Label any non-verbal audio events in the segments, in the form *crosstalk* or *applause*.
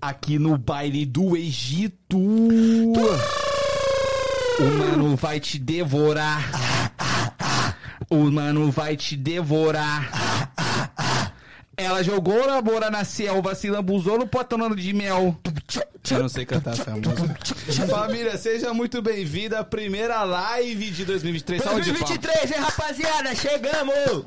aqui no baile do Egito. O mano vai te devorar. O mano vai te devorar. Ela jogou na bora na selva, se lambuzou no potonando de mel. Eu não sei cantar essa música. Família, seja muito bem-vinda à primeira live de 2023. Salva de palmas. 2023, hein, rapaziada? Chegamos!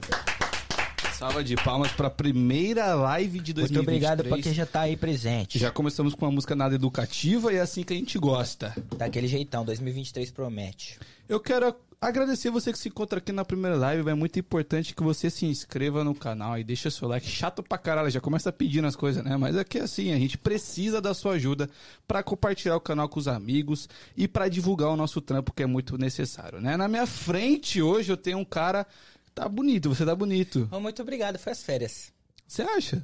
Salva de palmas pra primeira live de 2023. Muito obrigado pra quem já tá aí presente. Já começamos com uma música nada educativa e é assim que a gente gosta. Daquele jeitão, 2023 promete. Eu quero a- agradecer você que se encontra aqui na primeira live. É muito importante que você se inscreva no canal e deixa seu like. Chato pra caralho, já começa pedindo as coisas, né? Mas aqui é assim, a gente precisa da sua ajuda pra compartilhar o canal com os amigos e pra divulgar o nosso trampo, que é muito necessário, né? Na minha frente hoje eu tenho um cara. Tá bonito, você tá bonito. Ô, muito obrigado, foi as férias. Você acha?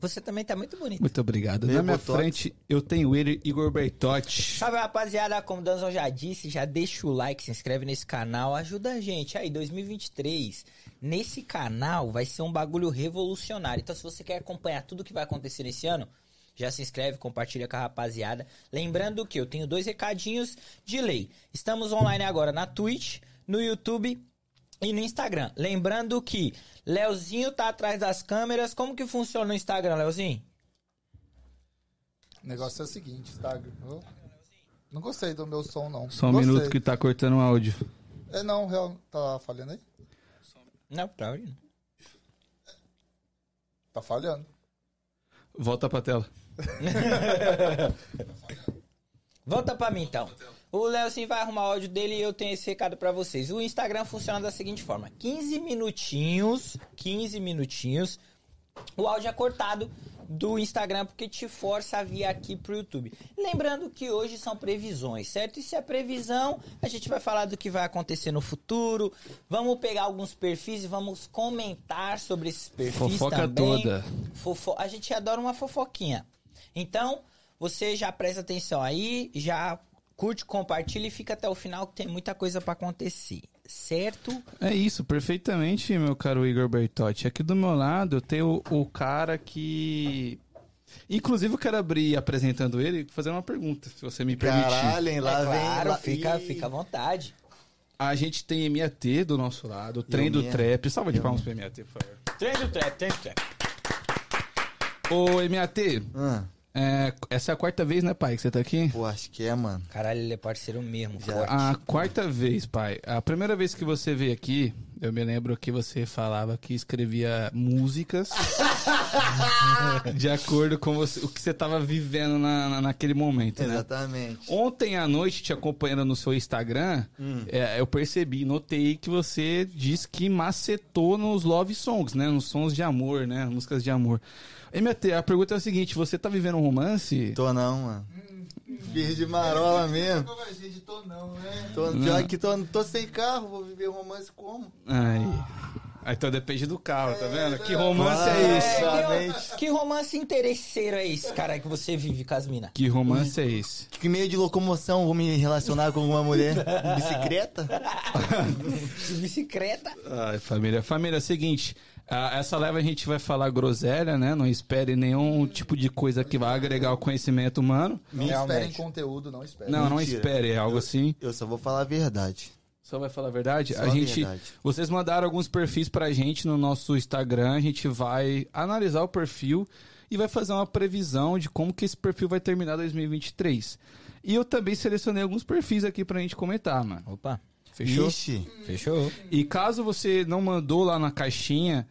Você também tá muito bonito. Muito obrigado. Meio Na minha botox. frente eu tenho ele, Igor Bertotti. Salve, rapaziada. Como o Danzão já disse, já deixa o like, se inscreve nesse canal, ajuda a gente. Aí, 2023, nesse canal vai ser um bagulho revolucionário. Então, se você quer acompanhar tudo que vai acontecer nesse ano, já se inscreve, compartilha com a rapaziada. Lembrando que eu tenho dois recadinhos de lei. Estamos online agora na Twitch, no YouTube e no Instagram. Lembrando que Leozinho tá atrás das câmeras. Como que funciona no Instagram, Leozinho? O negócio é o seguinte, tá? Eu Não gostei do meu som, não. Só um Gostei. minuto que tá cortando o áudio. É, não, real... tá falhando aí? Não, pra onde? Tá falhando. Volta pra tela. Volta pra mim então. O Léo sim vai arrumar o áudio dele e eu tenho esse recado pra vocês. O Instagram funciona da seguinte forma: 15 minutinhos, 15 minutinhos. O áudio é cortado do Instagram porque te força a vir aqui pro YouTube. Lembrando que hoje são previsões, certo? E se é previsão, a gente vai falar do que vai acontecer no futuro. Vamos pegar alguns perfis e vamos comentar sobre esses perfis Fofoca também. toda. Fofo... A gente adora uma fofoquinha. Então, você já presta atenção aí, já curte, compartilha e fica até o final que tem muita coisa pra acontecer, certo? É isso, perfeitamente, meu caro Igor Bertotti. Aqui do meu lado eu tenho o cara que. Inclusive, eu quero abrir apresentando ele e fazer uma pergunta, se você me permitir. Caralho, hein? Lá é claro, vem. Lá... fica, Ih, fica à vontade. A gente tem MAT do nosso lado, o trem do mesmo. trap. Salva de palmas pro MAT, por favor. Trem do trap, trem do trap. Ô, MAT, Ah, é, essa é a quarta vez, né, pai, que você tá aqui? pô, acho que é, mano. Caralho, ele é parceiro mesmo, Já. forte. A quarta vez, pai. A primeira vez que você veio aqui, eu me lembro que você falava que escrevia *laughs* músicas de acordo com você- o que você estava vivendo na, na- naquele momento, né? Exatamente. Ontem à noite, te acompanhando no seu Instagram, Hum. é, eu percebi, notei que você disse que macetou nos love songs, né? Nos sons de amor, né? Músicas de amor. MT, a pergunta é o seguinte, você tá vivendo um romance? Tô não, mano. Vir de marola mesmo. Tô não, né? Hum. pior que tô, tô sem carro, vou viver romance como? Ai. Ah, Então depende do carro, tá vendo? Que romance Claro. é esse? É, que, Exatamente. que romance interesseiro é esse, cara, que você vive com as *laughs* mina? Que Hum. romance é esse? Que meio de locomoção, vou me relacionar com uma mulher de bicicleta? De bicicleta? Ai, família. Família, é o seguinte. ah, Essa leva a gente vai falar groselha, né? Não espere nenhum tipo de coisa que vai agregar o conhecimento humano. Não Realmente. esperem conteúdo, não esperem. Não, não Mentira. espere, é algo assim. Eu só vou falar a verdade. Só vai falar a verdade? Só a a gente. verdade. Vocês mandaram alguns perfis pra gente no nosso Instagram. A gente vai analisar o perfil e vai fazer uma previsão de como que esse perfil vai terminar 2023. E eu também selecionei alguns perfis aqui pra gente comentar, mano. Opa, Fechou? Ixi. fechou. E caso você não mandou lá na caixinha,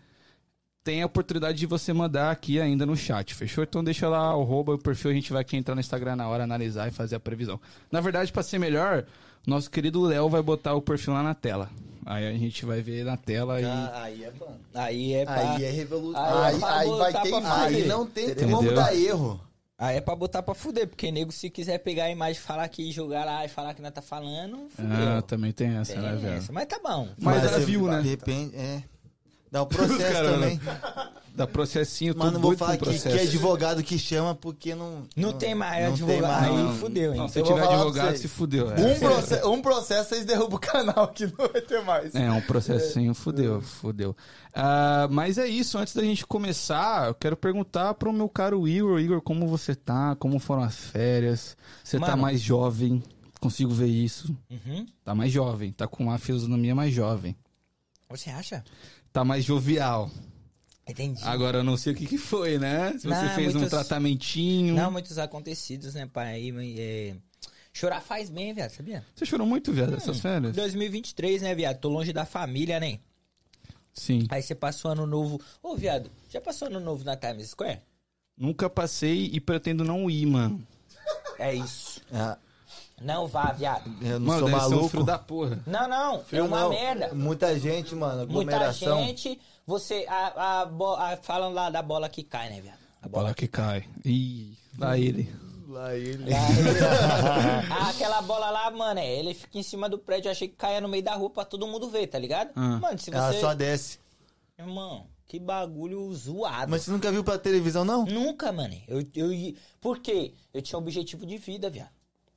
tem a oportunidade de você mandar aqui ainda no chat, fechou? Então deixa lá o arroba, o perfil, a gente vai aqui entrar no Instagram na hora, analisar e fazer a previsão. Na verdade, pra ser melhor, nosso querido Léo vai botar o perfil lá na tela. Aí a gente vai ver na tela e... aí é bom. Aí é pra, Aí é Tá revolucionário. Aí Aí, é pra aí vai botar pra queimar. fuder. Aí não tem Entendeu? como dar erro. aí é pra botar pra fuder, porque nego se quiser pegar a imagem, falar aqui, jogar lá e falar que nós tá falando, fudeu. Ah, também tem essa, Tem né, velho? essa, mas tá bom. Mas ela você viu, né? Depende, é. Dá o processo Caramba. também. Dá processinho, Mas tudo não vou doido falar com que, que processo. é advogado que chama porque não. Não tem mais não tem advogado. mais, Aí não. fudeu, hein? Não, se Eu vou tiver falar pra advogado, vocês. se fudeu. É. Um, proce- um processo, vocês derrubam o canal que não vai ter mais. É, um processinho, É. fudeu, fudeu. Ah, mas é isso, antes da gente começar, eu quero perguntar pro meu caro Igor, Igor, como você tá? Como foram as férias? Você tá Mano. mais jovem? Consigo ver isso. Uhum. Tá mais jovem, tá com uma fisionomia mais jovem. Você acha? Tá mais jovial. Entendi. Agora eu não sei o que, que foi, né? Se você Não, fez um muitos- tratamentinho. Não, muitos acontecidos, né, pai? Aí, mas, é, Chorar faz bem, viado, sabia? Você chorou muito, viado, essas férias? 2023, né, viado? Tô longe da família, né? Sim. Aí você passou ano novo. Ô, viado, já passou ano novo na Times Square? Nunca passei e pretendo não ir, mano. É isso. Ah, Não vá, viado. eu não mano, sou deve ser um maluco. frio da porra. Não, não. é Frio uma não. merda. Muita gente, mano. Muita Aglomeração. gente. Você. A, a, bo- a- falando lá da bola que cai, né, *laughs* viado? A bola que cai. Ih, lá ele. Lá ele. Ah, aquela bola lá, mano, é, ele fica em cima do prédio. Eu achei que caia no meio da rua pra todo mundo ver, tá ligado? Ah. Mano, se Hum. Ela você. só desce. Irmão, que bagulho zoado. Mas você nunca viu pra televisão, não? Nunca, mano. Eu, eu, por quê? Eu tinha objetivo de vida, viado.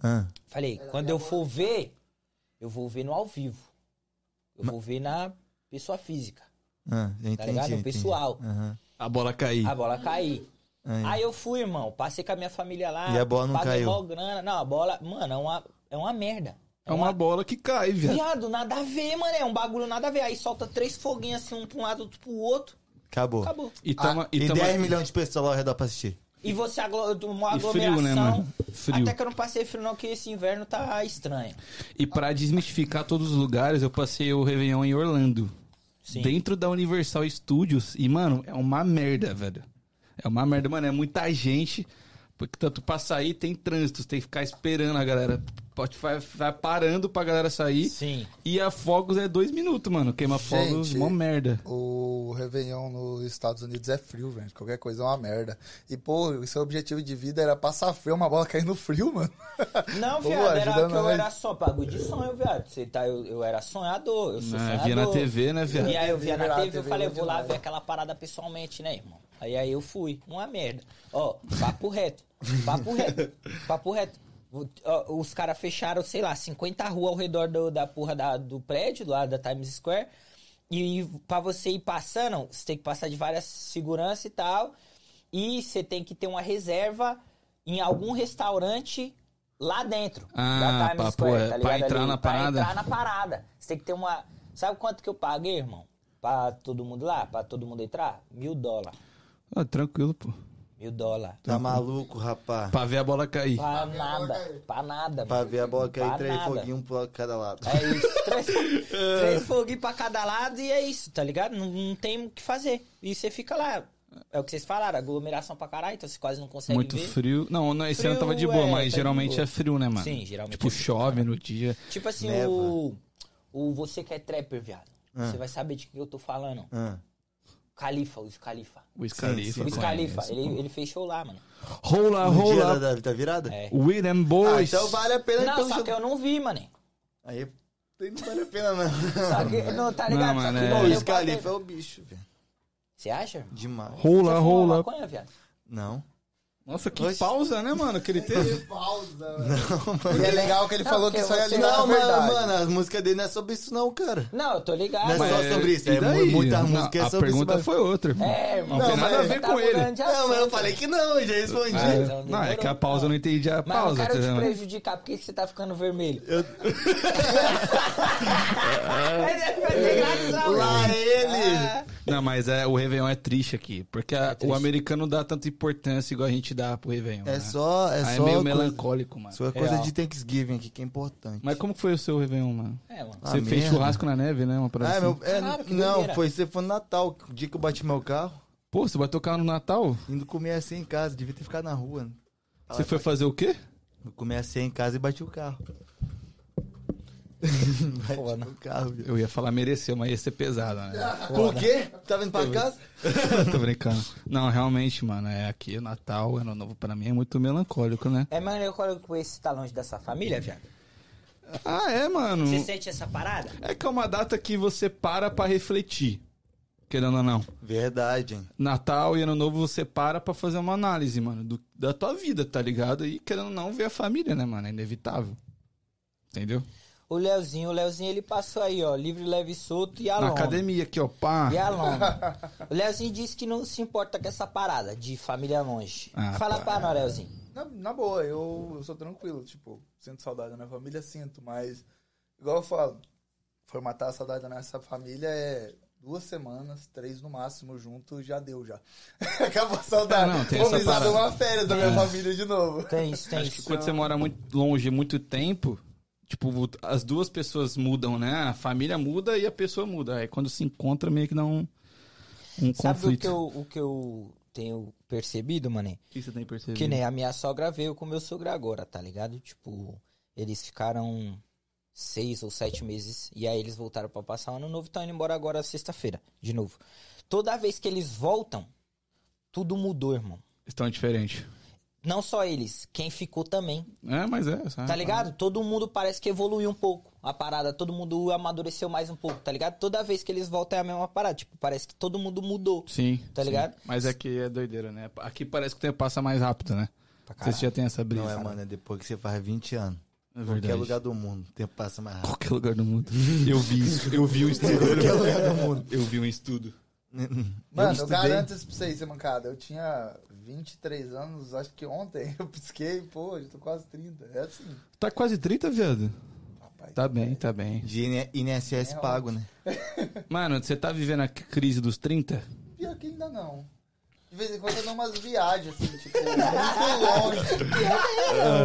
Ah. Falei, quando eu for ver, eu vou ver no ao vivo. Eu vou ver na pessoa física. Ah, eu entendi. Tá ligado? O entendi. pessoal. Aham. A bola cair. A bola cair. Aí. Aí eu fui, irmão. Passei com a minha família lá. E a bola não paguei caiu? mó grana. Não, a bola. Mano, é uma, é uma merda. É uma bola que cai, viado. Viado, nada a ver, mano. É um bagulho nada a ver. Aí solta três foguinhos assim, um pra um lado, outro pro outro. Acabou. Acabou. E Ah, tamo, e e tamo- 10 milhões de pessoas lá ao redor pra assistir. E você aglo... uma E aglomeração. frio, né, mano? Frio. Até que eu não passei frio, não, que esse inverno tá estranho. E pra desmistificar todos os lugares, eu passei o Réveillon em Orlando. Sim. Dentro da Universal Studios. E, mano, é uma merda, velho. É uma merda, mano. É muita gente. Porque tanto pra sair tem trânsito. Tem que ficar esperando a galera. Pode vai, vai parando pra galera sair. Sim. E a fogos é dois minutos, mano. Queima fogos, Gente. mó merda. O Réveillon nos Estados Unidos é frio, velho. Qualquer coisa é uma merda. E, pô, o seu objetivo de vida era passar frio, uma bola cair no frio, mano. Não, Pô, viado, era ajuda que eu nós. era só pago de sonho, viado. Você tá, eu, eu era sonhador, eu sou É, sonhador. via na TV, né, viado? E aí eu via Via na na TV, eu TV, falei, bom vou lá demais. ver aquela parada pessoalmente, né, irmão? Aí aí eu fui, uma merda. Ó, papo reto, papo reto, papo reto. O- ó, Os caras fecharam, sei lá, 50 ruas ao redor do- da porra da- do prédio, lá da Times Square. E, pra você ir passando, você tem que passar de várias segurança e tal. E você tem que ter uma reserva em algum restaurante lá dentro. Ah, da Times papo, Square, é, tá pra ligado? entrar Ali, na pra parada? entrar na parada. Você tem que ter uma. Sabe quanto que eu paguei, irmão? Pra todo mundo lá? Pra todo mundo entrar? Mil dólar. Ah, tranquilo, pô. Mil dólar. Então, Tá maluco, rapaz. Pra ver a bola cair. Pra nada. Pra nada, Pra mano. ver a bola cair, Pra três nada. foguinhos pro cada lado. É isso. Três, três foguinhos pra cada lado e é isso, tá ligado? Não, não tem o que fazer. E você fica lá. É o que vocês falaram, aglomeração pra caralho, então você quase não consegue Muito ver. frio. Não, não, esse Frio, ano tava de boa, é, tá mas de geralmente boa. é frio, né, mano? Sim, geralmente Tipo, é frio, chove no dia. Tipo assim, Neva. o. O você que é trapper, viado. Você vai saber de que eu tô falando. Ah. Califa, o Califa. O Scalifa. sim. O né? Califa, ele, ele fechou lá, mano. Rola, No um dia rola. da, da virada? É. With them Ah, boys. então vale a pena. Não, então, só que eu não vi, mano. Aí aí não vale a *laughs* pena, não. Só que, não, tá Não, ligado? mano, só que é. não Pô, deu o pra ver. Scalifa é o bicho, velho. Você acha? Demais. Rola, Você fumou rola. maconha, viado? *laughs* Não. Nossa, que Oxe. pausa, né, mano, que ele teve. Pausa, E é legal que ele Não, falou porque que só ia você- é ligar na Não, mano, verdade. mano, as músicas dele não é sobre isso, não, cara. Não, eu tô ligado. Não é mano. só sobre isso, E é daí? muita Não, música é A sobre pergunta isso. foi outra. irmão. É, irmão. Não tem mas- nada a ver tá com ele. mudando de Não, mas eu assunto. falei que não, já respondi. É. então demorou, não, é que a pausa eu não entendi a Mas pausa. eu não tá quero te vendo? prejudicar, por que que você tá ficando vermelho? Eu- *laughs* Mas é pra ter graça, Lá mano. é ele! Ah. Não, mas é, o Réveillon é triste aqui. Porque a- o americano dá tanta importância igual a gente dá pro Réveillon. É né? só. É Aí só é meio coisa- melancólico, mano. Isso é coisa Real. de Thanksgiving aqui que é importante. Mas como que foi o seu Réveillon, mano? É, mano. Ah, Você fez merda. churrasco na neve, né? Uma parada Ah, assim? meu, é, Caralho, que não, doideira. foi, você foi no Natal, o dia que eu bati meu carro, Pô, você bateu o carro no Natal? indo comer assim em casa, devia ter ficado na rua. Né? Você foi fazer o quê? Eu comi a ceia em casa e bati o carro. bati Foda. o carro. viu? Eu ia falar mereceu, mas ia ser pesado, *laughs* né? Por quê? Tava indo pra casa? Tô brincando. Não, realmente, mano, é aqui, Natal, Ano Novo, pra mim é muito melancólico, né? É, mano, eu coloco esse tá longe dessa família, viado. Ah, é, mano. Você sente essa parada? É que é uma data que você para pra refletir. querendo ou não. Verdade, hein? Natal e Ano Novo você para pra fazer uma análise, mano, do- da tua vida, tá ligado? E querendo ou não ver a família, né, mano? É inevitável. Entendeu? O Leozinho, o Leozinho ele passou aí, ó, livre, leve e solto e a Na lona. academia aqui, ó, pá. *laughs* E a lona. o Leozinho disse que não se importa com essa parada de família longe. Ah, Fala pá. pra nós, Leozinho. Na, na boa, eu, eu sou tranquilo, tipo, sinto saudade da minha família, sinto, mas igual eu falo, formatar a saudade da nossa família é duas semanas, três no máximo, junto, já deu já. *laughs* Acabou a saudade. É, não, tem Vou essa precisar de parada. É. uma férias da minha família de novo. Tem isso, tem Acho que isso. quando você mora muito longe, muito tempo, tipo, as duas pessoas mudam, né? A família muda e a pessoa muda. Aí quando se encontra, meio que dá um, um Sabe o conflito. que, eu, o que eu tenho percebido, mané? O que você tem percebido? Que nem a minha sogra veio com o meu sogro agora, tá ligado? Tipo, eles ficaram seis ou sete meses e aí eles voltaram pra passar o ano novo e estão indo embora agora sexta-feira, de novo. Toda vez que eles voltam, tudo mudou, irmão. Estão diferentes. Não só eles, quem ficou também, É, mas é. sabe? tá ligado? Todo mundo parece que evoluiu um pouco a parada, todo mundo amadureceu mais um pouco, tá ligado? Toda vez que eles voltam é a mesma parada, tipo, parece que todo mundo mudou. Sim. Tá sim. ligado? Mas é que é doideira, né? Aqui parece que o tempo passa mais rápido, né? Pra caralho. Vocês já tem essa brisa. Não é, mano, é depois que você faz 20 anos. É Qualquer verdade. lugar do mundo, o tempo passa mais rápido. *laughs* Qualquer lugar do mundo. Eu vi isso. Eu vi um estudo. Qualquer lugar do mundo. Eu vi um estudo. Mano, eu, estudei. garanto isso pra vocês, sem mancada. Eu tinha 23 anos, acho que ontem, *laughs* eu pisquei, pô, já tô quase 30. É assim, Tá quase 30, viado? rapaz. Tá bem, tá bem. De IN- INSS É pago, né? Mano, você tá vivendo a crise dos 30? Pior que ainda não. De vez em quando eu dou umas viagens, assim, tipo, muito *laughs* longe.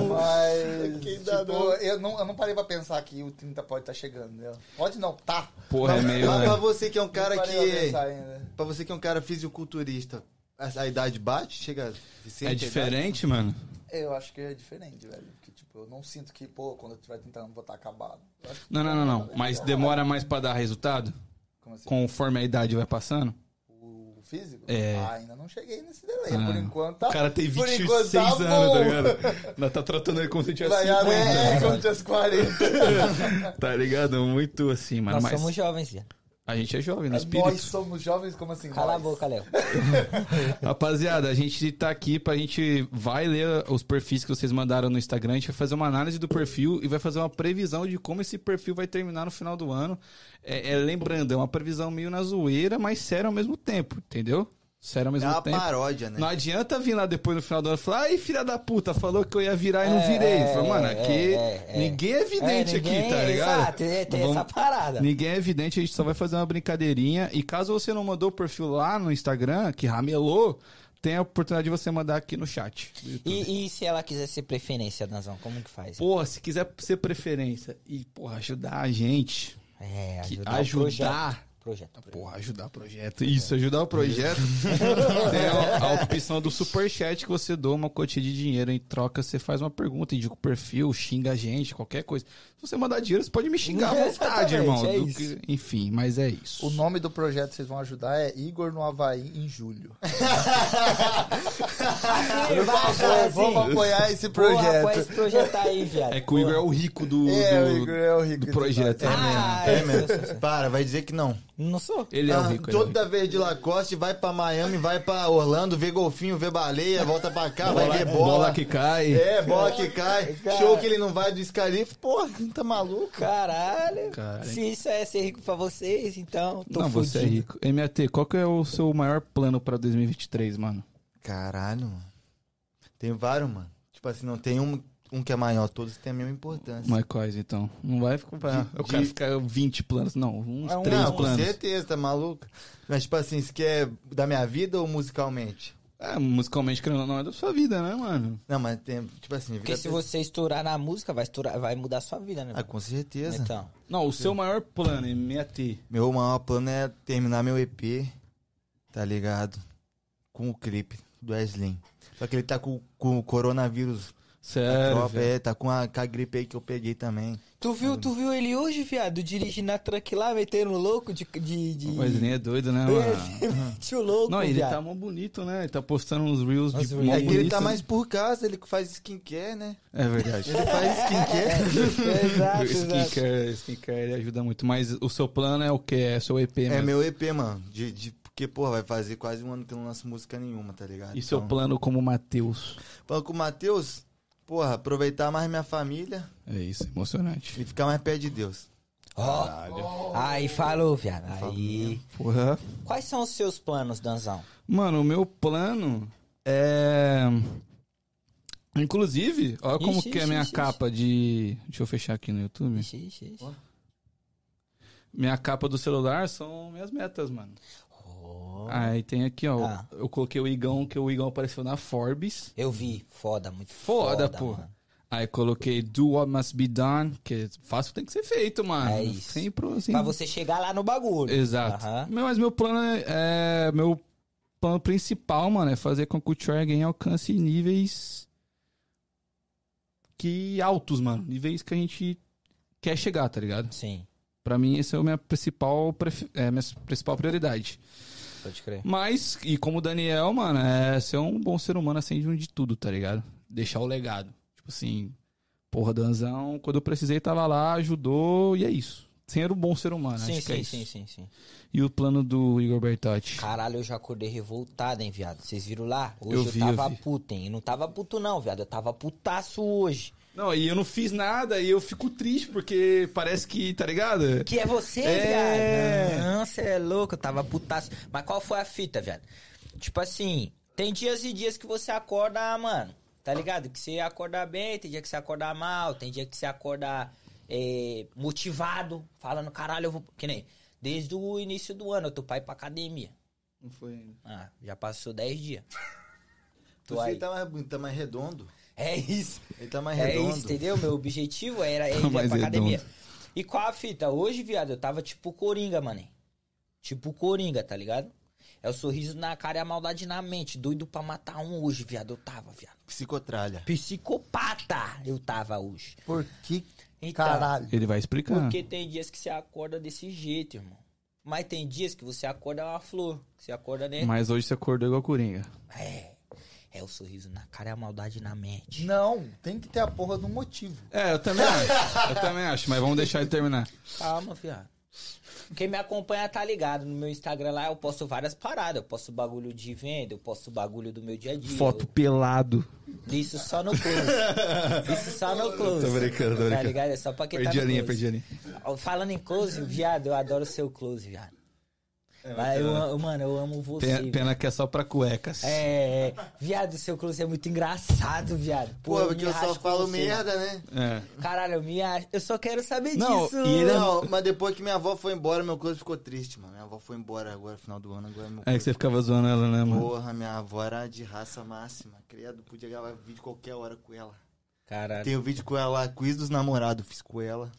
Mas, Que ainda tipo, não. eu não, eu não parei pra pensar que o 30 pode estar chegando, né? Pode não, tá. Porra, é meio. Mas pra você que é um cara não parei pra que. pensar ainda. Pra você que é um cara fisiculturista, a, a idade bate? Chega. a tá ser É a idade? diferente, mano? Eu acho que é diferente, velho. Porque, tipo, eu não sinto que, pô, quando eu tiver 30 anos vou estar acabado. Eu acho que- é Não, não, não, não. Mas demora mais pra dar resultado? Como assim? Conforme a idade vai passando? O físico? É. Ah, ainda não cheguei nesse delay. Ah. Por enquanto tá. O cara tem por 26 enquanto, tá anos, bom. tá ligado? Nós tá tratando ele como se tivesse Vai até *laughs* 50. quando tinha os 40. Tá ligado? Muito assim, mano. Nós Mas somos jovens, Ian. a gente é jovem no Nós espírito. somos jovens, como assim? Cala a nós? boca, Léo. Rapaziada, a gente tá aqui pra gente vai ler os perfis que vocês mandaram no Instagram, a gente vai fazer uma análise do perfil e vai fazer uma previsão de como esse perfil vai terminar no final do ano. É, é, lembrando, é uma previsão meio na zoeira, mas séria ao mesmo tempo, entendeu? Séria ao É mesmo uma tempo. paródia, né? Não adianta vir lá depois no final do ano e falar, ai, filha da puta, falou que eu ia virar e não É, virei. é, Falei, mano, é, aqui é, é. ninguém é *laughs* evidente É, ninguém- aqui, tá ligado? Exato, é, tem Vamos- essa parada. Ninguém é evidente, a gente só vai fazer uma brincadeirinha. E caso você não mandou o perfil lá no Instagram, que ramelou, tem a oportunidade de você mandar aqui no chat. do YouTube. E, e se ela quiser ser preferência, Danzão, como que faz? Porra, se quiser ser preferência e, porra, ajudar a gente, É, que ajudar. o ajudar. projeto. projeto. Porra, ajudar o projeto. Isso, ajudar o *laughs* projeto. Tem a, a opção do superchat que você doa uma quantia de dinheiro em troca. Você faz uma pergunta, indica o perfil, xinga a gente, qualquer coisa. Se você mandar dinheiro, você pode me *laughs* xingar à vontade, Exatamente, irmão. é do isso. que- enfim, mas é isso. O nome do projeto que vocês vão ajudar é Igor no Havaí em julho. Vai, vai, Vamos assim. apoiar esse Porra, qual é projeto. esse projeto aí, viado? É que o Igor é o rico do. *laughs* É, do- o Igor é o rico. do projeto. né? demais. Ah, É eu mesmo. sou, sou, sou. Para, vai dizer que não. Não sou. Ele é o Ah, rico. ele é o rico. toda vez de Lacoste, vai pra Miami, vai pra Orlando, vê golfinho, vê baleia, volta pra cá, vai ver bola. Bola que cai. *laughs* É, bola que cai. Cara. Show que ele não vai do Scalife. Porra, *laughs* tá maluco? Caralho. Caralho. Se isso é ser rico pra vocês, então tô Não, você é fudido. rico. MAT, qual que é o seu maior plano pra 2023, mano? Caralho, mano. Tem vários, mano. Tipo assim, não tem um, um que é maior, todos têm a mesma importância. Mas quais, então? Não vai ficar. De- Eu quero de- ficar 20 planos. Não, uns É um- três não, com planos. certeza, tá maluco? Mas, tipo assim, você quer da minha vida ou musicalmente? É, musicalmente, querendo ou não, é da sua vida, né, mano? Não, mas tem, tipo assim, vida Porque se pessoal. você estourar na música, vai, estourar, vai mudar a sua vida, né? Ah, com certeza. tá. Então, Não, o seu maior plano, MAT. Meu maior plano é terminar meu EP, tá ligado? Com o clipe do Slim. Só que ele tá com, com o coronavírus. Sério. Tropa, velho. é, tá com a, com a gripe aí que eu peguei também. Tu viu, tu viu ele hoje, viado, dirigindo a truck lá, metendo um louco de. de, de... Mas nem é doido, né, mano? Ele *laughs* mete o louco, Não, ele viado. tá mó bonito, né? Ele tá postando uns reels Nossa, de velho. mó É que ele bonito. né? tá mais por casa, ele faz skincare, né? É verdade. Ele faz skincare. Exato, O exato. skincare, skincare ele ajuda muito. Mas o seu plano é o quê? *laughs* É seu EP mesmo? é meu EP, mano. De, de- porque, pô, vai fazer quase um ano que eu não lanço música nenhuma, tá ligado? E seu Então, plano como Matheus? Falando com o Matheus, porra, aproveitar mais minha família É isso, emocionante. e ficar mais perto de Deus. Ó, aí falou, viado. Tá Aí. Porra. Quais são os seus planos, Danzão? Mano, o meu plano é. Inclusive, olha como Ixi, que é a ixi, minha ixi, capa de. Deixa eu fechar aqui no YouTube. Ixi, ixi, ixi. Minha capa do celular são minhas metas, mano. Ó. Aí tem aqui, ó. Oh. Ah. Eu coloquei o Igão, que o Igão apareceu na Forbes. Eu vi, foda, muito Foda, foda. pô. mano. Aí coloquei Do What Must Be Done, que fácil tem que ser feito, mano. É isso. Sem pro, sem... Pra você chegar lá no bagulho. Exato. Aham. Meu, mas meu plano é, é- Meu plano principal, mano, é fazer com que o Char ganhe alcance em níveis. Que altos, mano. Níveis que a gente quer chegar, tá ligado? Sim, Pra mim, essa é a minha principal, pref- é, minha principal prioridade. pode crer. Mas, e como o Daniel, mano, é ser um bom ser humano acima de tudo, tá ligado? Deixar o legado. Tipo assim, porra, Danzão, quando eu precisei, tava lá, ajudou, e é isso. Ser um bom ser humano, Sim, acho que é sim, isso. sim, sim, sim. E o plano do Igor Bertotti? Caralho, eu já acordei revoltado, hein, viado. Vocês viram lá? Hoje Eu eu, vi, eu tava vi. puto, hein. E não tava puto, não, viado. Eu tava putaço hoje. Não, e eu não fiz nada e eu fico triste porque parece que, tá ligado? Que é você, É. viado? Não, você é louco, eu tava putaço. Mas qual foi a fita, viado? Tipo assim, tem dias e dias que você acorda, ah, mano, tá ligado? Que você acorda bem, tem dia que você acorda mal, tem dia que você acorda eh, motivado, falando, caralho, eu vou. Que nem. Desde o início do ano, eu tô pai pra academia. Não foi ainda. Ah, já passou 10 dias. Tô Você aí. tá mais bonito, tá mais redondo. É isso. Ele tá mais É redondo. isso, entendeu? Meu *laughs* objetivo era ir pra mais academia. E qual a fita? Hoje, viado, eu tava tipo coringa, mané. Tipo coringa, tá ligado? É o sorriso na cara e a maldade na mente. Doido pra matar um hoje, viado. Eu tava, viado. Psicotralha. Psicopata eu tava hoje. Por que Então, caralho? Ele vai explicar. Porque tem dias que você acorda desse jeito, irmão. Mas tem dias que você acorda uma flor. Que você acorda, né? Mas hoje você acordou igual Coringa. É. É o sorriso na cara e a maldade na mente. Não, tem que ter a porra do motivo. É, eu também acho. Eu também acho, mas vamos deixar ele terminar. Calma, fiado. Quem me acompanha tá ligado. No meu Instagram lá eu posto várias paradas. Eu posto bagulho de venda, eu posto bagulho do meu dia a dia. Foto pelado. Eu- Isso só no close. Isso só no close. Tô brincando, tô Tá brincando. ligado? É só pra quem Perdi tá a no linha, close. perdi a linha. Ó, Falando em close, viado, eu adoro o seu close, viado. É, Mas eu, am- mano, eu amo você. Pena, viado. pena que é só pra cuecas. É, é, viado, o seu close é muito engraçado, viado. Pô, porque me eu racho só com falo você, merda, né? É. mano. Caralho, eu me acho. Eu só quero saber Não, disso. e ele é- Não, mas depois que minha avó foi embora, meu close ficou triste, mano. Minha avó foi embora agora, final do ano, agora meu É que você ficava zoando ela, né, mano? Porra, minha avó era de raça máxima. Credo, podia gravar vídeo qualquer hora com ela. Caralho. Tem o vídeo com ela, quiz dos namorados, fiz com ela.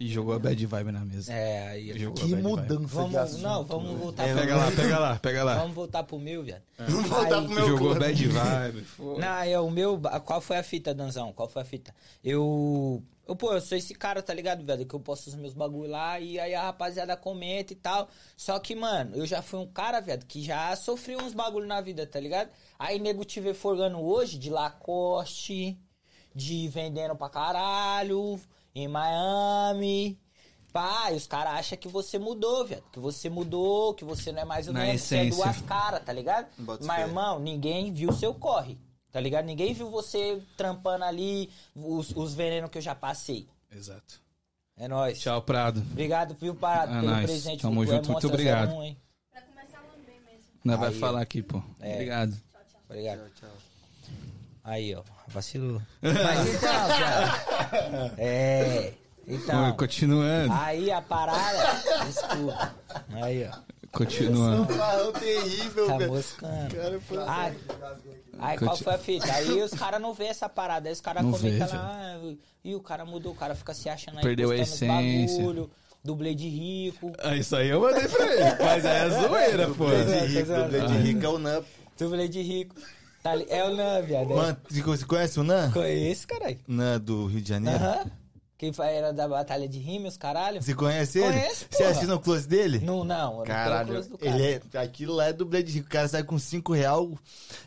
E jogou a bad vibe na mesa. É, aí eu Jogou a Que bad vibe. mudança de Vamos, assunto. não, vamos voltar É, pro Pega lá, pega lá, pega lá. Vamos voltar pro meu, viado. Vamos voltar Aí- pro meu jogou close. bad vibe. *laughs* Não, é o meu. Qual foi a fita, Danzão? Qual foi a fita? Eu. eu pô, eu sou esse cara, tá ligado, velho? Que eu posto os meus bagulho lá e aí a rapaziada comenta e tal. Só que, mano, eu já fui um cara, velho, que já sofreu uns bagulho na vida, tá ligado? Aí nego te vê forgando hoje de Lacoste, de vendendo pra caralho, em Miami. Pai, os caras acham que você mudou, velho. Que você mudou, que você não é mais o Na mesmo, que você é essência. duas caras, tá ligado? Bota Mas, fé. irmão, ninguém viu o seu corre, tá ligado? Ninguém viu você trampando ali, os, os venenos que eu já passei. Exato. É nóis. Tchau, Prado. Obrigado, viu, Parado, É pelo nóis. presente. Tamo Gugu. É junto, muito monstro, obrigado. 01, hein? Pra começar a lamber mesmo. Não vai Aí, ó. falar aqui, pô. É. Obrigado. Obrigado. Tchau, tchau. Aí, ó, vacilou. *laughs* Mas então, cara. É, então. Oi, continuando. Aí a parada. Desculpa. Aí, ó. Continuando. Barrão Ah, terrível, Tá velho. moscando. Cara, foi Ai, aí qual foi a fita? Aí *laughs* os caras não vê essa parada, aí os caras Não comentam vê, lá, "Ah, e o cara mudou, o cara fica se achando aí, Perdeu a postando os essência. bagulho, dublê de rico, Ah, isso aí eu mandei pra ele. Mas é zoeira, pô. Dublê Pois é, de rico, pois é. dublê de rico é o Nan. dublê de rico. Tá ali- é o Nan, viado. é. Mano, você conhece o Nan? Conheço, caralho. É. Nan do Rio de Janeiro? Aham. Que fa- era da Batalha de Rime, os caralho. Você conhece ele? Conheço, Você porra. assina o close dele? Não, não. eu não Caralho, quero close do cara. ele é, aquilo lá é do de rico. O cara sai com 5 real,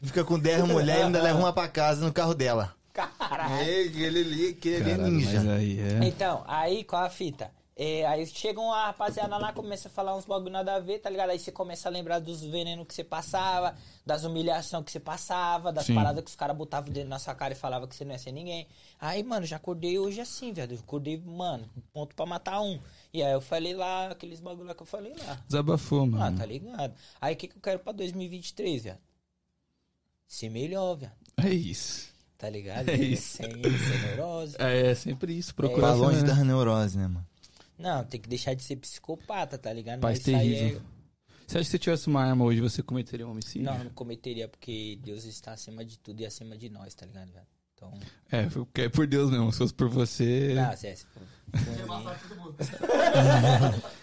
fica com 10 mulheres e ainda leva uma pra casa no carro dela. Caralho. É, ele ali, aquele ali é Caralho, mas ninja. aí é. Então, aí qual a fita? É, aí chega uma rapaziada lá, começa a falar uns bagulho nada a ver, tá ligado? Aí você começa a lembrar dos venenos que você passava, das humilhações que você passava, das Sim. paradas que os caras botavam dentro na sua cara e falavam que você não ia ser ninguém. Aí, mano, já acordei hoje assim, velho. Eu acordei, mano, ponto pra matar um. E aí eu falei lá, aqueles bagulho lá que eu falei lá. Desabafou, Ah, mano. tá ligado? Aí o que, que eu quero pra 2023, velho? Ser melhor, velho. É isso. Tá *laughs* ligado? É isso. Sem, sem neurose. É, é sempre isso. Procurar Pra essa- longe das neuroses, né, mano? Não, tem que deixar de ser psicopata, tá ligado? Paz isso aí terrível. Você acha que se tivesse uma arma hoje, você cometeria um é... homicídio? Não, não cometeria, porque Deus está acima de tudo e acima de nós, tá ligado, velho? Então, É, porque é por Deus mesmo. Se fosse por você. não, se é, se for- for- *laughs*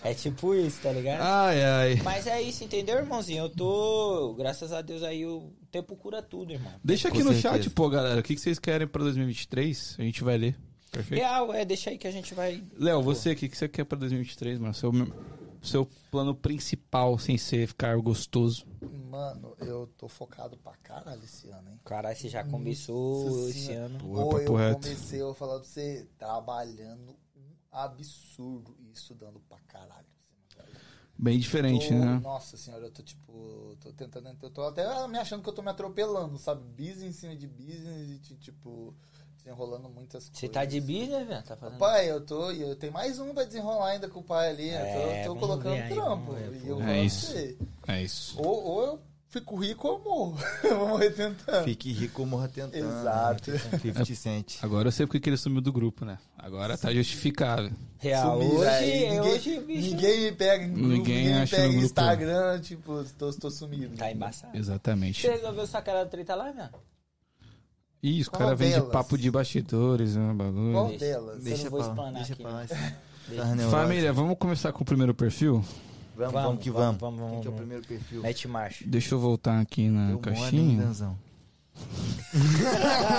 é tipo isso, tá ligado? Ai, ai. Mas é isso, entendeu, irmãozinho? Eu tô, graças a Deus aí, o tempo cura tudo, irmão. Deixa aqui Com no certeza. chat, pô, galera. O que que vocês querem pra 2023? A gente vai ler. Perfeito. Real, é, deixa aí que a gente vai... Léo, você, o que que você quer pra 2023, mano? Seu, seu plano principal, sem ser ficar gostoso. Mano, eu tô focado pra caralho esse ano, hein? Caralho, você já começou Nossa esse senhora. ano. Porra, Ou papo eu reto. comecei, eu vou falar pra você, trabalhando um absurdo e estudando pra caralho. Bem diferente, Tô- né? Nossa senhora, eu tô tipo, tô tentando, eu tô até me achando que eu tô me atropelando, sabe? Business em cima de business e ti- tipo, desenrolando muitas coisas. Você tá de business, velho? Tá fazendo... Pai, eu tô, e eu tenho mais um pra desenrolar ainda com o pai ali, eu tô- É, tô, vamos colocando ver aí, trampo. vamos ver, e pô. eu É falo pra isso. você, É isso. ou, ou eu fico rico ou eu morro. *laughs* eu vou morrer tentando. Fique rico ou morra tentando. né? Exato. 50 Cent. Agora eu sei porque que ele sumiu do grupo, né? Agora tá justificável. Real, Sumir, hoje, aí é ninguém, hoje, bicho, ninguém me pega em grupo, Ninguém ninguém, me acha no pega em grupo. Instagram, tipo, tô, tô sumido. tá embaçado. Exatamente. Você resolveu sacar a treta lá, velho? Ih, os Qual caras vendem delas? papo de bastidores, né? Bagulho. Qual delas? Deixa- eu não vou pra lá. explanar Deixa aqui, pra não. lá. Deixa. Tá neurose. Família, vamos começar com o primeiro perfil? Vamos, vamos que vamos. Vamos, vamos, Quem que é o vamos. primeiro perfil? Mete marcha. Deixa eu voltar aqui na Eu caixinha. Danzão. Ah,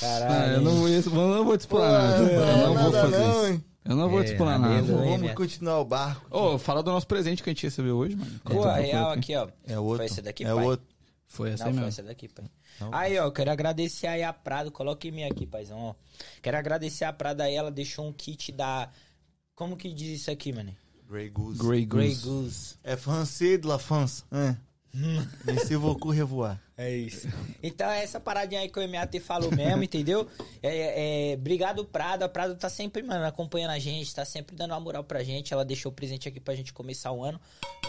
Caralho. eu não vou, eu não vou te explanar. Pô, Ah, eu não não vou dá fazer não, isso. hein? Eu não vou te É, explanar. beleza. Ô, Vamos Vamos continuar o barco. fala do nosso presente que a gente recebeu hoje, mano. tá Pô, a real aqui, ó. É outro. Foi essa daqui, é pai? outro. Foi essa Não, aí foi mesmo. essa daqui, pai. Não, Aí, ó, quero agradecer aí a Prado. Coloca em mim aqui, paizão, ó. Quero agradecer a Prado aí. Ela deixou um kit da... Como que diz isso aqui, mano? Grey Goose. Grey Grey Goose. Goose. É français de la France. Hein? *laughs* Esse vocu revoar. É isso. Então é essa paradinha aí que o MAT falou *laughs* mesmo, entendeu? É, é, obrigado, Prado. A Prado tá sempre, mano, acompanhando a gente, tá sempre dando uma moral pra gente. Ela deixou o presente aqui pra gente começar o ano.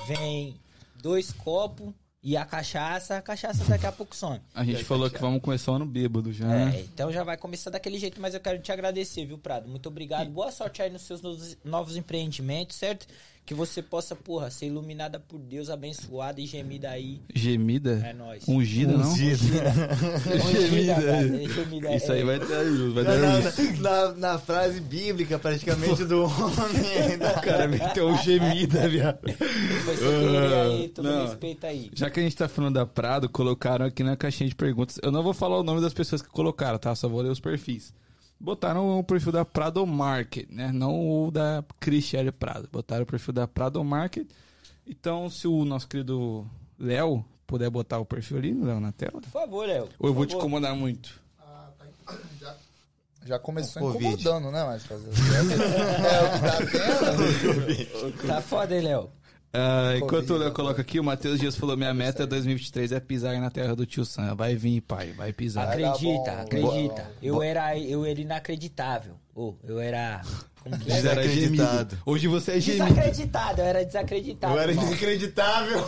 Vem dois copos e a cachaça. A cachaça daqui a pouco some. A gente falou que vamos começar o ano bêbado já, É, né? então já vai começar daquele jeito, mas eu quero te agradecer, viu, Prado? Muito obrigado. Boa sorte aí nos seus novos, novos empreendimentos, certo? Que você possa, porra, ser iluminada por Deus, abençoada e gemida aí. Gemida. É nóis. Ungida, não? *laughs* *laughs* Gemida, cara, gemida, Isso aí é. vai dar luz, vai Na, dar luz. na- na- na frase bíblica, praticamente, do homem. *laughs* O cara meteu um gemida, viado. Ah, Você queria aí, todo Não. respeito aí. Já que a gente tá falando da Prado, colocaram aqui na caixinha de perguntas. Eu não vou falar o nome das pessoas que colocaram, tá? Só vou ler os perfis. Botaram o perfil da Prado Market, né? Não o da Cristiane Prado. Botaram o perfil da Prado Market. Então, se o nosso querido Léo puder botar o perfil ali, Léo, na tela. Por favor, Léo. Ou eu vou Por te favor. incomodar muito. Já começou O Covid. incomodando, né? Mas fazer o quê? *laughs* é, o que tá vendo? Tá foda, hein, Léo? Ah, enquanto o Covid, Léo coloca aqui, o Matheus Dias falou: Minha meta 2023 é pisar na terra do tio Sam. Vai vir, pai, vai pisar. Vai dar Acredita, bom, acredita. vai dar bom. Eu era, eu era inacreditável. Ou, eu era... Como que é? Era gemido. Desacreditado. Hoje você é gemido. Desacreditado, eu era desacreditado. Eu era irmão. inacreditável.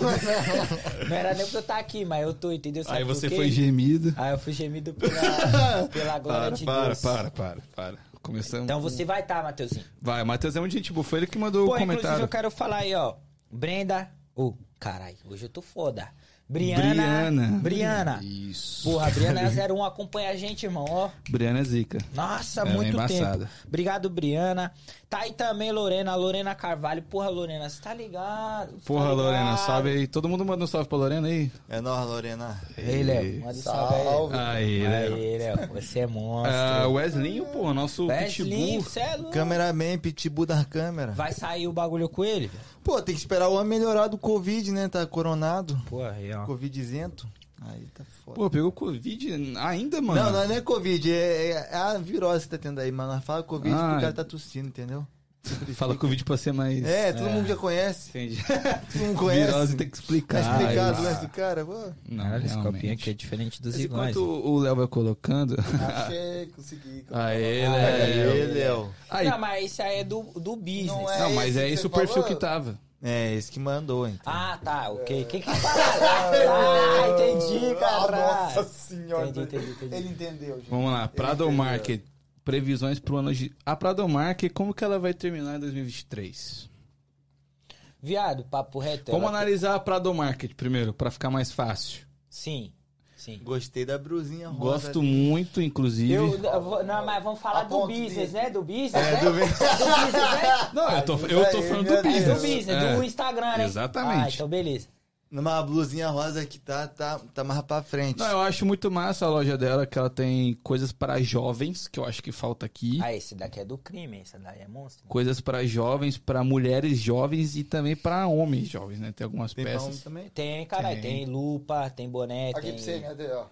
Não era nem pra eu estar aqui, mas eu tô, entendeu? Sabe Aí por você quê? foi gemido. Aí eu fui gemido pela, *laughs* pela glória Para, de para, Deus. para, para, para. Começamos. Então você vai estar, Matheusinho. Vai, Matheus é muito gente boa. Foi ele que mandou Pô, o inclusive comentário. eu quero falar aí, ó. Brenda. Ô, carai, hoje eu tô foda. Briana. Briana. Briana. Isso. Porra, a Briana é 01, acompanha a gente, irmão, ó. Briana é zica. Nossa, Ela é muito embaçada. tempo. Obrigado, Briana. Tá aí também, Lorena, Lorena Carvalho. Porra, Lorena, você tá ligado? Cê Porra, tá ligado? Lorena, salve aí. Todo mundo manda um salve pra Lorena aí. É nóis, Lorena. Ei, Léo, manda um salve aí. Aí, né? Aí, Léo, você é *laughs* Ah, monstro. Weslinho, pô, nosso Wesley, pitbull. você é louco. Cameraman, pitbull da câmera. Vai sair o bagulho com ele? velho? Pô, tem que esperar o homem melhorar do Covid, né? Tá coronado. Porra, aí, ó. Covid isento. Aí tá foda. Pô, pegou Covid ainda, mano? Não, não é nem Covid, é, é a virose que tá tendo aí, mano. Fala Covid porque Ah. o cara tá tossindo, entendeu? Fala Covid pra ser mais... É, todo mundo já conhece. *laughs* Entendi. Todo mundo Virose conhece. tem que explicar. Tá explicado Ai, o lance do cara, pô. Não, né? Caralho, esse realmente. copinho aqui é diferente dos Mas iguais. enquanto o Léo vai colocando... *laughs* Achei, consegui. Aê, Aí, É, Léo. Léo. Aí, Não, mas isso aí é do, do business. Não é não, mas esse é que esse você o perfil falou? que tava. É, esse que mandou, então. Ah, tá, ok. Quem que Ah, entendi, Ah, Nossa caralho. senhora. Entendi, entendi, entendi. Ele entendeu, gente. Vamos lá, Prado entendeu. Market. Previsões pro ano de... A Prado Market, como que ela vai terminar em 2023? Viado, papo reto. Vamos Então, ela- analisar a Prado Market primeiro, pra ficar mais fácil. Sim, sim. Gostei da brusinha rosa. Gosto ali. muito, inclusive. Eu, *laughs* eu vou- não, mas vamos falar A do ponto business, dele. né? Do business, É, né? do business. business, né? Não, eu tô, eu tô Aí, falando meu do É do business. business, É. do Instagram, né? Exatamente. Ah, então beleza. Numa blusinha rosa que tá, tá, tá mais pra frente. Não, é eu acho muito massa a loja dela, que ela tem coisas pra jovens, que eu acho que falta aqui. Ah, esse daqui é do crime, esse daí é monstro. Coisas pra jovens, pra mulheres jovens e também pra homens jovens, né? Tem algumas Tem pra homem peças. também? Tem, caralho, Tem. tem lupa, tem boné, Aqui tem... pra você, minha Deus, ó.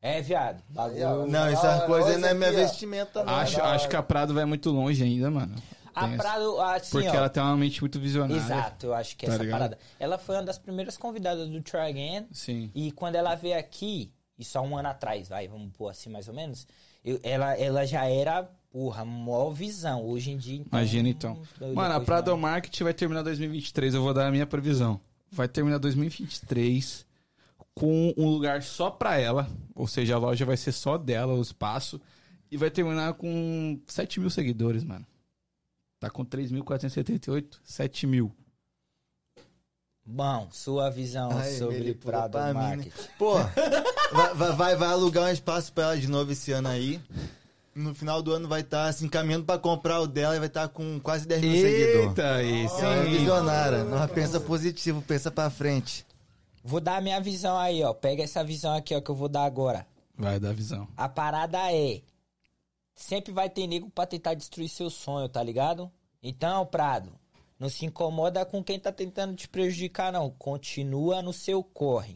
É, viado, Aí, ó. bagulho... Não, Ah, essa coisa rosa não é minha aqui, ó. vestimenta, não. Acho, da hora. acho que a Prado vai muito longe ainda, mano. A Tem essa- Prado, assim, Porque ó... ela tem uma mente muito visionária. Exato, eu acho que é Tá essa ligado? parada. Ela foi uma das primeiras convidadas do Try Again. Sim. E quando ela veio aqui, isso há um ano atrás, vai, vamos pôr assim mais ou menos, eu- ela, ela já era, porra, mó visão. Hoje em dia, então, Imagina então. eu- Mano, a depois Prado é não. um Market vai terminar 2023, eu vou dar a minha previsão. Vai terminar 2023 com um lugar só pra ela, ou seja, a loja vai ser só dela, o espaço, e vai terminar com 7 mil seguidores, mano. Tá com 3.478, 7 mil. Bom, sua visão Ai, sobre ele pulou Prado pra mim, né? Market. Pô, vai- vai, vai, vai alugar um espaço pra ela de novo esse ano aí. No final do ano vai estar se encaminhando pra comprar o dela e vai estar com quase 10 mil seguidores. Eita, aí Ela é sim. visionária. Não pensa positivo, pensa pra frente. Vou dar a minha visão aí, ó. Pega essa visão aqui, ó, que eu vou dar agora. Vai dar visão. A parada é. Sempre vai ter nego pra tentar destruir seu sonho, tá ligado? Então, Prado, não se incomoda com quem tá tentando te prejudicar, não. Continua no seu corre.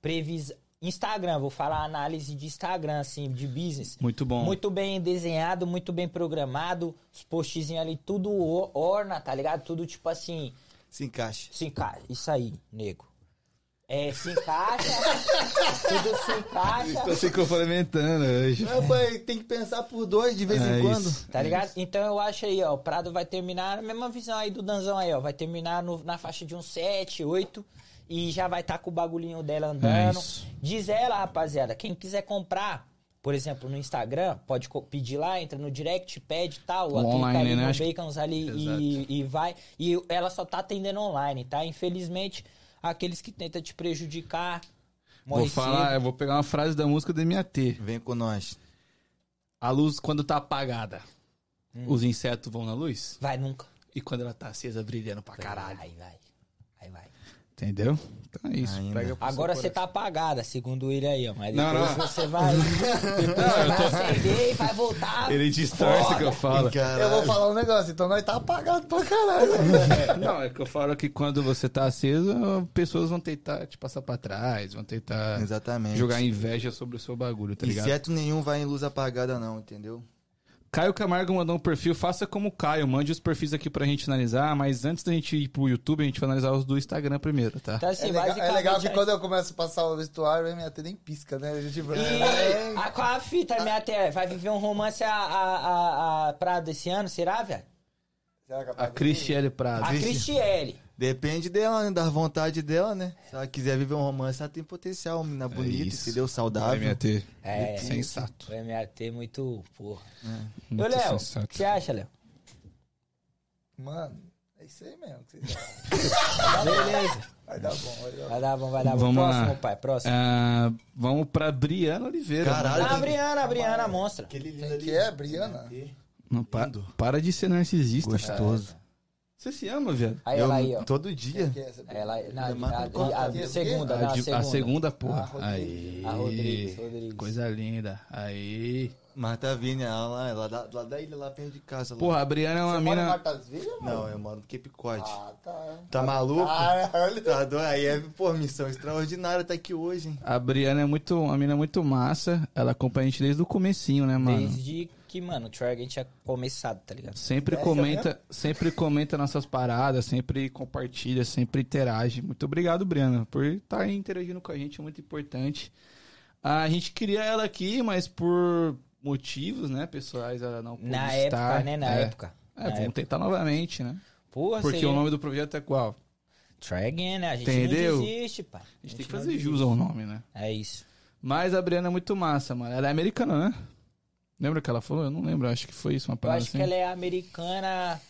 Previs... Instagram, vou falar análise de Instagram, assim, de business. Muito bom. Muito bem desenhado, muito bem programado. Os postzinhos ali, tudo o- orna, tá ligado? Tudo tipo assim. Se encaixa. Se encaixa. Isso aí, nego. É, se encaixa. tudo se encaixa. Estou se complementando hoje. É, pô, aí tem que pensar por dois de vez É em quando. isso. Tá ligado? Então eu acho aí, ó, o Prado vai terminar, a mesma visão aí do Danzão aí, ó, vai terminar no- na faixa de uns 7, 8 e já vai estar com o bagulhinho dela É andando. isso. Diz ela, rapaziada, quem quiser comprar, por exemplo, no Instagram, pode co- pedir lá, entra no direct, pede e tal, ou clica Online, ali né? no Acho que- Bacons ali Exato. e, e vai. E ela só tá atendendo online, tá? Infelizmente, aqueles que tentam te prejudicar, morre Vou falar, cedo. eu vou pegar uma frase da música do MAT. Vem com nós. A luz, quando tá apagada, os insetos vão na luz? Vai nunca. E quando ela tá acesa, brilhando pra caralho. Aí vai. Aí vai. Entendeu? Então é isso. Ainda. Pega pro seu Agora você coração. tá apagada, segundo ele aí, ó. Mas Não, depois não. você vai. Depois Não, eu vai tô- acender e vai voltar. Ele distorce o que eu *laughs* falo. Caralho. Eu vou falar um negócio, então nós tá apagado pra caralho. Não, é que eu falo que quando você tá aceso, pessoas vão tentar te passar pra trás, vão tentar Exatamente. é- jogar inveja sobre o seu bagulho, tá ligado? Inseto nenhum vai em luz apagada, não, entendeu? Caio Camargo mandou um perfil, faça como o Caio, mande os perfis aqui pra gente analisar, mas antes da gente ir pro YouTube, a gente vai analisar os do Instagram primeiro, tá? Então, É assim, legal, é basicamente. legal que quando eu começo a passar o vestuário, a minha tela nem pisca, né? A gente vai. E a, qual a fita, minha terra? Vai viver um romance a, a, a, a Prado esse ano, será, velho? Será que A apaga? Cristiane A Prado. Existe. Cristiele. Depende dela, né? Da vontade dela, né? Se ela quiser viver um romance, ela tem potencial. Menina bonita, isso. entendeu? Saudável. MAT. É. Sensato. O MAT muito. Porra. Ô, Muito Léo, o sensato. que você acha, Léo? Mano, é É isso aí mesmo que vocês falam. Beleza. Vai dar bom, vai dar bom. Vai dar bom, vai dar bom. Vamos lá. próximo, pai, próximo. Ah, vamos pra Briana Oliveira. Caralho. Ah, a Briana, a Briana, a monstra. Aquele lindo Quem ali. que é? Briana? Não, pa- para de ser narcisista. Gostoso. Você se ama, viado? Aí ela aí, ó. Todo Quem dia. que é essa? Ela, na, Ainda mata a- um copo. a- a Quem? segunda, na a, de- a segunda. segunda, porra. Ah, aí. Rodrigues. A Rodrigues, Rodrigues. Coisa linda. Aí. Marta Vinha, ela tá é lá, ela da, lá da ilha, lá perto de casa. lá. Porra, a Briana é uma Você mora em mina. Martas Vilhas, mano? Não, eu moro no Cape Cod. Ah, tá. Tá maluco? Caralho. Tá doido? Aí é, pô, missão extraordinária, tá aqui hoje, hein? A Briana é muito. Uma mina muito massa. Ela acompanha a gente desde o comecinho, né, mano? Desde que, mano, o Trigger tinha começado, tá ligado? Sempre É, comenta, sempre comenta nossas paradas, sempre compartilha, sempre interage. Muito obrigado, Briana, por estar interagindo com a gente, é muito importante. Ah, A gente queria ela aqui, mas por motivos, né, pessoais, ela não pôde Na estar. época, né? Na é. época. É, vamos Na época. Tipo assim, tentar novamente, né? Porra, Porque seria- o nome do projeto é qual? Try again, né? A gente Entendeu? não desiste, pai. A gente, tem que não fazer desiste. jus ao nome, né? É isso. Mas a Briana é muito massa, mano. Ela é americana, né? Lembra que ela falou? Eu não lembro, acho que foi isso, uma Eu parada acho assim. que ela é americana.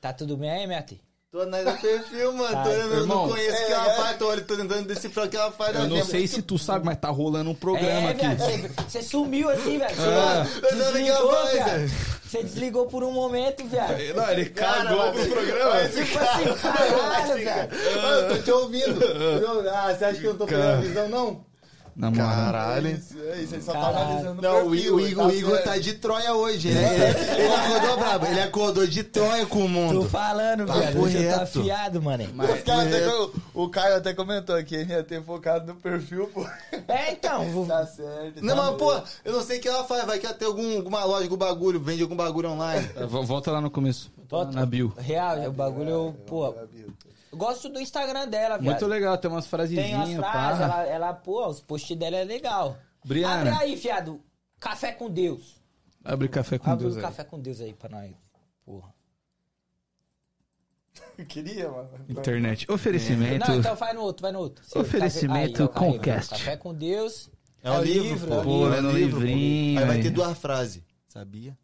Tá tudo bem aí, minha tia? Tô na do perfil, mano. Tá, tô, eu irmão. não conheço o que ela faz, tô, olhando- tô tentando decifrar o que é ela faz. Eu não sei se tu sabe, mas tá rolando um programa É, aqui. viado, você- você sumiu assim, velho. Ah, Você eu não liguei a desligou, voz, viado. velho. Você desligou por um momento, viado. Não, ele Cara, cagou pro programa. Tipo assim, *laughs* caralho, velho. eu tô te ouvindo. *laughs* ah, você acha que eu não tô pegando a visão, não? Na moral. Caralho. É isso, é isso, ele só tá Caralho. analisando Não, o perfil, Igor, o ele Igor, o Igor certo. tá de Troia hoje. Ele, é- ele- ele acordou brabo. Ele acordou de Troia com o Tô mundo. falando, Papo viado. Você tá reto. afiado, mano. Os caras até com- o Caio até comentou aqui, ele ia ter focado no perfil, *laughs* pô. É, então. vou- Tá certo. Não, tá mas beleza. pô, eu não sei o que ela faz. Vai que ela tem algum, alguma loja, algum bagulho, vende algum bagulho online. Vo- Volta lá no começo. Volta. Na bio. Real, o bagulho, pô. eu Gosto do Instagram dela, viado. Muito legal, tem umas Tem umas frasezinhas, frases, pá. ela, ela, pô, os posts dela é legal. Abre Briana, aí, fiado. Café com Deus. abre café com Abre Deus um aí. café com Deus aí pra nós. Porra. Eu queria, mano. Internet. Oferecimento. Não, então vai no outro, vai no outro. Sim, Oferecimento café- aí, ó, aí, Comcast. Café com Deus. É um livro, pô. é um Pô, livro. é no livro, pô. livrinho. Aí vai ter aí. duas frases. Sabia?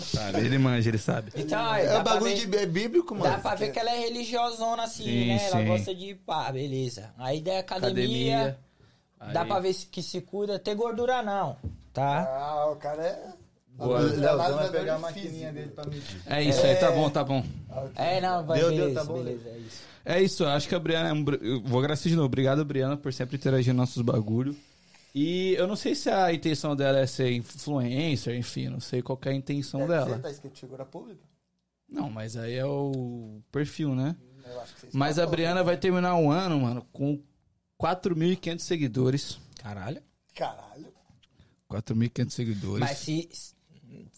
Sabe, Ele manja, ele sabe. Então, aí, É dá um pra bagulho ver- de, é bíblico, mano. Dá pra ver que ela é religiosona assim, Sim, né? Ela sim. gosta de pá, beleza. Aí da academia, Academia. dá Aí. pra ver se- que se cuida. Tem gordura não, tá? Ah, o cara é. Boa. Ele é Leozão vai pegar analisador a de maquininha física. dele pra medir. É isso aí, tá bom, tá bom. É, não, vai, Deu, deu, beleza, tá bom, beleza, é isso. É isso, eu acho que a Briana. é um br- eu Vou agradecer de novo. Obrigado, Briana, por sempre interagir nos nossos bagulho. E eu não sei se a intenção dela é ser influencer, enfim, não sei qual que é a intenção Deve dela. ser, Tá escrito figura pública? Não, mas aí é o perfil, né? Eu acho que vocês Mas a falam. Briana vai terminar o ano, mano, com 4.500 seguidores. Caralho. Caralho. 4.500 seguidores. Mas se...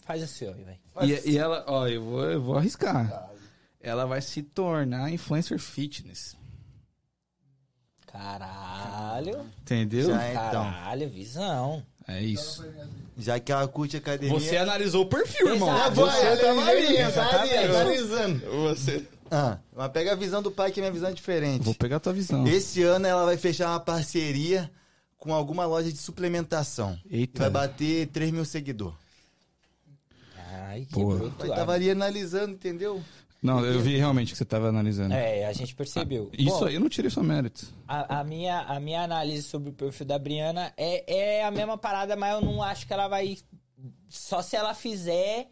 Faz assim, ó, velho. E, e ela, ó, eu vou, eu vou arriscar. Ela vai se tornar influencer fitness. Caralho. Entendeu? é. Já então. Caralho, visão. É isso. Já que ela curte academia. Você é analisou o perfil, irmão. Exato. Vai, Você ela tá é ligeirinha, maneiro, tá ali, exatamente. analisando. Você. Ah, mas pega a visão do pai, que a minha visão é diferente. Vou pegar um. a tua visão. Esse ano ela vai fechar uma parceria com alguma loja de suplementação. E Eita. vai bater 3 mil seguidores. Ai, que Porra. bruto. Pai tava ali analisando, entendeu? Não, eu vi realmente que você tava analisando. É, a gente percebeu. Ah, Isso Bom, aí, eu não tirei seu mérito. A, a minha, a minha análise sobre o perfil da Briana é, é a mesma parada, mas eu não acho que ela vai. Só se ela fizer.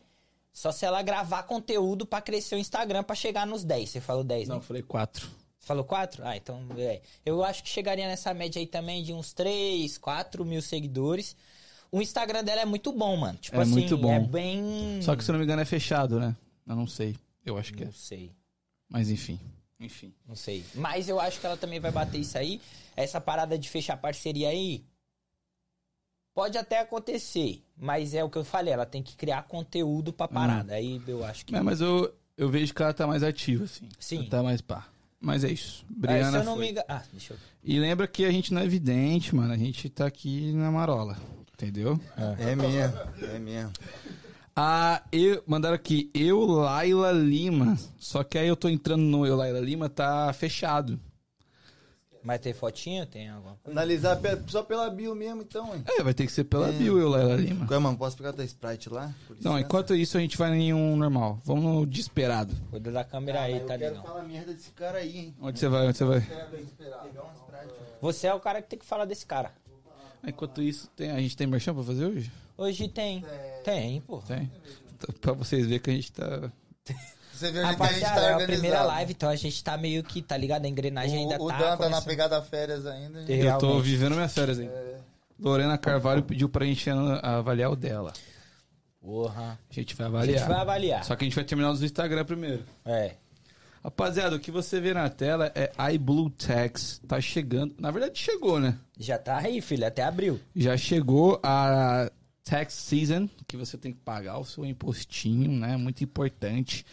Só se ela gravar conteúdo pra crescer o Instagram pra chegar nos 10. Você falou 10, Não, eu né? falei 4. Você falou 4? Ah, então. É. Eu acho que chegaria nessa média aí também de uns 3, 4 mil seguidores. O Instagram dela é muito bom, mano. Tipo É assim, muito bom. é bem. Só que se eu não me engano é fechado, né? Eu não sei. Eu acho que é. Não sei. Mas enfim. Enfim. Não sei. Mas eu acho que ela também vai bater isso aí. Essa parada de fechar parceria aí. Pode até acontecer. Mas é o que eu falei. Ela tem que criar conteúdo pra parada. Aí eu acho que. É, mas eu, eu vejo que ela tá mais ativa, assim. Sim. Ela tá mais pá. Mas é isso. É, se Briana. eu não foi. me engano. Ah, deixa eu. E lembra que a gente não é vidente, mano. A gente tá aqui na marola. Entendeu? É mesmo, é mesmo. Ah, eu, mandaram aqui, eu, Laila Lima. Só que aí eu tô entrando no eu, Laila Lima, tá fechado. Mas tem fotinho? Tem alguma coisa? Analisar pe- só pela bio mesmo, então, hein? É, vai ter que ser pela bio, eu, Laila Lima. Ué, mano, posso pegar tua Sprite lá? Por Não, licença? enquanto isso a gente vai em um normal. Vamos no desesperado. Cuida da câmera Ah, aí, eu tá quero ligado? falar merda desse cara aí, hein? Onde você vai? Onde você vai? Pegar uma Sprite. Você é o cara que tem que falar desse cara. Enquanto isso, tem- a gente tem merchan pra fazer hoje? Hoje tem. É. Tem, pô. Tem. Tá- Pra vocês verem que a gente tá. Você vê onde que a gente Rapaziada, tá é a organizado. primeira live, então a gente tá meio que, tá ligado? A engrenagem ainda O, o tá. Dan tá na começando. pegada férias ainda. Tem. Eu tô Realmente. vivendo minhas férias aí. Lorena Carvalho pediu pra gente an- avaliar o dela. Porra. A gente vai A avaliar. gente vai avaliar. Só que a gente vai terminar os do Instagram primeiro. É. Rapaziada, o que você vê na tela é iBlueTex. Tá chegando. Na verdade, chegou, né? Já tá aí, filho, até abril. Já chegou a tax season, que você tem que pagar o seu impostinho, né? Muito importante.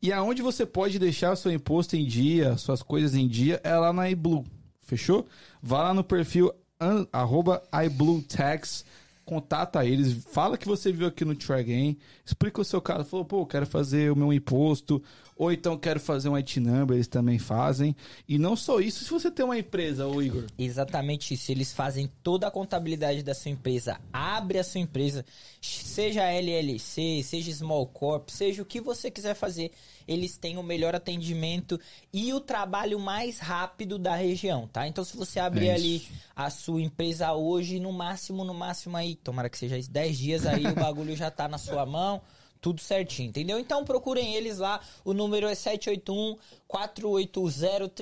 E aonde você pode deixar o seu imposto em dia, suas coisas em dia, é lá na iBlue. Fechou? Vá lá no perfil an- arroba iBlueTax, contata eles, fala que você viu aqui no Try Game, explica o seu caso, falou, pô, eu quero fazer o meu imposto, ou então quero fazer um IT number, eles também fazem. E não só isso, se você tem uma empresa, ô Igor. Exatamente isso. Eles fazem toda a contabilidade da sua empresa. Abre a sua empresa, seja LLC, seja Small Corp, seja o que você quiser fazer. Eles têm o melhor atendimento e o trabalho mais rápido da região, tá? Então, se você abrir É ali isso. a sua empresa hoje, no máximo, no máximo aí, tomara que seja isso, 10 dias aí, o bagulho já tá na sua mão. Tudo certinho, entendeu? Então procurem eles lá. O número é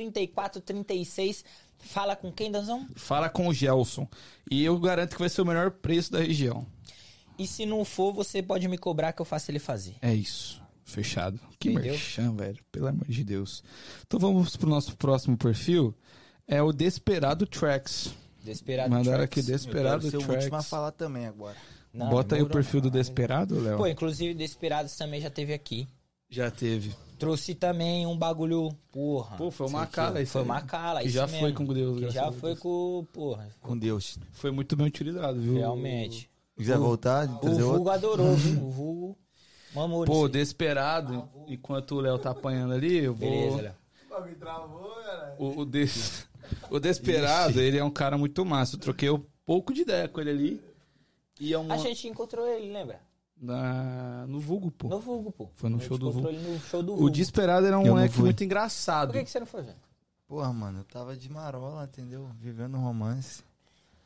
781-480-3436. Fala com quem, Danzão? Fala com o Gelson. E eu garanto que vai ser o melhor preço da região. E se não for, você pode me cobrar que eu faço ele fazer. É isso. Fechado. Que Entendeu? merchan, velho. Pelo amor de Deus. Então vamos pro nosso próximo perfil. É o Desperado Tracks. Desperado Mandaram Tracks. aqui Quero Desperado ser o último a Tracks. falar também agora. Não, Bota aí o demorou, perfil do não. Desperado, Pô, Léo. inclusive Desperados também já teve aqui. Já teve. Trouxe também um bagulho, porra. Pô, foi uma Isso aqui, cala ó. isso Ah, Foi aí. uma cala, Que isso já mesmo. foi com Deus, Que graças a já Deus. foi com, porra, Com Deus. Foi muito bem utilizado, viu? realmente. Quiser voltar, O trazer outro? Vulgo adorou, *laughs* viu? O Vulgo um mamou Pô, nisso aí. Desperado, enquanto o Léo tá apanhando ali, eu vou... Beleza, Léo. Me travou, cara. O, o, des... *laughs* o Desperado, ele é um cara muito massa. Eu troquei um pouco de ideia com ele ali. E é um. A gente encontrou ele, lembra? Na... No vulgo, pô. No Vulgo, pô. Foi no A gente show do encontrou ele no show do Vulgo. O Desperado era um Eu não moleque fui. muito Por engraçado. que, que você não foi, velho? Porra, mano, eu tava de marola, entendeu? Vivendo um romance.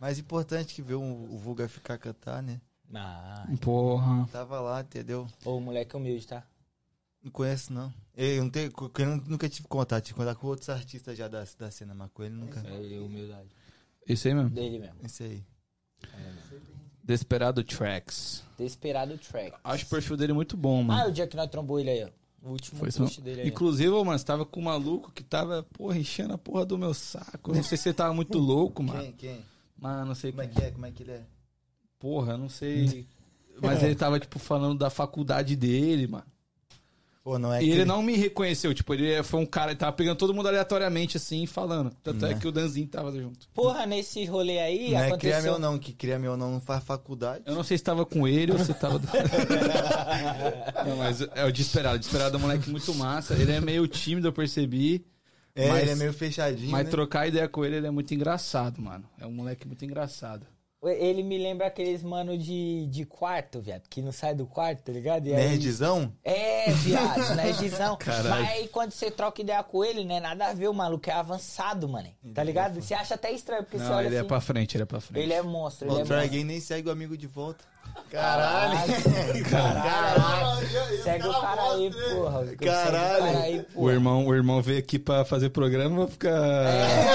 Mais importante que ver um- o Vulga ficar cantar, né? Ah, Porra. Tava lá, entendeu? ô, moleque humilde, tá? Não conheço, não. Eu, não tenho, com- com ele eu nunca tive contato. Tive contato com outros artistas já da, da cena, mas com ele nunca. É, humildade. Isso aí mesmo. Dele mesmo. Isso aí. Desperado Tracks. Desperado Track. Acho o perfil dele muito bom, Ah, é. mano. o dia que nós trombou ele aí, ó. O último Foi isso post mesmo. dele aí. Inclusive, ô, mano, você tava com um maluco que tava, porra, enchendo a porra do meu saco. Eu não sei se você tava muito louco, mano. Quem, quem? Mas não sei Como é quem. que é? Como é que ele é? Porra, eu não sei. Mas ele tava, tipo, falando da faculdade dele, mano. Pô, não é E ele aquele- não me reconheceu, tipo, ele foi um cara que tava pegando todo mundo aleatoriamente, assim, e falando. Tanto Né. é que o Danzinho tava junto. Porra, nesse rolê aí, Não é cria aconteceu... meu não, que cria meu não não faz faculdade. Eu não sei se tava com ele ou se tava. *laughs* não, mas é o desesperado. O desesperado é um moleque muito massa. Ele é meio tímido, eu percebi. É, Mas- ele é meio fechadinho, Mas né? trocar ideia com ele, ele é muito engraçado, mano. É um moleque muito engraçado. Ele me lembra aqueles mano de, de quarto, viado, que não sai do quarto, tá ligado? E aí- Nerdzão? É, viado, *laughs* nerdzão. Caralho. Mas aí quando você troca ideia com ele, né, nada a ver, o maluco é avançado, mano. Tá ligado? Você acha até estranho, porque você Não, olha ele é assim... pra frente, ele é pra frente. Ele é monstro, ele O é monstro. Dragon nem segue o amigo de volta. Caralho. Caralho. Ah, e aí, os Segue o Tá cara cara aí, mostra, hein? porra. Segue o Caralho. cara aí, porra. O irmão, o irmão veio aqui pra fazer programa, fica. É,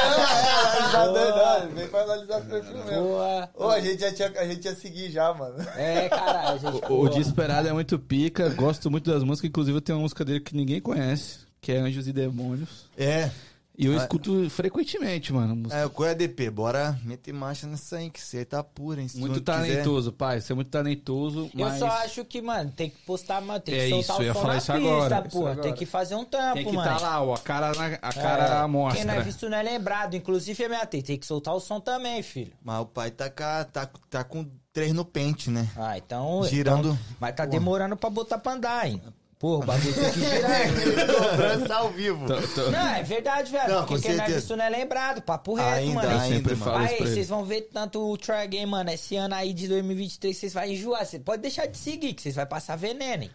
Tá doido, olha, Vem pra analisar o perfil mesmo. Boa. Ô, a gente já tinha, a gente ia seguir já, mano. É, caralho, gente. O porra. Desesperado é muito pica, gosto muito das músicas. Inclusive, tem uma música dele que ninguém conhece, que é Anjos e Demônios. É. E eu Ah. escuto frequentemente, mano. a música. É, qual é a DP? Bora meter marcha nessa aí, que você tá puro, hein? Se Muito tu não quiser- talentoso, pai. Você é muito talentoso, Eu mas só acho que, mano, tem que postar, mano, tem que É soltar isso, o eu ia som falar na isso pista, agora, pô. isso agora. Tem que fazer um tampo, tem que mano. estar lá, ó. A cara, É, na, a cara mostra. Quem não é visto não é lembrado. Inclusive, é minha tem, tem que soltar o som também, filho. Mas o pai tá, ca- tá, tá com três no pente, né? *laughs* Ah, então. Girando. então- mas tá demorando pra botar pra andar, hein? Porra, o bagulho tem que *laughs* girar. Cobrança ao vivo. Tô- tô- Não, é verdade, velho. Não, com porque quem não é certeza. visto não é lembrado. Papo reto, Ainda, mano. eu ainda, sempre mano. falo isso Aí, pra vocês ele. vão ver tanto o Try Game, mano. Esse ano aí de 2023, vocês vão enjoar. Você pode deixar de seguir, que vocês vão passar veneno, hein?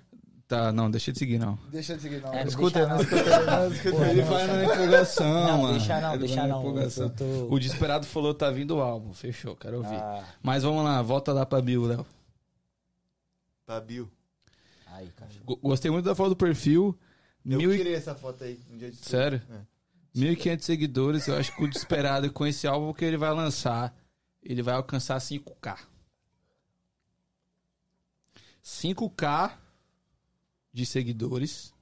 Tá, não, deixa de seguir, não. Deixa de seguir, não. É, não escuta, deixa não escuta, não escuta. Ele vai na empolgação, Não, mano. deixa Ele não, vai deixa na não, empolgação. eu tô- O Desperado falou, tá vindo o álbum. Fechou, quero ouvir. Ah. Mas vamos lá, volta lá pra Bill, Léo. Fabio. Aí, cachorro. Go- Gostei muito da foto do perfil. Eu Mil e... tirei essa foto aí um dia de tudo. Sério? É. 1.500 seguidores. Eu acho que o Desperado, com esse álbum que ele vai lançar, ele vai alcançar 5K. 5K de seguidores.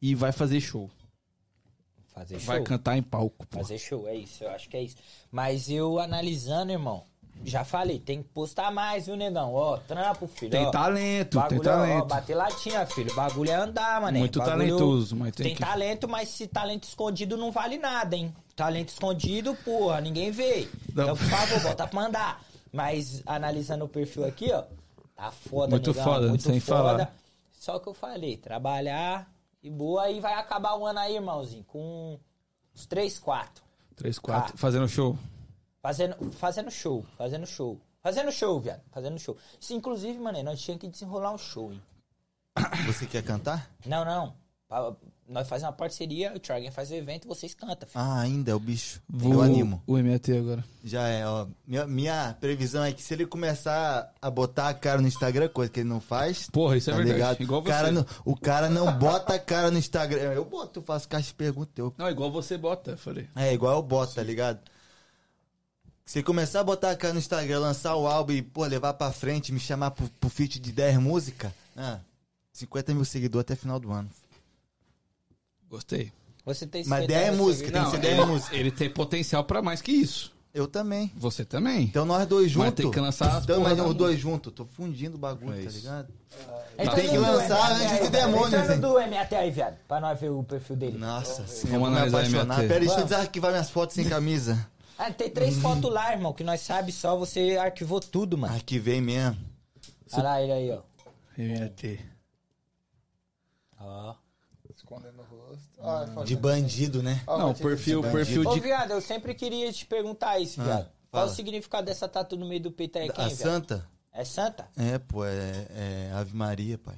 E vai fazer show. Fazer show. Vai cantar em palco. pô. Fazer show, é isso, eu acho que é isso. Mas eu analisando, irmão, já falei, tem que postar mais, viu, negão? Ó, trampo, filho. Tem tá ó. talento, tem Bagulho, ó, talento. bater latinha, filho. Bagulho é andar, mano. Muito Bagulho- talentoso, mas Tem, tem que... talento, mas se talento escondido não vale nada, hein? Talento escondido, porra, ninguém vê. Não. Então, por favor, bota pra mandar. Mas analisando o perfil aqui, ó, tá foda, Muito negão, foda, muito sem foda. falar. Só que eu falei, trabalhar e boa, e vai acabar o ano aí, irmãozinho, com uns 3, 4. 3, Tá. 4, fazendo show. Fazendo, fazendo show, fazendo show. Fazendo show, viado. Fazendo show. Se, inclusive, mano, nós tinha que desenrolar um show, hein? Você quer cantar? Não, não. Pa- Nós fazemos uma parceria, o Tragen faz o evento, vocês cantam. filho. Ah, ainda é o bicho. Vou- Eu animo. O MAT agora. Já é, ó. Minha, minha previsão é que se ele começar a botar a cara no Instagram, coisa que ele não faz. Porra, isso é tá verdade. ligado? Igual o, cara você. não, o cara não bota a cara no Instagram. Eu boto, eu faço caixa de pergunta. Eu Não, igual você bota, eu falei. É, igual eu boto, tá ligado? Se ele começar a botar a cara no Instagram, lançar o álbum e, pô, levar pra frente, me chamar pro, pro feat de 10 músicas, ah, 50 mil seguidores até final do ano. Gostei. Você tem Ah. Mas é 50 10 anos, músicas, você tem que viu? ser 10 músicas. Ele tem potencial pra mais que isso. Eu também. Você também. Então nós dois Mas juntos. tem que lançar as Então, porra mas da nós música. dois juntos. Tô fundindo o bagulho, É tá isso. ligado? Ele tá Tem que no do lançar MAT antes aí, de assim. velho. demônios, Ele tá hein? no do MAT aí, viado. Pra nós ver o perfil dele. Nossa, sim, Vamos eu vou me analisar, apaixonar. MT. Pera, deixa eu Vamos. desarquivar minhas fotos sem camisa. Ah, tem três Uhum. fotos lá, irmão, que nós sabe só. Você arquivou tudo, mano. Arquivei mesmo. Ah, Olha lá ele aí, ó. MAT. Ó. Escondendo o rosto. Ah, De bandido, né? Ah, Não, mas- perfil, perfil Ô, de. viado, eu sempre queria te perguntar isso, viado. Qual Ah, fala. o significado dessa tatu no meio do peito aí, quem, A viado? santa? É santa? É, pô, é- é Ave Maria, pai.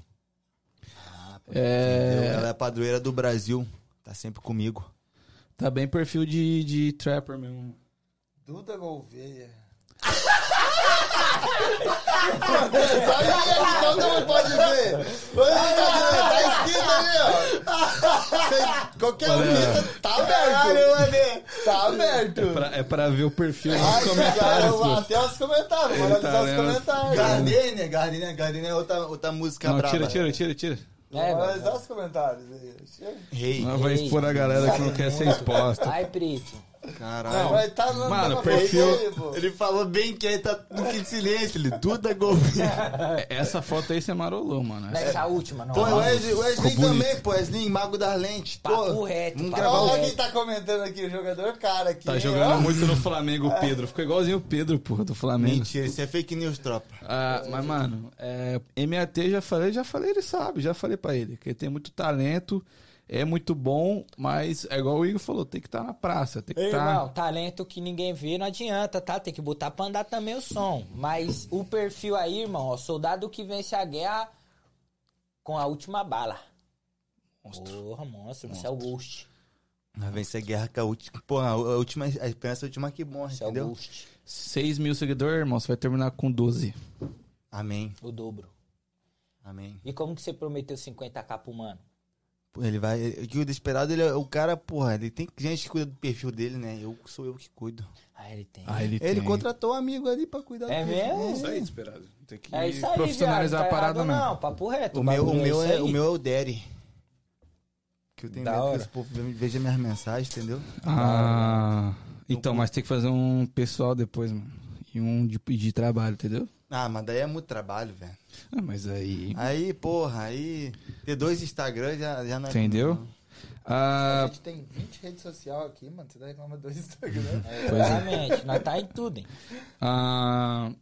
É, Eu- Ela é a padroeira do Brasil. Tá sempre comigo. tá bem perfil de, de trapper mesmo. Duda Gouveia. Olha aí, todo mundo pode ver. tá escrito ali, ó. Qualquer um tá aberto. Tá aberto. É pra, é pra ver o perfil Ai, nos cara, comentários. eu pô. acho Até os comentários, vou analisar tá os lendo. comentários. Gardenia, Gardenia, Gardenia é outra, outra música Não, brava. tira, tira, tira, tira. É, vou mano. analisar os comentários. aí. Chega. Rei, Não vai Ei. expor a galera que não quer ser exposta. Ai, preto. caralho. Vai tá no Mano, tá no perfil- aí, pô. Ele falou bem que aí tá no que de silêncio, ele tá Duda Gouveia. É, Essa foto aí você marolou, mano. Essa- Nessa última, não. *laughs* Pô, É. o Wesley, o Wesley Ficou bonito. também, pô, Wesley, Mago das Lentes. Pô, Papo reto, vamos papo gravar o Olha reto. quem tá comentando aqui, o jogador cara aqui. um- Tá hein, jogando ó. muito no Flamengo, o Pedro. Ficou igualzinho o Pedro, porra, do Flamengo. Mentira, isso é fake news, tropa. Ah, mas, mano, é, MAT já falei, já falei, ele sabe, já falei pra ele. Que ele tem muito talento, é muito bom, mas é igual o Igor falou, tem que estar na praça, tem que tá Ei, estar. Irmão, talento que ninguém vê não adianta, tá? Tem que botar pra andar também o som. Mas o perfil aí, irmão, ó, soldado que vence a guerra com a última bala. Monstro. Porra, monstro, você é o Ghost. Mas vencer guerra com a última. Porra, a última, a esperança é a última que morre, um Você é o entendeu? Ghost. 6 mil seguidores, irmão, você vai terminar com 12. Amém. O dobro. Amém. E como que você prometeu 50k pro mano? Pô, Ele vai. ele- que O desesperado, ele é o cara, porra, ele tem gente que cuida do perfil dele, né? Eu sou eu que cuido. Ah, ele tem. Ah, ele, Ele tem. contratou um amigo ali pra cuidar É do perfil. mesmo? Isso aí, desesperado. Tem que é isso aí, profissionalizar a viado, tá parada errado mesmo. Não, papo reto. O meu, o, bagulho é meu isso é, aí. o *laughs* meu é o Derry. Que eu tenho Da medo que hora. os povo ve- veja minhas mensagens, entendeu? Ah, então, mas tem que fazer um pessoal depois, mano. E um de, de trabalho, entendeu? Ah, mas daí é muito trabalho, velho. Ah, mas aí. Aí, porra, aí. Ter dois Instagram já, já não é. Entendeu? A Ah, gente tem 20 redes sociais aqui, mano. Você tá reclamando do Instagram. Exatamente, nós tá em tudo, hein? é. Ah,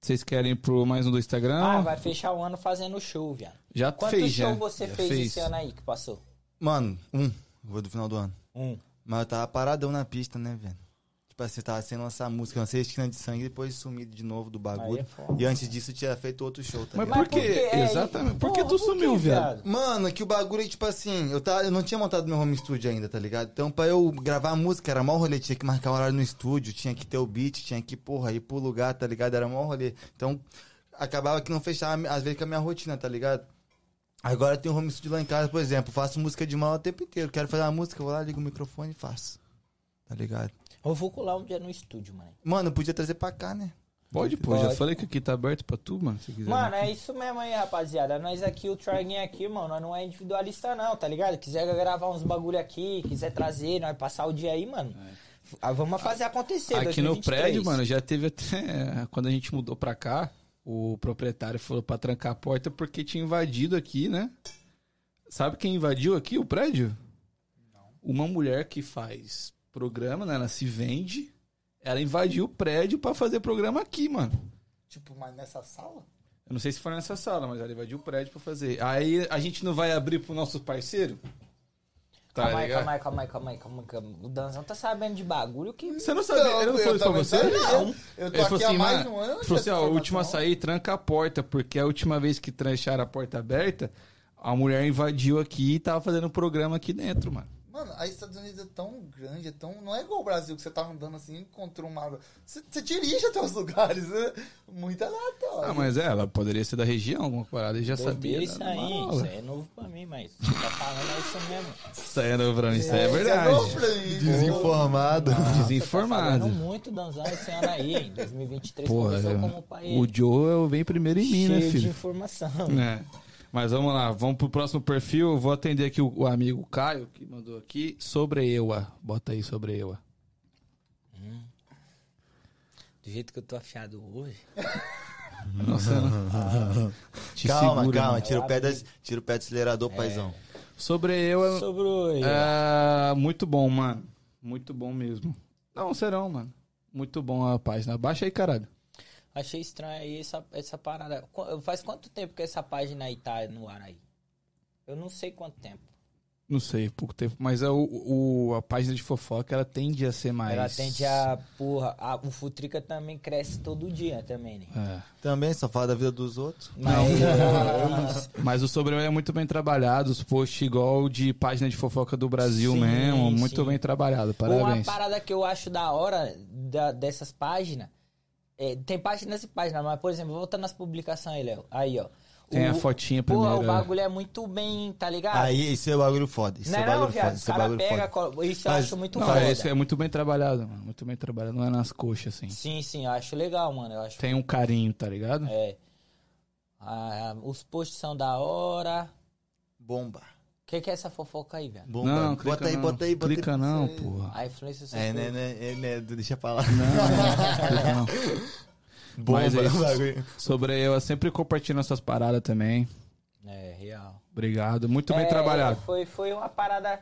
Vocês querem pro mais um do Instagram? Ah, vai fechar o ano fazendo show, viado. Já Quanto fez, show já. você Já fez, esse ano aí que passou? Mano, um. Vou do final do ano. Um. Mas eu tava paradão na pista, né, velho? Tipo assim, tava sem lançar música, lancei esquina de sangue depois sumido de novo do Aí é bagulho. foda. E antes disso eu tinha feito outro show, tá Mas ligado? por quê? é Exatamente. Por que tu sumiu, viado? Mano, é que o bagulho é tipo assim, eu, tava, eu não tinha montado meu home studio ainda, tá ligado? Então pra eu gravar a música era mó rolê, tinha que marcar o horário no estúdio, tinha que ter o beat, tinha que, porra, ir pro lugar, tá ligado? Era mó rolê. Então acabava que não fechava às vezes com a minha rotina, tá ligado? Agora eu tenho um home studio lá em casa, por exemplo, faço música de mal o tempo inteiro, quero fazer uma música, eu vou lá, ligo o microfone e faço. Tá ligado? Eu vou colar um dia no estúdio, mano. Mano, eu podia trazer pra cá, né? Pode, pô. Já Pode. falei que aqui tá aberto pra tu, mano. Se quiser. Mano, é isso mesmo aí, rapaziada. Nós aqui, o Tragin aqui, mano, nós não é individualista não, tá ligado? Quiser gravar uns bagulho aqui, quiser trazer, nós passar o dia aí, mano. Ah, vamos fazer acontecer. Aqui no 2023. prédio, mano, já teve até. *laughs* Quando a gente mudou pra cá, o proprietário falou pra trancar a porta porque tinha invadido aqui, né? Sabe quem invadiu aqui o prédio? Uma mulher que faz programa, né? Ela se vende. Ela invadiu o prédio pra fazer programa aqui, mano. Tipo, mas nessa sala? Eu não sei se foi nessa sala, mas ela invadiu o prédio pra fazer. Aí a gente não vai abrir pro nosso parceiro? Tá calma aí, ligado? calma aí, calma aí, calma aí, calma aí, calma aí. O Danzão tá sabendo de bagulho que. Você não sabia? ele não falou isso pra também você? sabia. Eu tô Ele falou aqui há assim, mais de mano, um ano. eu não falou assim, tinha ó, a essa última a informação. sair, tranca a porta, porque a última vez que trancharam a porta aberta, a mulher invadiu aqui e tava fazendo um programa aqui dentro, mano. Mano, aí Estados Unidos é tão grande, é tão. Não é igual o Brasil que você tá andando assim, encontrou uma água. Você, você dirige até os lugares, né? Muito aleatório. Ah, mas é, ela poderia ser da região, alguma parada, e já sabia. Doideira né? isso aí, Mala. isso aí é novo pra mim, mas você tá falando é isso mesmo. Isso aí é novo pra mim, isso aí é Isso novo né? verdade. pra mim. Desinformado. Tá falando Desinformado. muito, Danzão, esse ano aí, em 2023, Porra, começou como um pai. o Joe é o vem primeiro em mim, cheio né, de filho? informação. É. Mas vamos lá, vamos pro próximo perfil. Eu vou atender aqui o, o amigo Caio, que mandou aqui, sobre Ewa. Bota aí, sobre Ewa. Do jeito que eu tô afiado hoje. *laughs* Nossa, né? Te calma, segura, calma, né? tira o, pé da, tira o pé do acelerador, É. paizão. Sobre Ewa, Sobre o. Ah, É, muito bom, mano. Muito bom mesmo. Não, serão, mano. Muito bom a página. Baixa aí, caralho. Achei estranho aí essa, essa parada. Qu- Faz quanto tempo que essa página aí tá no ar aí? Eu não sei quanto tempo. Não sei, pouco tempo. Mas é o, o- a página de fofoca, ela tende a ser mais. Ela tende a. Porra, a- o Futrica também cresce todo dia também, né? É. Também só fala da vida dos outros. Mas, *laughs* é isso. Mas o sobre é muito bem trabalhado. Os posts igual de página de fofoca do Brasil Sim, mesmo. Muito sim. bem trabalhado. *laughs* Uma Parabéns. parada que eu acho da hora da- dessas páginas. é, tem páginas e páginas, mas, por exemplo, voltando nas publicações aí, Léo. Aí, ó. Tem O- a fotinha Ah, Porra, primeiro. né? o bagulho é muito bem, tá ligado? Aí, isso é bagulho foda. Isso não é é não, bagulho viado. foda. Os Isso é caras bagulho pegam, foda. isso eu Mas- acho muito Não, foda. é, isso é muito bem trabalhado, mano. Muito bem trabalhado. Não é nas coxas, assim. Sim, sim, eu acho legal, mano. Eu acho Tem um carinho, tá ligado? É. Ah, os posts são da hora. Bomba. O que, que é essa fofoca aí, velho? Bomba. Não, clica bota aí, não. bota aí, bota aí. clica *laughs* não, porra. A influência social. É, né, né, é, né, deixa pra lá. Não, não. Bomba, Mas é isso. bagulho. Sobre eu, eu sempre compartilhando essas paradas também. É, real. Obrigado. Muito bem É, trabalhado. Foi, foi uma parada.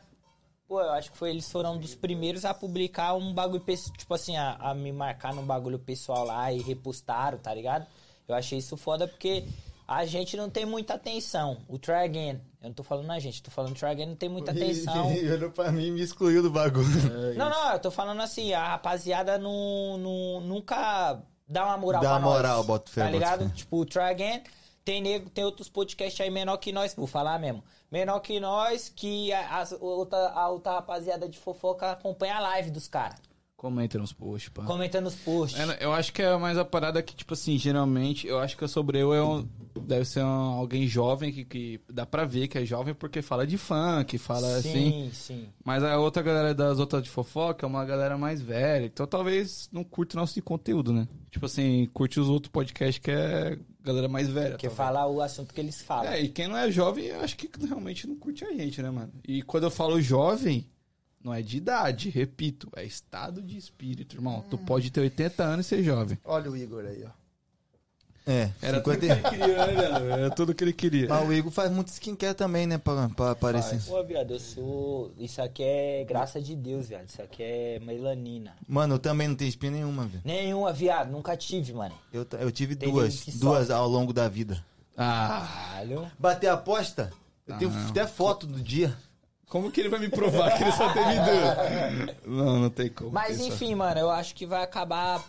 Pô, eu acho que foi, eles foram um dos primeiros a publicar um bagulho, pes- tipo assim, a, a me marcar num bagulho pessoal lá e repostaram, tá ligado? Eu achei isso foda porque a gente não tem muita atenção. O Try Again, eu não tô falando a gente, tô falando o Try Again não tem *laughs* muita atenção. Ele olhou pra mim e me excluiu do bagulho. Não, não, eu tô falando assim, a rapaziada não, não, nunca dá uma moral Dá pra moral, nós. bota fé, Tá bota ligado? fé. Tipo, o Try Again, tem, nego, tem outros podcasts aí menor que nós, vou falar mesmo. Menor que nós, que a, as- outra, a outra rapaziada de fofoca acompanha a live dos caras. Comenta nos posts, Ah. pá. Comentando os posts. É, Eu acho que é mais a parada que, tipo assim, geralmente, eu acho que a sobre eu é um- deve ser um- alguém jovem que, que dá pra ver que é jovem porque fala de funk, fala assim. sim, sim. Mas a outra galera das outras de fofoca é uma galera mais velha, então talvez não curte o nosso conteúdo, né? Tipo assim, curte os outros podcasts que é galera mais velha. Porque talvez. falar o assunto que eles falam. É, e quem não é jovem, eu acho que realmente não curte a gente, né, mano? E quando eu falo jovem, não é de idade, repito, é estado de espírito, irmão. Tu pode ter 80 anos e ser jovem. Olha o Igor aí, ó. É, Era tudo que 50 ele queria, né, velho? Era tudo que ele queria. Mas o Igor faz muito skincare também, né? Pra, pra aparecer. Pô, viado, eu sou. Isso aqui é graça de Deus, viado. Isso aqui é melanina. Mano, eu também não tenho espinha nenhuma, velho. Nenhuma, viado. Nunca tive, mano. Eu, ta- eu tive Tem duas. gente que Duas sofre. ao longo da vida. Ah, Caralho. Bater a aposta? Eu tenho até foto do dia. como que ele vai me provar que ele só teve duas? Não, não tem como. ter Mas só- enfim, mano, eu acho que vai acabar.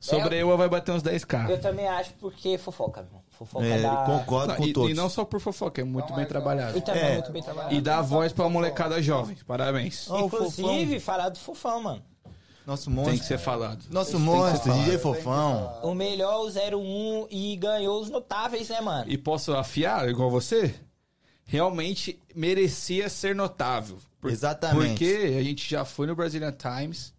Sobre a Ewa vai bater uns 10k. Eu também acho porque é fofoca, meu. Fofoca É, dá. concordo Não, com e, todos. e não só por fofoca, é muito Não, bem é, trabalhado. E também É. é. muito bem trabalhado. E dá voz pra molecada jovem. Parabéns. Ó, o Inclusive, falar do fofão, mano. Nosso Tem que monstro. ser falado. Nosso Tem monstro, que falar, DJ tem que Fofão. falar. O melhor, o 01 e ganhou os notáveis, né, mano? E posso afiar, igual você? Realmente merecia ser notável. Por- Exatamente. Porque a gente já foi no Brazilian Times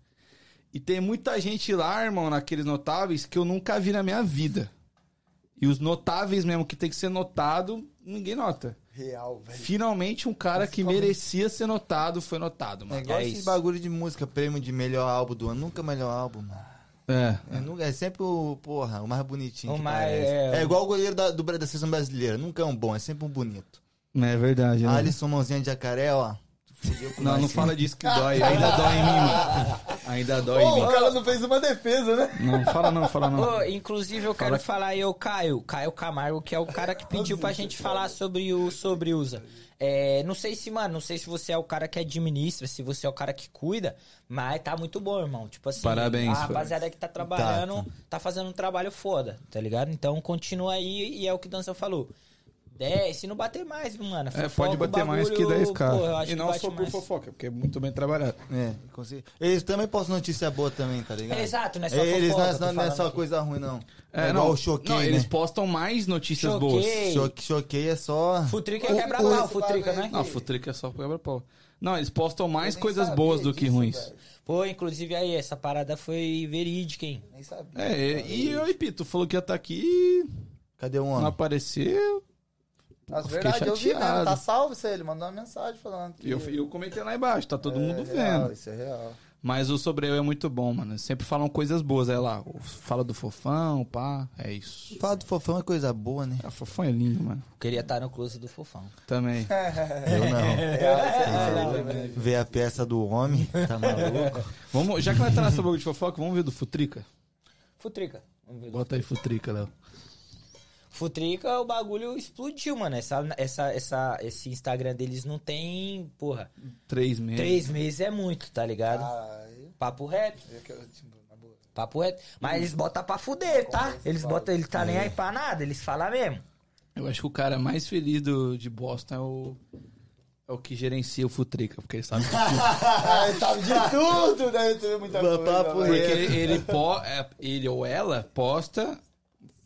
e tem muita gente lá, irmão, naqueles notáveis que eu nunca vi na minha vida. E os notáveis mesmo que tem que ser notado, ninguém nota. Real, velho. Finalmente um cara que merecia ser notado foi notado, É mano. igual É esse isso. bagulho de música, prêmio de melhor álbum do ano. Nunca melhor álbum, mano. É. É, nu- é sempre o, porra, o mais bonitinho O que mais- parece. É, é, o- igual o goleiro da, do, Bra- da seleção brasileira. Nunca é um bom, é sempre um bonito. É verdade, né? Alisson Mãozinha de Jacaré, ó. Fudeu com Não, nós, não sim. fala disso que dói. Ainda dói em mim, mano. Ainda dói Pô, em o mim. cara não fez uma defesa, né? Não, fala não, fala não. Ô, inclusive, eu quero falar aí o Caio, Caio Camargo, que é o cara que pediu pra gente falar sobre o sobre USA. É, não sei se, mano, não sei se você é o cara que administra, se você é o cara que cuida, mas tá muito bom, irmão. Tipo assim, Parabéns, a parabéns. rapaziada que tá trabalhando, tá, fazendo um trabalho foda, tá ligado? Então continua aí e é o que o Danção falou. 10, se não bater mais, mano. É, fofoca, pode o bater mais que bagulho, 10 pô, eu k acho E que não bate só por mais. fofoca, porque é muito bem trabalhado. É, consegui. Eles também postam notícia boa também, tá ligado? É, exato, não é só Eles fofoca, não é- tô não, é falando só aqui. coisa ruim, não. É, É, igual o choquei, não, né? eles postam mais notícias boas. Choquei. Choque, choquei é só... Futrica é O- quebra-pau, o- Futrica, né? Não, futrica é só quebra-pau. Não, eles postam mais Eu nem coisas sabia boas do que disso, ruins. velho. Pô, inclusive aí, essa parada foi verídica, hein? Nem sabia. É, e, e eu repito, falou que ia estar aqui e Cadê o não homem? apareceu. Mas fiquei verdade, eu vi chateado. mesmo. Tá salvo isso aí. Ele mandou uma mensagem falando que... E eu, eu comentei lá embaixo, tá todo É mundo real, vendo. Isso é real. Mas o sobre eu é muito bom, mano. Eles Sempre falam coisas boas. Aí lá, o- fala do fofão, pá. É isso. Fala do Fofão é coisa boa, né? Ah, fofão é lindo, mano. Queria estar no close do fofão. *laughs* Também. É. Eu não. Real, isso aí, velho. Ver a peça do homem, tá maluco? Vamos, já que nós tá nessa boca de fofoca, vamos ver do Futrica? Futrica. Vamos ver. Bota aí Futrica, Léo. Futrica, o bagulho explodiu, mano. Essa, essa, essa, esse Instagram deles não tem, porra. Três meses. Três meses é muito, tá ligado? Caralho. Papo reto, Eu quero, tipo, na boa. papo reto. Mas eles botam pra fuder, tá? Eles botam, ele tá nem É. aí pra nada, eles falam mesmo. Eu acho que o cara mais feliz do, de Boston é o. É o que gerencia o Futrica, porque ele sabe que Ah, ele sabe de tudo, deve ter muita Papo coisa. né? Papo porque reto. ele, ele, po- é, ele ou ela posta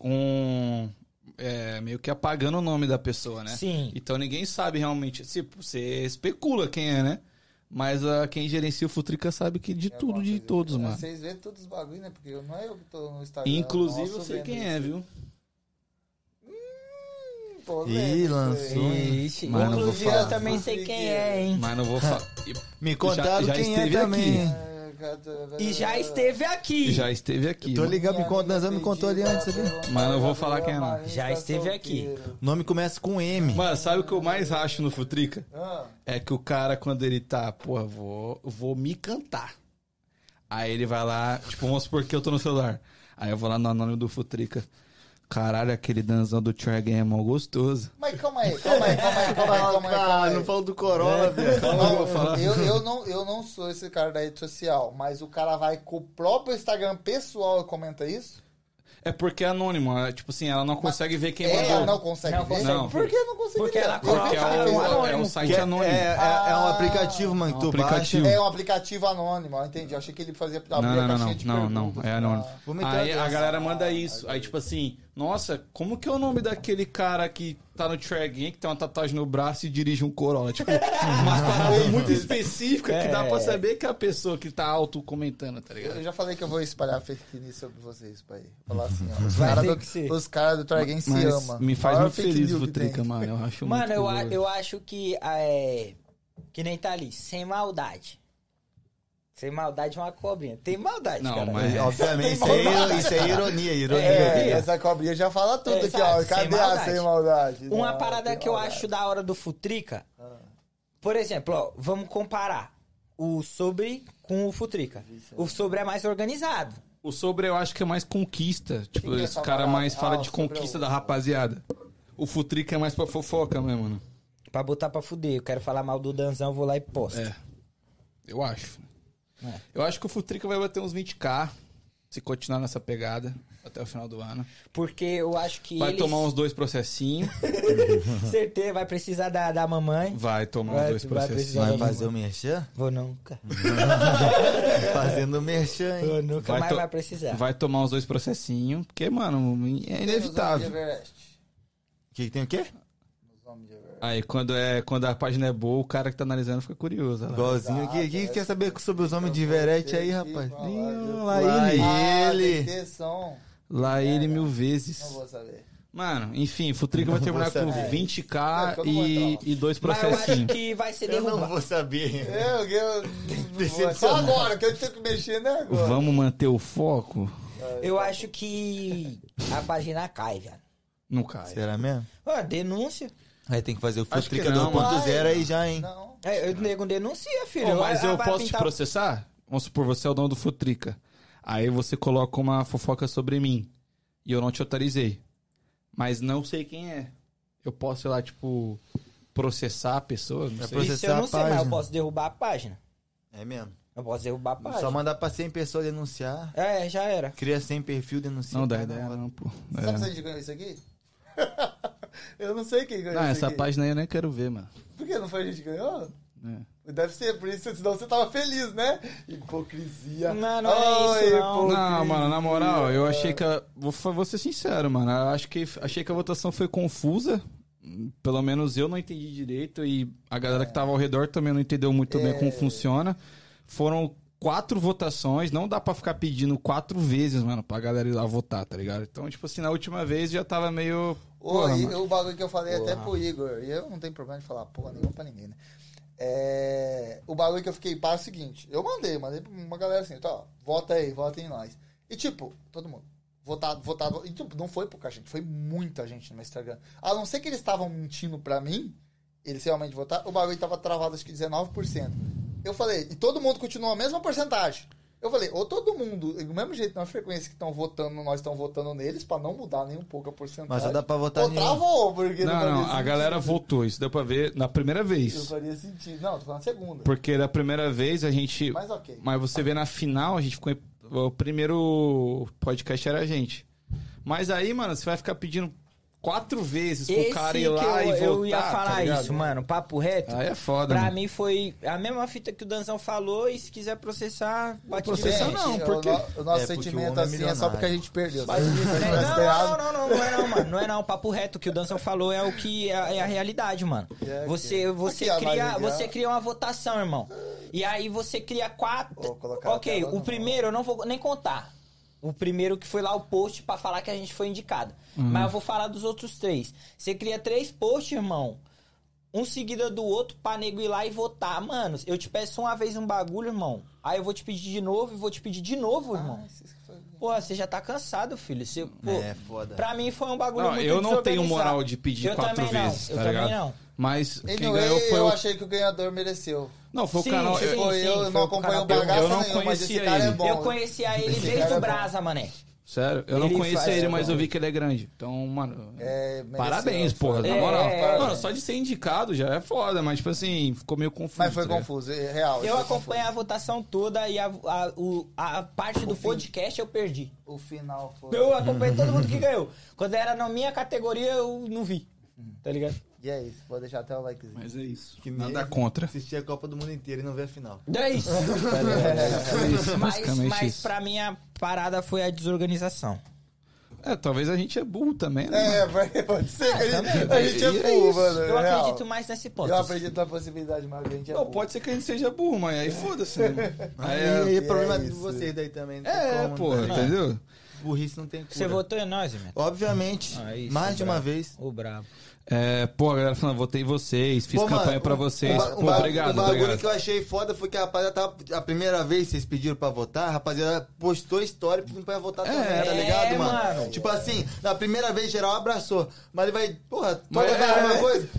um. é, meio que apagando o nome da pessoa, né? Sim. Então ninguém sabe realmente. Tipo, você especula quem é, né? Mas ah, quem gerencia o Futrica sabe que de tudo, de todos, mano. Vocês vêem todos os bagulhos, né? Porque eu- não é eu que tô no Instagram. Inclusive eu sei quem é, viu? Ih, lançou. Ixi, Mas não vou inclusive falar. eu também sei quem é, hein? Mas não vou falar. Me Já- contaram já quem é esteve também. aqui. E já esteve aqui. Já esteve aqui. Tô mano. ligado, me conta, Nazão me contou ali antes ali. Mas não vou falar quem é, não. tá Já esteve aqui. O nome começa com M. Mano, sabe o que eu mais acho no Futrica? Ah, É que o cara, quando ele tá, porra, vou, vou me cantar. Aí ele vai lá, tipo, vamos supor que eu tô no celular. Aí eu vou lá no anônimo do Futrica. Caralho, aquele danzão do Chargan é mó gostoso. mas calma aí, calma aí, calma aí, calma aí, calma aí. Calma aí. falo do É. Corolla, velho. Calma, eu vou falar. Eu, eu, não, eu não sou esse cara da rede social, mas o cara vai com o próprio Instagram pessoal e comenta isso? É porque é anônimo, é, tipo assim, ela não consegue ver quem Ela mandou. É, não consegue Não ver? consegue. Não. Por que não consegue Porque ver? ela Eu Porque vi é um um, cara é um anônimo. site É, anônimo. é- é um aplicativo, mano, É que um tu aplicativo. baixa. É um aplicativo anônimo, eu entendi. Eu achei que ele fazia abrir Não, não, a não, caixinha de não, não, não, perguntas. é anônimo. Ah, Vou meter Aí uma a dessa. galera manda isso. Aí, tipo assim, nossa, como que é o nome daquele cara que tá no Tragging, que tem uma tatuagem no braço e dirige um Corolla? *laughs* Tipo, uma parada muito específica que dá pra saber que é a pessoa que tá auto-comentando, tá ligado? Eu já falei que eu vou espalhar fake news sobre vocês, pai. Falar assim, ó. Os Vai caras ter do, que ser. os cara do Targaryen se amam. me faz Maior muito fake feliz, news que tem. Futrica, mano. Eu acho Mano, muito eu, ah, a- curioso. eu acho que é. Que nem tá ali, sem maldade. Sem maldade, uma cobrinha. Tem maldade, Não, cara. mas- É. Obviamente, *laughs* isso é, isso é ironia, ironia. É, essa cobrinha já fala tudo É, aqui, exato, ó. sem Cadê a maldade. sem maldade? Uma Não, parada sem que eu maldade. acho da hora do Futrica. Por exemplo, ó, vamos comparar o sobre com o Futrica. O sobre é mais organizado. O sobre eu acho que é mais conquista. Tipo, que esse é essa cara parada? mais fala Ah, o de sobre é conquista o- da rapaziada. O Futrica é mais pra fofoca mesmo, né? mano. Pra botar pra fuder. Eu quero falar mal do Danzão, eu vou lá e posto. É. Eu acho. É. Eu acho que o Futrica vai bater uns 20k se continuar nessa pegada até o final do ano. Porque eu acho que Vai ele tomar um Uhum. uns dois processinhos. certeza vai precisar da, da mamãe. Vai tomar uns Vai- dois vai processinhos. precisar- Vai fazer o merchan? Vou nunca. Fazendo o merchan, hein? Vou nunca, Vai mas to- vai precisar. Vai tomar uns dois processinhos. Porque, mano, é Nos inevitável. homens de Everest. Que que tem o quê? Nos homens de Everest. Aí quando, é, quando a página é boa, o cara que tá analisando fica curioso. olha lá. Igualzinho aqui. Quem quer saber sobre os homens de Verete aí, rapaz? Ih, Ah, lá Lá ele. tem que ele. ter som. Lá É, ele mil vezes. Não vou saber. Mano, enfim, Futrica vai terminar vou com saber. 20k É, eu não vou e, entrar, e dois Mas eu acho processinhos. que vai ser Eu não derrubado. vou saber. Eu, eu... Decepcionado. Só É, agora, que eu tenho que mexer, né? Agora. É, Vamos manter o foco? Eu acho que a página cai, velho. Não cai. Será mesmo? Ah, denúncia. Aí tem que fazer o Acho que Futrica não, 2.0 aí já, hein? Não. É, eu nego denuncia, filho. Ô, mas Ah, eu vai posso te pintar- processar? Vamos supor, você é o dono do Futrica. Aí você coloca uma fofoca sobre mim. E eu não te autorizei. Mas não sei quem é. Eu posso, sei lá, tipo, processar a pessoa? Não Vai sei. processar Isso eu a não sei, mas eu página. posso derrubar a página. É mesmo. Eu posso derrubar a página. Só mandar pra 100 pessoas denunciar. É, já era. Cria 100 perfil, denuncia. Não dá cada ideia, hora. não, pô. Sabe se a É. gente ganhou isso aqui? *laughs* eu não sei quem ganhou Não, isso essa aqui. página aí eu nem quero ver, mano. Por que não foi a gente que ganhou? É. Deve ser, por isso, senão você tava feliz, né? Hipocrisia. Não, não é isso, não. Não, mano, na moral, eu achei que. A, vou, fa- vou ser sincero, mano. Eu acho que achei que a votação foi confusa. Hum, Pelo menos eu não entendi direito e a galera que tava ao redor também não entendeu muito bem É. como funciona. Foram quatro votações, não dá pra ficar pedindo quatro vezes, mano, pra galera ir lá votar, tá ligado? Então, tipo assim, na última vez já tava meio. Ô, Porra, e mano. o bagulho que eu falei até Porra. pro Igor, e eu não tenho problema de falar porra nenhuma pra ninguém, né? É, o bagulho que eu fiquei para é o seguinte, eu mandei, mandei pra uma galera assim, tá, ó, vota aí, vota em nós. E tipo, todo mundo, votado, votado, e tipo, não foi pouca gente, foi muita gente no meu Instagram. A não ser que eles estavam mentindo pra mim, eles realmente votaram, o bagulho tava travado acho que 19%. Eu falei, e todo mundo continuou a mesma porcentagem. Eu falei, ou todo mundo, do mesmo jeito, na frequência que estão votando, nós estão votando neles, pra não mudar nem um pouco a porcentagem. Mas só dá pra votar um. Ou nenhum. travou, porque tá Não, fazia não, a sentido. galera votou, isso deu pra ver na primeira Não vez. faria sentido. Não, tô falando segunda. Porque da primeira vez a gente. Mas ok. Mas você vê na final, a gente ficou. em- O primeiro podcast era a gente. Mas aí, mano, você vai ficar pedindo quatro vezes pro Esse cara que ir eu, lá e voltar. eu ia tá falar ligado? isso, mano. Papo reto. Aí é foda. pra mano. mim foi a mesma fita que o Danzão falou. E se quiser processar, bate de processa frente. é não. Gente, porque- O, no- o nosso É, porque o sentimento homem é assim é só porque a milionário. gente perdeu. Bate de frente. Mas tem Não, não, razão. não, não, não é não, mano. Não é não. Papo reto. O que o Danzão falou é o que é, é a realidade, mano. É, Você, você, Aqui, é. ó, cria, vai ligar. você cria uma votação, irmão. E aí você cria quatro. Vou colocar a ok, tela o no- primeiro eu não vou nem contar. O primeiro que foi lá o post pra falar que a gente foi indicado. Mas eu vou falar dos outros três. Você cria três posts, irmão. Um seguida do outro pra nego ir lá e votar. Mano, eu te peço uma vez um bagulho, irmão. Aí eu vou te pedir de novo e vou te pedir de novo, irmão. Ah, isso que foi- Porra, você já tá cansado, filho. Você, pô, É, foda. Pra mim foi um bagulho Não, muito eu não tenho desorganizado. moral de pedir Eu quatro também não, vezes, eu tá também ligado? não. é, Mas Ele quem não- ganhou eu foi o. achei que o ganhador mereceu. Não, foi Sim, o canal. sim, eu- Foi sim, eu, foi não o acompanho canal. o bagaço Eu não nenhum, mas esse conhecia cara é ele. bom. eu conhecia ele Esse desde cara o é Brasa, mané. Sério, eu Ele não conhecia faz- ele, mas eu vi que ele é grande. Então, mano. É, mereceu, Parabéns, foi. porra, na É, moral. é, Mano, é. só de ser indicado já é foda, mas, tipo assim, ficou meio confuso. Mas foi tá ligado? confuso, é real. Eu foi acompanho a votação toda e a, a, o- a parte do podcast eu perdi. confuso. O final foi. Eu acompanhei todo mundo que ganhou. Quando era na minha categoria, eu não vi. Tá ligado? E é isso, vou deixar até o likezinho. Mas é isso. Que Nada merda. contra. Assistir a Copa do Mundo inteiro e não ver a final. É *laughs* isso. mas é. basicamente mas isso. pra mim a parada foi a desorganização. É, talvez a gente é burro também, né? mano? *laughs* É, mas pode ser que a gente, a gente é E é burro, isso. mano. Eu é real. acredito mais nessa Eu hipótese. acredito na possibilidade, mas a gente é Não, burro. pode ser que a gente seja burro, mas aí foda-se, né? *laughs* mano? Aí Aí, é, aí, o problema é de isso. vocês daí também. Não tem é, como, porra, tá ligado? entendeu? Burrice não tem cura. Você votou em nós, Imeto? Obviamente, Ah, isso, mais de brabo. uma vez, Ô, brabo. É, pô, a galera falando, votei em vocês, fiz Pô, mano, campanha pra um- vocês. ba- pô, ba- obrigado, O bagulho obrigado. que eu achei foda foi que a rapaziada tava. A primeira vez que vocês pediram pra votar, a rapaziada postou história pedindo pra votar também, tá é, ligado, mano? mano. Tipo assim, na primeira vez geral abraçou. Mas ele vai, porra, toda Mas vez é, a mesma é. coisa.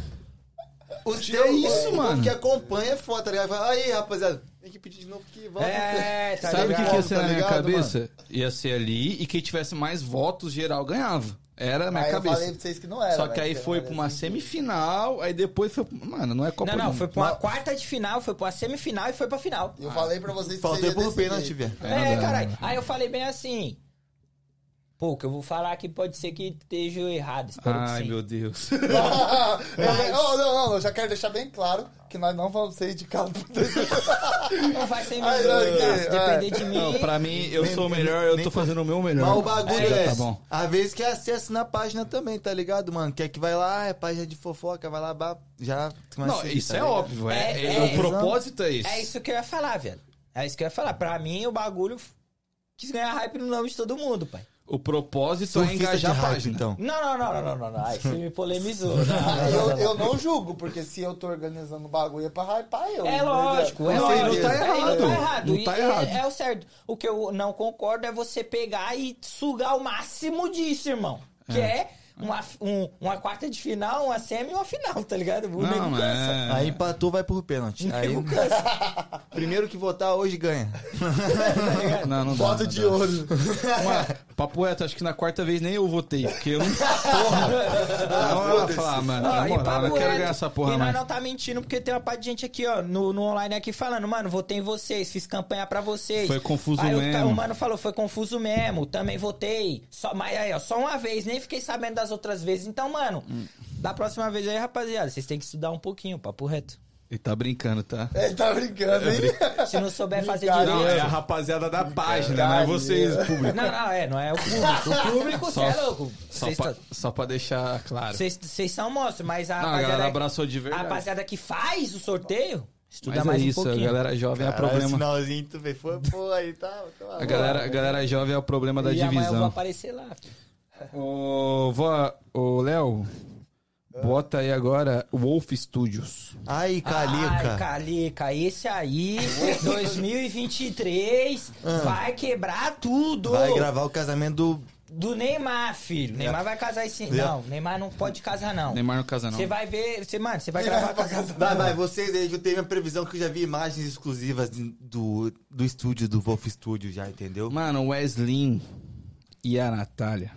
Os Tira teus, isso, o mano. que acompanha é foda, tá ligado? Fala, aí, rapaziada, tem que pedir de novo que volta. É, tá Sabe o que, ligado? que ia ser Tá na minha ligado, cabeça? Ia ser ali e quem tivesse mais votos geral ganhava. Era a minha Aí eu cabeça. falei pra vocês que não era. Só que velho, aí foi era pra uma assim. semifinal, aí depois foi. Mano, não é Copa Não, do não, Mundo. foi pra uma quarta de final, foi pra uma semifinal e foi pra final. Eu falei pra vocês que Faltei seria por desse pênalti, jeito. velho. não É, dá, caralho. não. Aí eu falei bem assim. Pô, o que eu vou falar aqui pode ser que esteja errado. Espero Ai, que sim. meu Deus. Eu É falei, "Oh, *laughs* não, não, não, eu já quero deixar bem claro que nós não vamos ser indicados por *laughs* Não vai ser Ai, mesmo. ai, cara, ai, Se depender de mim. Não, pra mim, eu Nem- sou o melhor, eu nem- tô fazendo o meu melhor. Mas o bagulho Já é, Tá bom. às vezes que é acesso na página também, tá ligado, mano? Quer que vai lá, é página de fofoca, vai lá, bah, já... começa a Não, seguir, isso tá é ligado? óbvio. É, É, é- é, o propósito é isso. É isso que eu ia falar, velho. É isso que eu ia falar. Pra mim, o bagulho quis ganhar hype no nome de todo mundo, pai. O propósito é Surfista engajar de a hype, página. então. Não, não, não, não, não, não. não. Aí você me *laughs* polemizou. Não, não, não, Ah, eu, não. eu não julgo, porque se eu tô organizando o bagulho é pra hypar eu. É entendeu? lógico, é Com lógico. certeza. tá É, e errado. Não tá errado. Não E tá é- errado. É, o certo. O que eu não concordo é você pegar e sugar o máximo disso, irmão. Que é uma, um- uma quarta de final, uma semi e uma final, tá ligado? O nego Não, mas cansa. é- Aí empatou, vai por pênalti. Aí, O nego cansa, *laughs* primeiro que votar hoje ganha. É tá ligado? Não, não dá, Voto não de dá. ouro. Ué, papo reto, acho que na quarta vez nem eu votei, porque *laughs* eu não. Porra! Não, eu ia falar, mano, Ó, na Ah, e moral, papo eu não quero reto, ganhar essa e porra nós mais. não tá mentindo, porque tem uma parte de gente aqui, ó, no, no online aqui falando, mano, votei em vocês, fiz campanha pra vocês. Foi confuso aí o ca- mesmo. O, mano falou, foi confuso mesmo, também votei. Só, mas aí, ó, só uma vez, nem fiquei sabendo das outras vezes. Então, mano, Hum. da próxima vez aí, rapaziada, vocês têm que estudar um pouquinho, papo reto. Ele tá brincando, tá? Ele tá brincando, hein? Se não souber fazer Obrigado. direito. Não, é a rapaziada da página, não é vocês, público. Não, não, é, não é o público. O público, Só- cê é louco. Só, Vocês pra, tá- só pra deixar claro. vocês- vocês são monstros, mas a Não, a rapaziada galera que- abraçou de A verdade. rapaziada que faz o sorteio, estuda Mas mais é um isso, a pouquinho. galera jovem é Caralho, problema. sinalzinho, tu fez, foi, pô, aí tá, tá A galera, a galera jovem é o problema da e amanhã eu vou divisão. aparecer lá. filho. Ô, vó, ô, Léo, bota aí agora Wolf Studios. Ai, Ai, Calica. Calica, esse aí, 2023, Ah. vai quebrar tudo. vai gravar o casamento do... Do Neymar, filho. Neymar vai casar esse... Não, Neymar não pode casar, não. Neymar não casa, não. Você vai ver... Você, mano, você vai gravar... Vai, vai, vocês aí, que eu tenho minha previsão que eu já vi imagens exclusivas de- do, do estúdio, do Wolf Studio já, entendeu? Mano, o Wesley e a Natália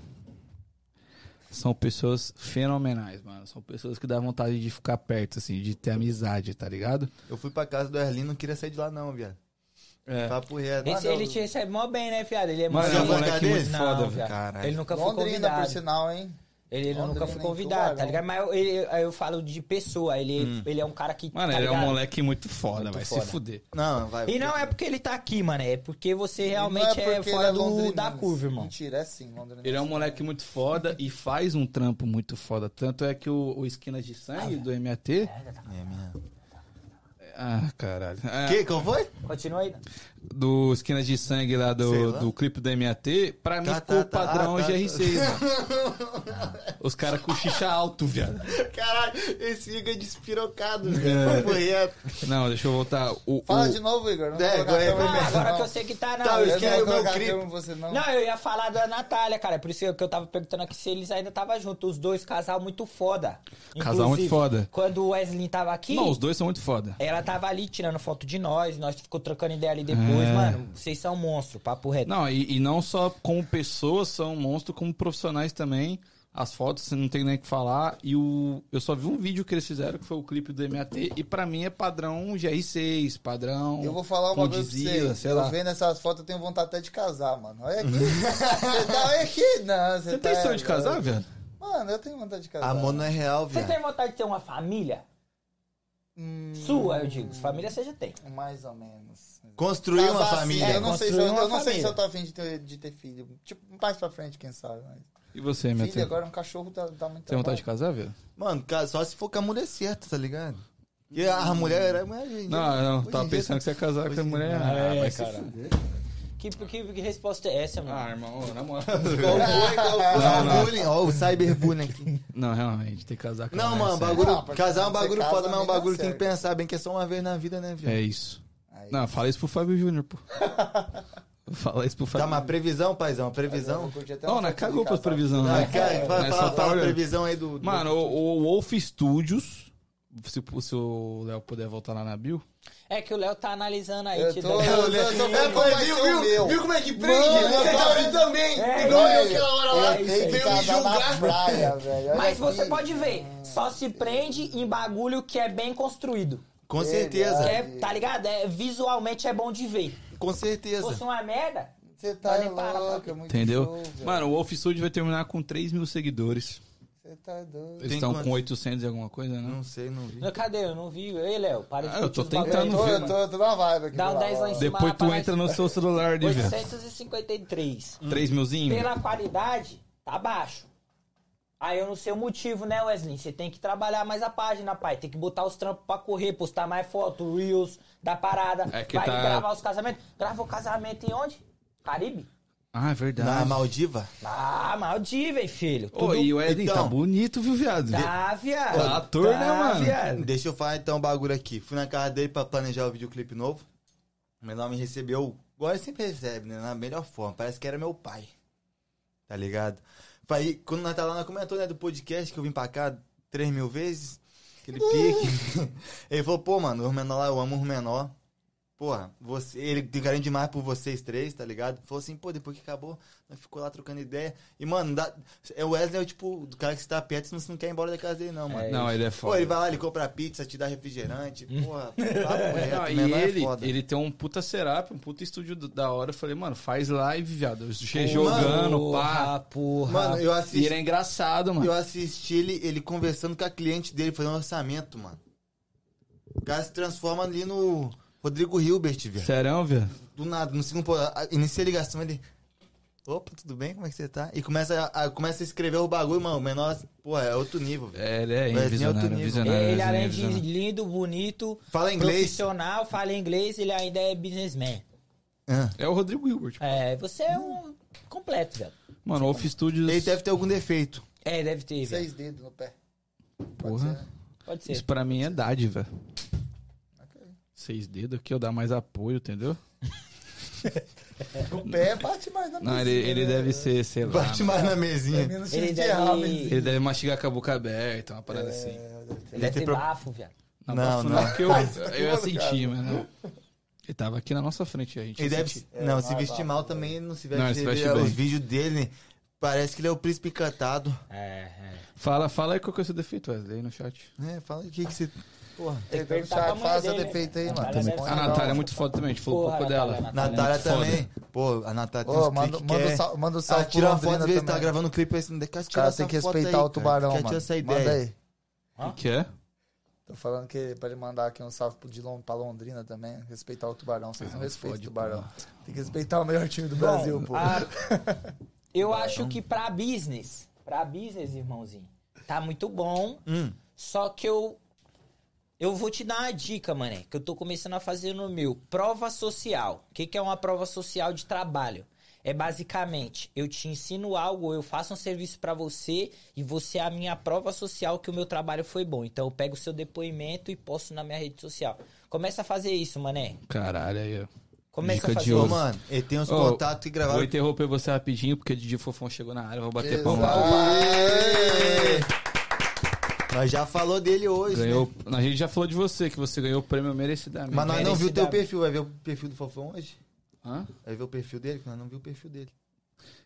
são pessoas fenomenais, mano. São pessoas que dá vontade de ficar perto, assim, de ter amizade, tá ligado? Eu fui pra casa do Erlin, não queria sair de lá não, viado. É. Papo reto. Esse, ele te recebe mó bem, né, fiado? Ele é Mas é um muito- moleque muito Não, foda, fiado. caralho. Ele nunca foi *laughs* Londrina, por convidado. sinal, hein? é Ele, ele nunca Londrina, foi em convidado, tá Tubarão. ligado? Mas eu, ele- eu falo de pessoa, ele, ele é um cara que. Hum. Mano, tá ele é um ligado? moleque muito foda, Muito vai se foda. fuder. Não, vai. E não é porque ele tá aqui, mano, é porque você realmente Não é, porque fora ele do- londrinense. da curva, irmão. Mentira, é sim, Londrina. Ele é um moleque muito foda e faz um trampo muito foda. Tanto é que o, o Esquinas de Sangue Ah, do MAT. É mesmo. Ah, caralho. É, Que, qual foi? Continua aí. do Esquinas de Sangue lá Sei do, lá. do clipe do MAT, pra mim Tá, ficou o tá, tá. padrão Ah, tá, *laughs* GR6, mano. Os caras com xixa alto, viado. Caralho, esse fica despirocado, velho. Papo reto. Não, deixa eu voltar. O, Fala o- de novo, Igor. Não É, vou colocar é, teu é, e-mail, Ah, agora não. é. que eu sei que tá, não. Tá, eu eu- Eu não esqueci o vou meu colocar clipe. teu em você, não. Não, eu ia falar da Natália, cara. é Por isso que eu tava perguntando aqui se eles ainda tava junto. Os dois, casal muito foda. Casal é muito Inclusive, É- foda. Quando o Wesley tava aqui, Não, os dois são muito foda. ela tava ali tirando foto de nós, nós ficou trocando ideia ali depois. É. Mano, vocês são monstro, papo reto. Não, e, e não só como pessoas são um monstro, como profissionais também. As fotos, você não tem nem o que falar. E o, eu só vi um vídeo que eles fizeram, que foi o clipe do MAT. E pra mim é padrão GR6, padrão. Eu vou falar uma coisa pra Condizila, você. sei eu lá. vendo essas fotos, eu tenho vontade até de casar, mano. Olha aqui. você *laughs* tá, olha aqui. Não, você Você tá, tem sonho de casar, velho? Mano, eu tenho vontade de casar. Amor não é real, Você tem velho. vontade de ter uma família? Hum, Sua, eu digo. Família você já tem. Mais ou menos. Construir uma Casar, sim, família. Eu assim, é, não, sei se eu, Construir uma eu não sei família. se eu tô afim de ter, de ter filho. Tipo, mais pra frente, quem sabe. Mas... E você, meu Filho, Tem agora tá um cachorro dá, dá vontade muito trabalho. de casar, velho? Mano, cara, só se for com a mulher certa, tá ligado? E a mulher era. mas hoje em dia- Não, não, hoje em tava dia- Ah, pensando que você ia casar com a mulher. É, mas cara. Que, que, que resposta é essa, mano? Ah, irmão, ô, na moral. Qual foi? Qual foi? Não, não. O bullying, ó, o cyberbullying aqui. *laughs* Não, realmente, tem que casar com Não, ela, mano, sério. bagulho. Não, porque casar é um você bagulho casa, foda, mas é um nem dá bagulho que tem que certo. pensar bem que é só uma vez na vida, né, viado? É isso. Aí, Não, fala isso pro Fábio Júnior, *laughs* pô. Fala isso pro Tá, Fábio mas previsão, paizão, eu previsão. vou curtir até uma Não, né? foto de Cagou pra casal. previsão, Ah, né? cara, fala, Mas fala, só tá fala a olhando. previsão aí do. do- Mano, o, o Wolf Studios. Se, se o Léo puder voltar lá na Bill. É que o Léo tá analisando aí. Eu te tô- dando- eu tô- eu tô vendo qual vai ser o meu. como é que Mano, Você eu tá tô- vendo também. É, Igual eu velho. aquela hora Eu lá. tenho Veio que me casar na julgar. praia, velho. Olha Mas você aqui. pode ver, só se prende em bagulho que é bem construído. Com Que certeza, é, tá ligado? É, visualmente é bom de ver. com Se fosse certeza. uma merda, Você tá Mas nem para, louco, para. é muito Entendeu? show, velho. Mano, o Wolf Studios vai terminar com 3 mil seguidores. Você tá doido. Eles Tem estão com quantos? Hum. 800 e alguma coisa, né? Não sei, não vi. não, cadê? Eu não vi. Ei, Léo, para de Ah, eu tô curtir os tentando bagulho. ver, Eu tô, eu tô na vibe aqui. Dá um do 10 lá em Lala. cima. Depois tu aparece entra no seu celular de ver. 853. Hum. 3 milzinho? Pela qualidade, tá baixo. Aí eu não sei o motivo, né, Wesley? Você tem que trabalhar mais a página, pai. Tem que botar os trampos pra correr, postar mais foto, reels da parada. É que Vai tá- gravar os casamentos. Grava o casamento em onde? Caribe? Ah, é Na verdade. Maldiva? Ah, Maldiva, hein, filho. Ô, e o Eden tá Então. bonito, viu, viado? Tá, viado. Tá ator, né, mano? viado. Deixa eu falar então um bagulho aqui. Fui na casa dele pra planejar o videoclipe novo. Meu nome recebeu, igual ele sempre recebe, né? Na melhor forma. Parece que era meu pai. Tá ligado? Aí, quando nós tá lá, nós comentou, né, do podcast que eu vim pra cá três mil vezes. Aquele pique. *laughs* ele falou, pô, mano, o menor lá, eu amo o menor. Porra, você, ele tem carinho demais por vocês três, tá ligado? Falou assim, pô, depois que acabou, nós ficou lá trocando ideia. E, mano, dá, é o Wesley é o tipo do cara que você tá perto, senão você não quer ir embora da casa dele, não, mano. Não, ele é Pô, foda. Hum. ele vai lá, ele compra pizza, te dá refrigerante, porra, papo Não, reto, e menor é ele, foda. ele tem um puta setup, um puta estúdio do- da hora. Eu falei, mano, faz live, viado. Eu che- Porra, jogando, pá. Porra, porra. Mano, eu E ele assisti, é engraçado, mano. eu assisti ele, ele conversando com a cliente dele, fazendo um orçamento, mano. O cara se transforma ali no Rodrigo Hilbert, velho. Serão, viado? Do nada, no segundo... pô, a- Inicia a ligação, ele... Opa, tudo bem? Como é que você tá? E começa a, a- começa a escrever o bagulho, mano. O menor, porra, é outro nível, velho. É, ele é Mas em outro visionário, nível. Ele, visionário. visionário, além de visionário. lindo, bonito, Fala inglês. profissional, fala inglês, ele ainda é businessman. Ah. É o Rodrigo Hilbert. É, você é um completo, velho. Mano, Off Studios. Ele deve ter algum defeito. É, deve ter, velho. Seis dedos no pé. Porra. Pode ser. Pode ser. Isso pra mim é idade, velho. Ok. Seis dedos aqui, eu dar mais apoio, entendeu? No pé bate mais na né? Não, ele, ele deve ser, sei lá. Bate mano. mais na mesinha. Menos Ele chance de deve- errar, menos- Ele deve mastigar com a boca aberta, uma É. parada assim. Ele deve tem ter pro- bafo, velho. Não, Não, não. não. né? porque eu, eu ia zoando, sentir, cara. mas não. Ele tava aqui na nossa frente, a gente. Ele ia deve. sentir. É, não, vai, se vestir vai, mal vai. também não se veste. Não, ele se Ele- veste bem. Os vídeos dele, parece que ele é o príncipe encantado. É, é. Fala, fala aí qual que é o seu defeito, Wesley, aí no chat. É, fala aí o que que você. Porra. Tem Ele tem que um perguntar pra chat, mãe faz o dele, né? defeito aí, A mano. Natália deve A Natália é muito foda também, a gente falou Porra, pouco Natália, dela. Natália. Natália foda. também. Pô, a Natália tem é Ô, uns manda, manda, manda, é. um sal- Ah, manda um Ela salve tira pro uma foto, Londrina às vezes tá também. gravando um clipe assim, cara, tira cara essa tem que foto respeitar aí, o tubarão, cara, mano. Quer tirar essa Manda ideia. aí. O que, que é? Tô falando que pra ele mandar aqui um salve pro Dilon, pra Londrina também. Respeitar o tubarão. um Vocês Ah, não respeitam o tubarão. Tem que respeitar o melhor time do Brasil, pô. *laughs* a- Eu acho que pra business, pra business, irmãozinho, tá muito bom. Hum. Só que eu. Eu vou te dar uma dica, mané, que eu tô começando a fazer no meu. Prova social. O que, que é uma prova social de trabalho? É basicamente, eu te ensino algo, eu faço um serviço pra você e você é a minha prova social que o meu trabalho foi bom. Então eu pego o seu depoimento e posto na minha rede social. Começa a fazer isso, mané. Caralho, aí, ó. Começa Dica a de fazer ouro. Ô, isso. mano, ele tem uns Ô, contatos que gravaram. Vou interromper você rapidinho, porque Didi Fofão chegou na área, vou bater palma. Aê! Nós já falou dele hoje, Ganhou, né? a gente já falou de você, que você ganhou o prêmio merecidamente. Mas nós não é viu o teu Merecidamente. perfil. Vai ver o perfil do Fofão hoje? Hã? Vai ver o perfil dele? Que nós não viu o perfil dele.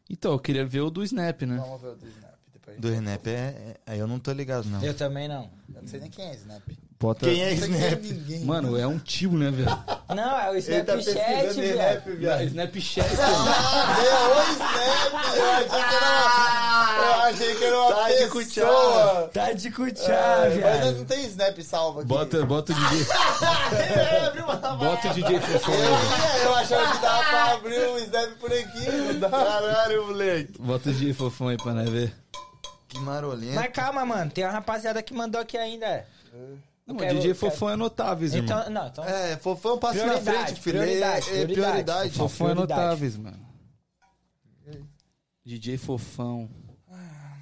Então, eu queria ver o do Snap, né? Vamos ver o do Snap. Depois a gente- Do Snap é. é- Eu não tô ligado, não. Eu também não. Eu não sei nem quem é Snap. Bota... Quem é Não sei quem é Snap? ninguém. Mano, é um tio, né, velho? Não, é o Ele tá Snapchat, pesquisando em velho. rap, viado. Snapchat, Eu achei que era uma Tá de pessoa. Tá de Ah, É, cutiá, mas não tem Snap salvo aqui. Bota, bota o DJ. *laughs* bota o DJ Fofão aí, velho. É, eu achava que dava pra abrir o Snap por aqui. *laughs* Não dá. Caralho, moleque. Bota o DJ Fofão aí pra nós ver. Que marolento. Mas calma, mano. Tem uma rapaziada que mandou aqui ainda. Eu Não, quero- DJ eu quero- Fofão é notáveis, irmão. Então, não, então. É, fofão passa na Prioridade, frente, filho. É- prioridade, é prioridade. prioridade. Fofão. Fofão é prioridade. notáveis, mano. DJ Fofão. Ah.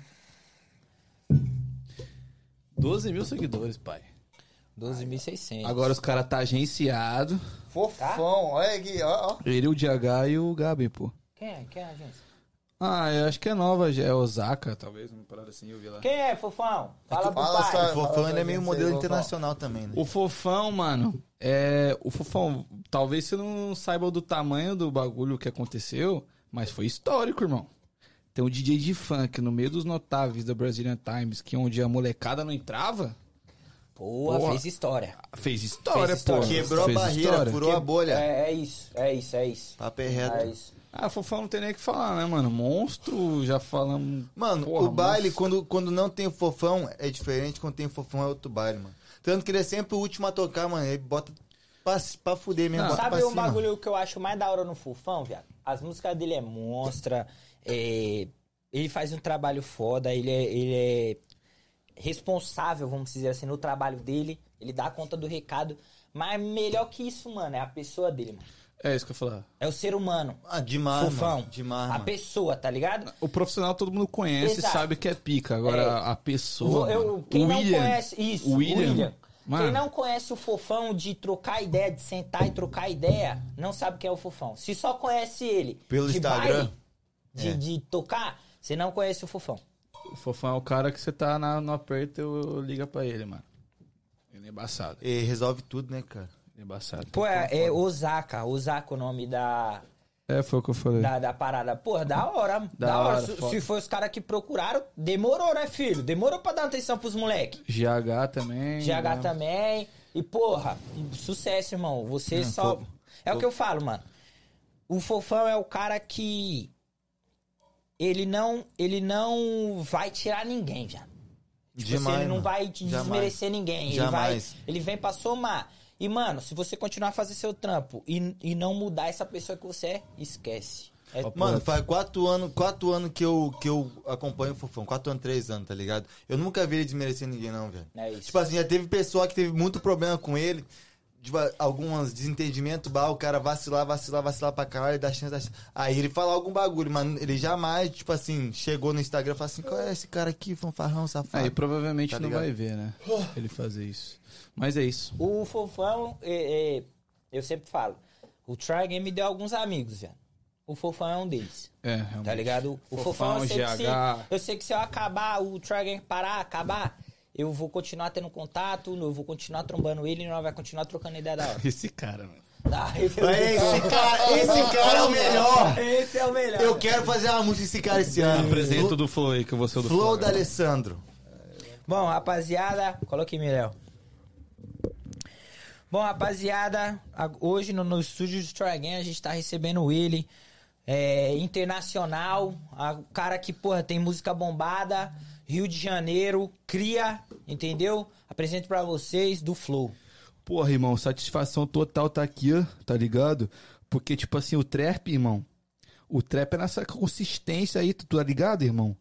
12 mil seguidores, pai. 12.600. Agora os caras tá agenciado. Tá? Fofão, olha aqui, ó, ó. Ele, o DH e o Gabi, pô. Quem é? Quem é a agência? Ah, eu acho que é nova, já é Osaka, talvez, uma parada assim, eu vi lá. Quem é, fofão? Fala pro fala pai. só- O fofão ele é meio Fala, modelo fala, internacional também, né? O Fofão, mano, é. O Fofão, talvez você não saiba do tamanho do bagulho que aconteceu, mas foi histórico, irmão. Tem um DJ de funk no meio dos notáveis da Brazilian Times, que é onde a molecada não entrava, Porra, Porra. fez história. fez história, Fez pô. história. Quebrou Fez a barreira, história. furou a bolha. É, é isso, é isso, é isso. Papo é É reto. isso. Ah, o Fofão não tem nem o que falar, né, mano? Monstro, já falamos. Mano, Porra, o baile, monstro. quando, quando não tem o fofão, é diferente. Quando tem o fofão, é outro baile, mano. Tanto que ele é sempre o último a tocar, mano. Ele bota pra, pra fuder mesmo, Não. bota Sabe pra um cima. bagulho que eu acho mais da hora no Fofão, viado? As músicas dele é monstra, é, ele faz um trabalho foda, ele é, ele é responsável, vamos dizer assim, no trabalho dele, ele dá conta do recado, mas melhor que isso, mano, é a pessoa dele, mano. É isso que eu ia falar. É o ser humano, Ah, demais, Fofão. mano. Demais, a mano. pessoa, tá ligado? O profissional todo mundo conhece e Exato. sabe que é pica. Agora, É. a pessoa. Eu- mano, quem o William, não conhece isso, o o William, William. mano. Quem não conhece o fofão de trocar ideia, de sentar e trocar ideia, não sabe quem é o fofão. Se só conhece ele Pelo de Instagram. baile, de, É. de tocar, você não conhece o fofão. O Fofão é o cara que você tá na, no aperto, eu liga pra ele, mano. Ele é embaçado. E resolve tudo, né, cara? Tipo Ele é embaçado. Pô, é, é Osaka, Osaka o nome da, É, foi o que eu falei. da, da parada. Porra, da hora, da, Da hora. hora, Se, foda. se foi os caras que procuraram, demorou, né, filho? Demorou pra dar atenção pros moleques. GH também. GH né? também. E, porra, um sucesso, irmão. Você só. fofo. É o que eu falo, mano. O fofão é o cara que. Ele não. Ele não vai tirar ninguém, já. Tipo assim, ele não mano. vai te Jamais. desmerecer ninguém. Ele, vai, Jamais. ele vem pra somar. E, mano, se você continuar a fazer seu trampo e, e não mudar essa pessoa que você é, esquece. É, Mano, faz quatro anos, quatro anos que eu, que eu acompanho o Fofão. Quatro anos, três anos, tá ligado? Eu nunca vi ele desmerecer ninguém, não, velho. é isso. Tipo assim, já teve pessoa que teve muito problema com ele. Tipo, alguns desentendimentos, bah, o cara vacilar, vacilar, vacilar pra caralho, dá chance, dá chance. Aí ele fala algum bagulho, mas ele jamais, tipo assim, chegou no Instagram e falou assim, qual é esse cara aqui, fanfarrão, safado? Aí provavelmente Tá não ligado? vai ver, né? Ele fazer isso. Mas é isso. O Fofão, é, é, eu sempre falo, o Try Game me deu alguns amigos, velho. O Fofão é um deles, É, tá realmente. ligado? O Fofão, Fofão, eu, sei que se, GH. eu sei que se eu acabar, o Try Game parar, acabar, eu vou continuar tendo contato, eu vou continuar trombando ele, nós vai continuar trocando ideia da hora. Esse cara, mano. Ah, esse, Esse cara, esse cara é o melhor! Esse é o melhor. Eu quero fazer uma música desse cara esse ano. Apresento do Flow aí, que eu vou ser o do Flow Flow. da agora. Alessandro. Bom, rapaziada, coloque Mirel. Bom, rapaziada, a- hoje no, no estúdio do Tragam a gente tá recebendo ele, é, internacional, a- o cara que, porra, tem música bombada, Rio de Janeiro, cria, entendeu? Apresento pra vocês do Flow. Porra, irmão, satisfação total tá aqui, ó, tá ligado? Porque, tipo assim, o trap, irmão. O trap é nessa consistência aí, tu tá ligado, irmão?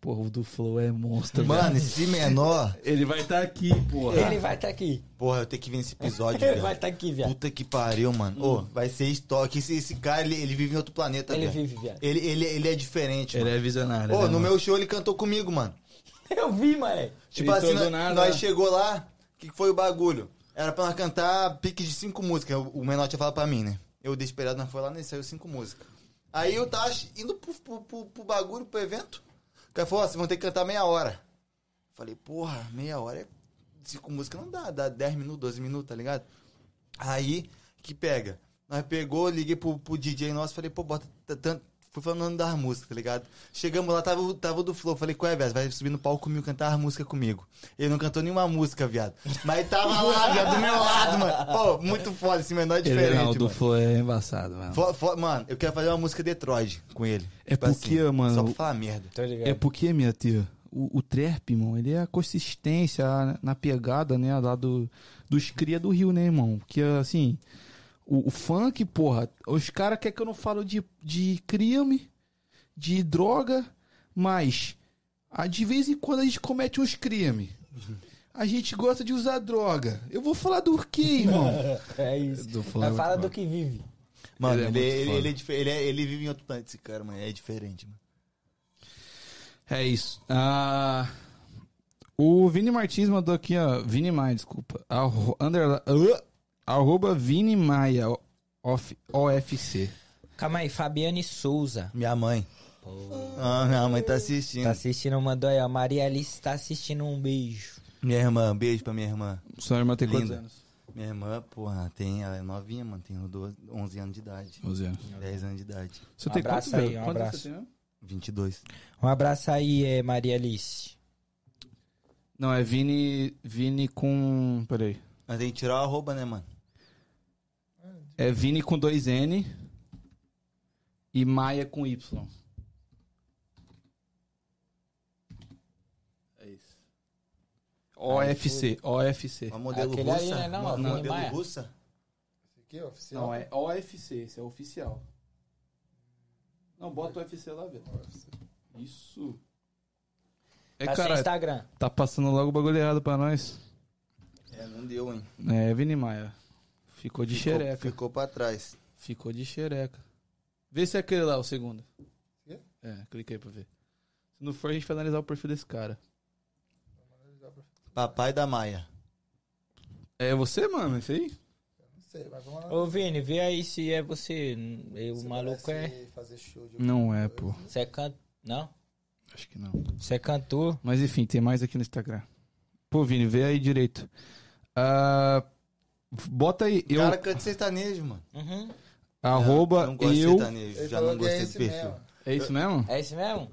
Porra, o do Flow é monstro, Mano, esse menor. Ele vai estar aqui, porra. Ele vai tá aqui, Porra, eu tenho que vir *laughs* nesse episódio, ele vai velho. tá aqui, É. viado. Puta que pariu, mano. Ô, Hum. vai ser estoque. Esse, esse cara, ele, ele vive em outro planeta, Ele velho. vive, viado. Ele, ele, ele é diferente, Ele mano. é visionário. Ô, né, no mano? meu show ele cantou comigo, mano. Eu vi, mané. Tipo Ele assim, todo nós, nada. nós chegou lá, o que que foi o bagulho? Era pra nós cantar pique de cinco músicas. O, o menor tinha falado pra mim, né? Eu desesperado, nós foi lá, né? Saiu cinco músicas. Aí eu tava indo pro, pro, pro- pro bagulho, pro evento. O cara falou, ó, vocês vão ter que cantar meia hora. Falei, porra, meia hora é. Cinco músicas não dá, dá 10 minutos, 12 minutos, tá ligado? Aí, que pega? Nós pegou, liguei pro, pro DJ nosso, falei, pô, bota t- tanto. Fui falando das músicas, tá ligado? Chegamos lá, tava, o- tava o do Flow. Falei, qual é, viado? Vai subir no palco comigo, cantar as músicas comigo. Ele não cantou nenhuma música, viado. Mas tava lá, viado, do meu lado, mano. Pô, muito foda, esse menor é Ele diferente, não, o do mano. Flow é embaçado, mano. Fo- fo- mano, eu quero fazer uma música Detroit com ele. É porque, mano, tipo assim, Só pra falar merda. Tô ligado. É porque, minha tia, o, o trap, irmão, ele é a consistência a- na pegada, né, lá do, dos cria do Rio, né, irmão? Porque, assim, o, o funk, porra, os caras querem que eu não falo de, de crime, de droga, mas ah, de vez em quando a gente comete uns crimes. A gente gosta de usar droga. Eu vou falar do quê, irmão? É isso. Do Mas Flamengo, fala mano. do que vive. Mano, Ele é muito ele, ele, foda. ele é dife- ele é- ele vive em outro planeta, esse cara, mano. É diferente, mano. É isso. Ah, o Vini Martins mandou aqui, ó. Vini Maia, desculpa. Arro, underla- ah, arroba Vini Maia o- of- OFC. Calma aí, Fabiane Souza. Minha mãe. Ah, minha mãe tá assistindo. Tá assistindo, mandou aí, ó. Maria Alice tá assistindo, um beijo. Minha irmã, beijo pra minha irmã. Sua irmã tem quantos Linda. anos? Minha irmã, porra, ela tem, ela é novinha, mano. Tem 12, 11 anos de idade. 11 anos. 10 anos de idade. Você Um tem abraço quantos aí, velho? um Quantos abraço. você tem né? mesmo? 22. Um abraço aí, é, Maria Alice. Não, é Vini. Vini com. Peraí. Mas tem que tirar o arroba, né, mano? É Vini com dois N e Maia com Y. É isso. OFC, OFC. A modelo Aquele russa. ali, né, não? Uma Não, modelo Maia. russa? Esse aqui é oficial. Não, é OFC, esse é oficial. Não, bota o UFC lá, velho. Isso. É, tá sem cara, Instagram. tá passando logo o bagulho errado pra nós. É, não deu, hein? É, Vini Maia. Ficou de Ficou- xereca. Ficou pra trás. Ficou de xereca. Vê se é aquele lá, o segundo. Quê? É, clica aí pra ver. Se não for, a gente vai analisar o perfil desse cara. Papai da Maia. É você, mano, isso aí? Não sei, mas vamos lá. Ô, Vini, vê aí se é você. O Você maluco é. parece Fazer show de Não é, pô. Você é canto. Não? Acho que não. Você é cantor? Mas enfim, tem mais aqui no Instagram. Pô, Vini, vê aí direito. Ah, bota aí. Eu, Cara, canta sertanejo, mano. Uhum. Eu arroba não gosto de eu. sertanejo. Ele Já falou não que é gostei do esse perfil. mesmo. É isso mesmo? É isso mesmo?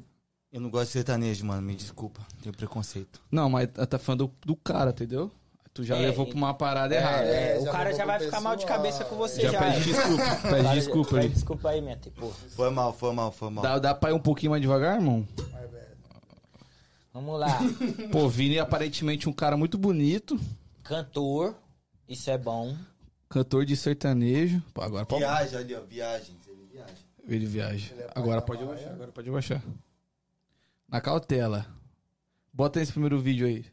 Eu não gosto de sertanejo, mano. Me desculpa. Tenho preconceito. Não, mas tá falando do, do cara, entendeu? Tu já É, levou pra uma parada errada. É, É, o já cara levou já pro vai ficar mal de pessoal. cabeça com você Já é. já. pede desculpa. Pede Cara, desculpa pede aí. Desculpa aí, minha tipo. Foi mal, foi mal, foi mal. Dá, dá pra ir um pouquinho mais devagar, irmão? mais velho. Vamos *laughs* lá. Pô, Vini é aparentemente um cara muito bonito. Cantor. Isso é bom. Cantor de sertanejo. Pô, agora pode. Viagem ali, ó. Viagem. Ele viaja. Ele viaja. Ele é pai agora da pode Maia. baixar. Agora pode baixar. Na cautela. Bota esse primeiro vídeo aí.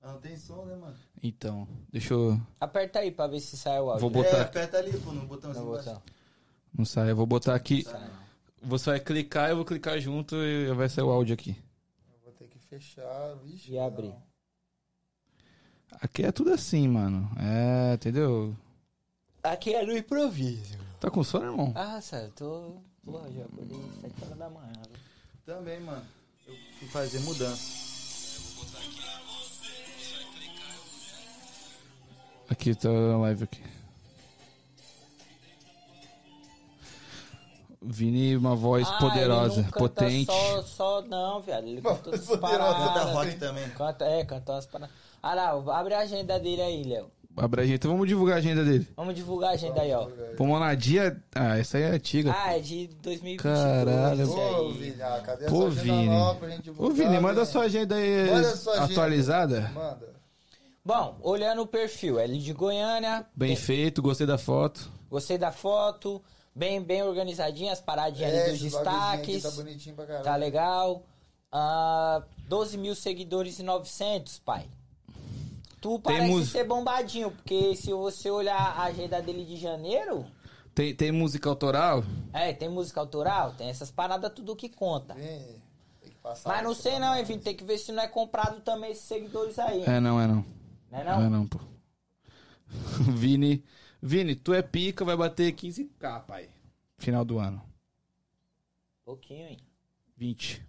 Ah, não tem som, né, mano? Então, deixa eu. Aperta aí pra ver se sai o áudio. Vou botar É, aqui. aperta ali, pô, no botãozinho Não vou botar. embaixo. Tá. Não sai, eu vou botar aqui. Você vai clicar, eu vou clicar junto e vai sair o áudio aqui. Eu vou ter que fechar. Vixe, E abrir. não. Aqui é tudo assim, mano. É, entendeu? Aqui é no improviso. Tá com sono, irmão? Ah, sério, tô. Pô, já acordei às 7 horas da manhã. velho. Também, mano. Eu fui fazer mudança. Aqui tá na live aqui. Vini, uma voz Ah, poderosa, tá ele não canta potente. Só, só não, viado. Ele canta todas as Canta paradas. rock também. Canta, é, canta umas paradas. Ah lá, abre a agenda dele aí, Léo. Abre a agenda. Então vamos divulgar a agenda dele. Vamos divulgar a agenda aí, ó. Pomonadia. Ah, essa aí é antiga. Ah, é de 2022. Caralho. Ô, aí. Vini, ah, cadê a Pô, sua agenda Vini. nova pra gente divulgar, Ô, Vini, manda Vini? sua agenda aí Manda sua agenda. atualizada. Manda. Bom, olhando o perfil, ele de Goiânia. Bem tem- feito, gostei da foto. Gostei da foto. Bem, bem organizadinha, as paradinhas É, ali dos esse bagulhozinho aqui destaques. Tá bonitinho pra caralho. Tá legal. Ah, 12 mil seguidores e 900, pai. Tu parece Temos- ser bombadinho, porque se você olhar a agenda dele de janeiro, Tem, tem música autoral? é, tem música autoral, tem essas paradas tudo que conta. Vini, tem que passar. Mas não isso sei pra não, nós. hein, Vini, tem que ver se não é comprado também esses seguidores aí, É, não, é não. né Não, é não? não, pô. *laughs* Vini. Vini, tu é pica, vai bater 15k, pai. Final do ano. Pouquinho, hein. Ah, 20.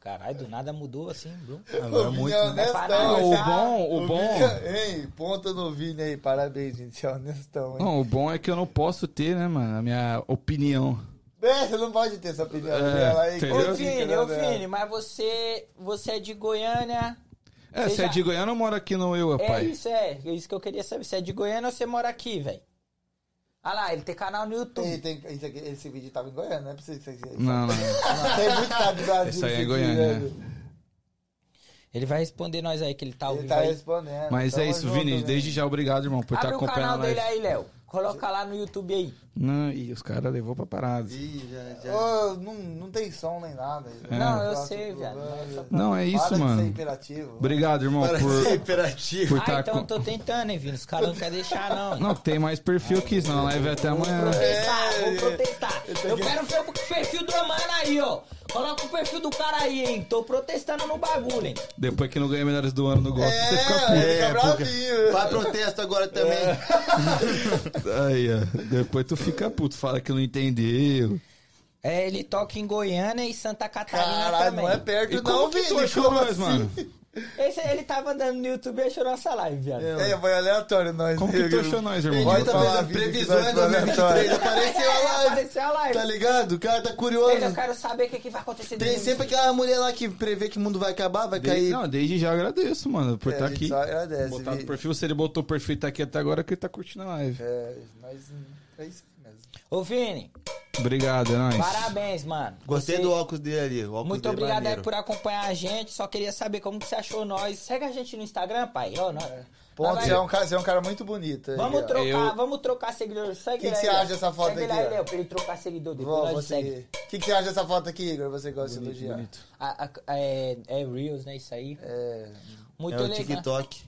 Caralho, do nada mudou assim, Bruno. Agora Ô, Vini, muito, é né? Não, Ah, honestão. o já- bom, o bom. Vini, hein, ponta no Vini aí. Parabéns, gente. É honestão, hein? Não, o bom é que eu não posso ter, né, mano, a minha opinião. É, você não pode ter essa opinião É, dela aí. entendeu? que Ô, eu fico, Vini, né, ô, velho? Vini, mas você, você é de Goiânia, É, Você se é já- de Goiânia, eu moro aqui no eu, É pai. isso, é. É isso que eu queria saber. Você é de Goiânia ou você mora aqui, velho? Ah lá, ele tem canal no YouTube. Tem, tem, esse, aqui- esse vídeo tava em Goiânia, não é pra você. você- você- Não, não. não. Tem muito cabo do Brasil. Esse aí é isso aqui, Goiânia, velho. Ele vai responder nós aí que ele tá ao Ele vivo tá aí. tá respondendo. Mas é Tamo isso, junto, Vini. Desde já, obrigado, irmão, por estar Abre o acompanhando canal nós. dele aí, Léo. Coloca lá no YouTube aí. Não, e os caras levou pra parada. Ih, já, já. Ô, não, não tem som nem nada. Não, eu Nossa, sei, tudo, viado, mas velho. só pra- É. Não, é Para isso, de ser mano. imperativo. Obrigado, irmão, Para de ser por imperativo. por Ah, estar então eu com... tô tentando, hein, Vini? Os caras não querem deixar, não. Não, tem mais perfil que isso, não. Live é até Vou amanhã. protestar, vou protestar. Eu quero ver o perfil do mano aí, ó. Coloca o perfil do cara aí, hein? Tô protestando no bagulho, hein? Depois que não ganha melhores do ano no golpe, você É, fica puto. É. Fica porque- bravinho. Vai protesto agora também. Aí, ó. é. Depois tu fica puto, fala que não entendeu. É, ele toca em Goiânia e Santa Catarina Caralho, também. não é perto, E não, como que tu Vini. achou como nós, assim? mano? Esse, ele tava andando no YouTube e achou nossa live, viado. É, foi aleatório nós. Como que tu achou nós, irmão? Pode Tá falar, vendo? Vini, que nós Previsões foi 2023, aleatório. apareceu a live. Apareceu a é live. Tá ligado? O cara tá Ele, eu curioso. quero saber o que, que vai acontecer. Tem domingo. sempre aquela mulher lá que prevê que o mundo vai acabar, vai Desde, cair. não, desde já agradeço, mano, por É, estar a gente aqui. só agradece, Botado Vi. o perfil, se ele botou o perfil e tá aqui até agora, que ele tá curtindo a live. É, mas hum, é isso aí mesmo. Ô, Vini, Obrigado, é nóis. parabéns, mano. Gostei Você- do óculos dele ali. o óculos Muito dele obrigado aí maneiro. por acompanhar a gente. Só queria saber como que você achou nós. Segue a gente no Instagram, pai. Ó, nós- Ponto, nós você vai- é, um cara, você é um cara muito bonito. aí, Vamos ó. trocar, Eu- vamos trocar seguidor. Segue Que que ele você aí, acha ó. dessa foto Segue aqui, ele aí, ó? Léo, pra ele trocar seguidor depois. Vou, nós vou segue. seguir. O que, que você acha dessa foto aqui, Igor? Você gosta de elogiar? A- a- é, é Reels, né? Isso aí. É, Muito É o legal. TikTok.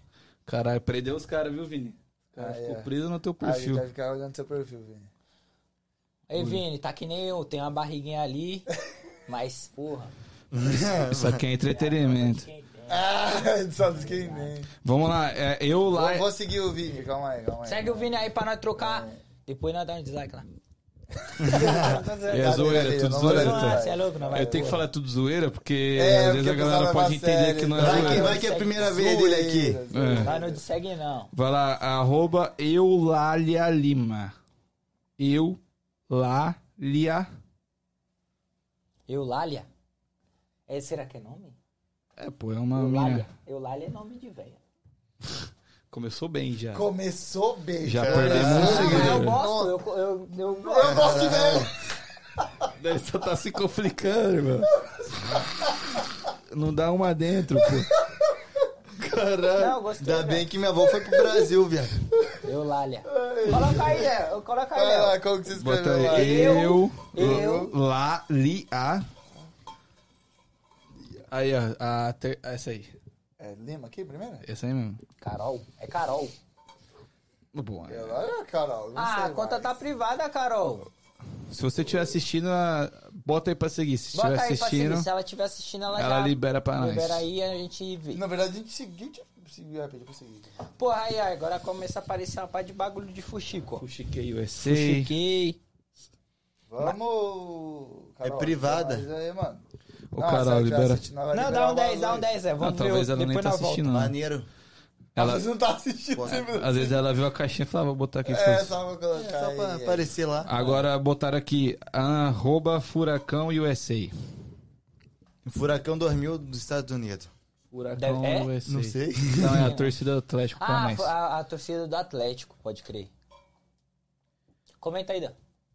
Caralho, prendeu os caras, viu, Vini? O cara Ah, ficou é. preso no teu aí perfil. vai ficar olhando seu perfil, Vini. *laughs* Ei, Vini, tá que nem eu. Tem uma barriguinha ali. Mas, porra. Isso aqui é entretenimento. quem tem? Ah, só dos que nem. Vamos lá, é, eu lá. Vou, vou seguir o Vini, calma aí, calma aí. Segue o Vini aí pra nós trocar. Depois nós dá um dislike lá. É zoeira, tudo Não vou zoeira. dar tá? Ah, dislike. você é louco, não vai. Eu tenho que falar tudo zoeira, porque É, às porque vezes a o pessoal galera leva pode a entender sério, que não é então. Vai que, zoeira. vai que é a primeira vez dele aqui. É. Nós não te segue, não. Vai lá, arroba Eulália Lima. Eulália. Eulália? É, será que é nome? É, pô, é uma Eulália. minha. Eulália é nome de velho. Começou bem já. Começou bem. É. Já cara. perdemos um Não, mas Ah, eu seguidor. gosto. Eu, eu, eu, Eu gosto de velho. Ele só tá se complicando, irmão. Não dá uma dentro, pô. Caralho. Não, gostei, Ainda velho. bem que minha avó foi pro Brasil, viado. Eulália. É, Coloca aí, Léo. Coloca aí, Olha Léo. lá, como que você Bota escreveu lá? aí. Eu. eu- Lália. Aí, ó. a ter- Essa aí. É Lima aqui, primeiro? Essa aí mesmo. Carol. É Carol. Bom, é. Olha, Carol, não Ah, sei a conta mais. tá privada, Carol. Se você estiver assistindo, a- bota aí pra seguir. Se estiver Bota aí pra assistindo, seguir. Se ela estiver assistindo, ela, ela já libera pra nós. libera aí e a gente vê. Na verdade, a gente seguiu, seguiu, é, pediu pra seguir. Porra, aí, aí, agora começa a aparecer uma parte de bagulho de fuxico. Fuxiquei USA. Fuxiquei. Vamos. Carol, É privada. Mas aí, mano. Ô, Carol, libera. Não, dá um 10, dá um 10, é. Vamos Não, ver. talvez o- ela nem Depois tá nós volta. assistindo. não. Maneiro. Ela Ela, não tá assistindo. Pô, sempre. às vezes ela viu a caixinha e falava, vou botar aqui. É, foda-se. só vou É colocar. só pra aí, aparecer lá. Agora botaram aqui, arroba furacão USA. Um Furacão 2000 dos Estados Unidos. Furacão Deve- é? USA. Não sei. Não, é a torcida do Atlético Ah, Paranaense. a, a torcida do Atlético, pode crer. Comenta aí, Dan.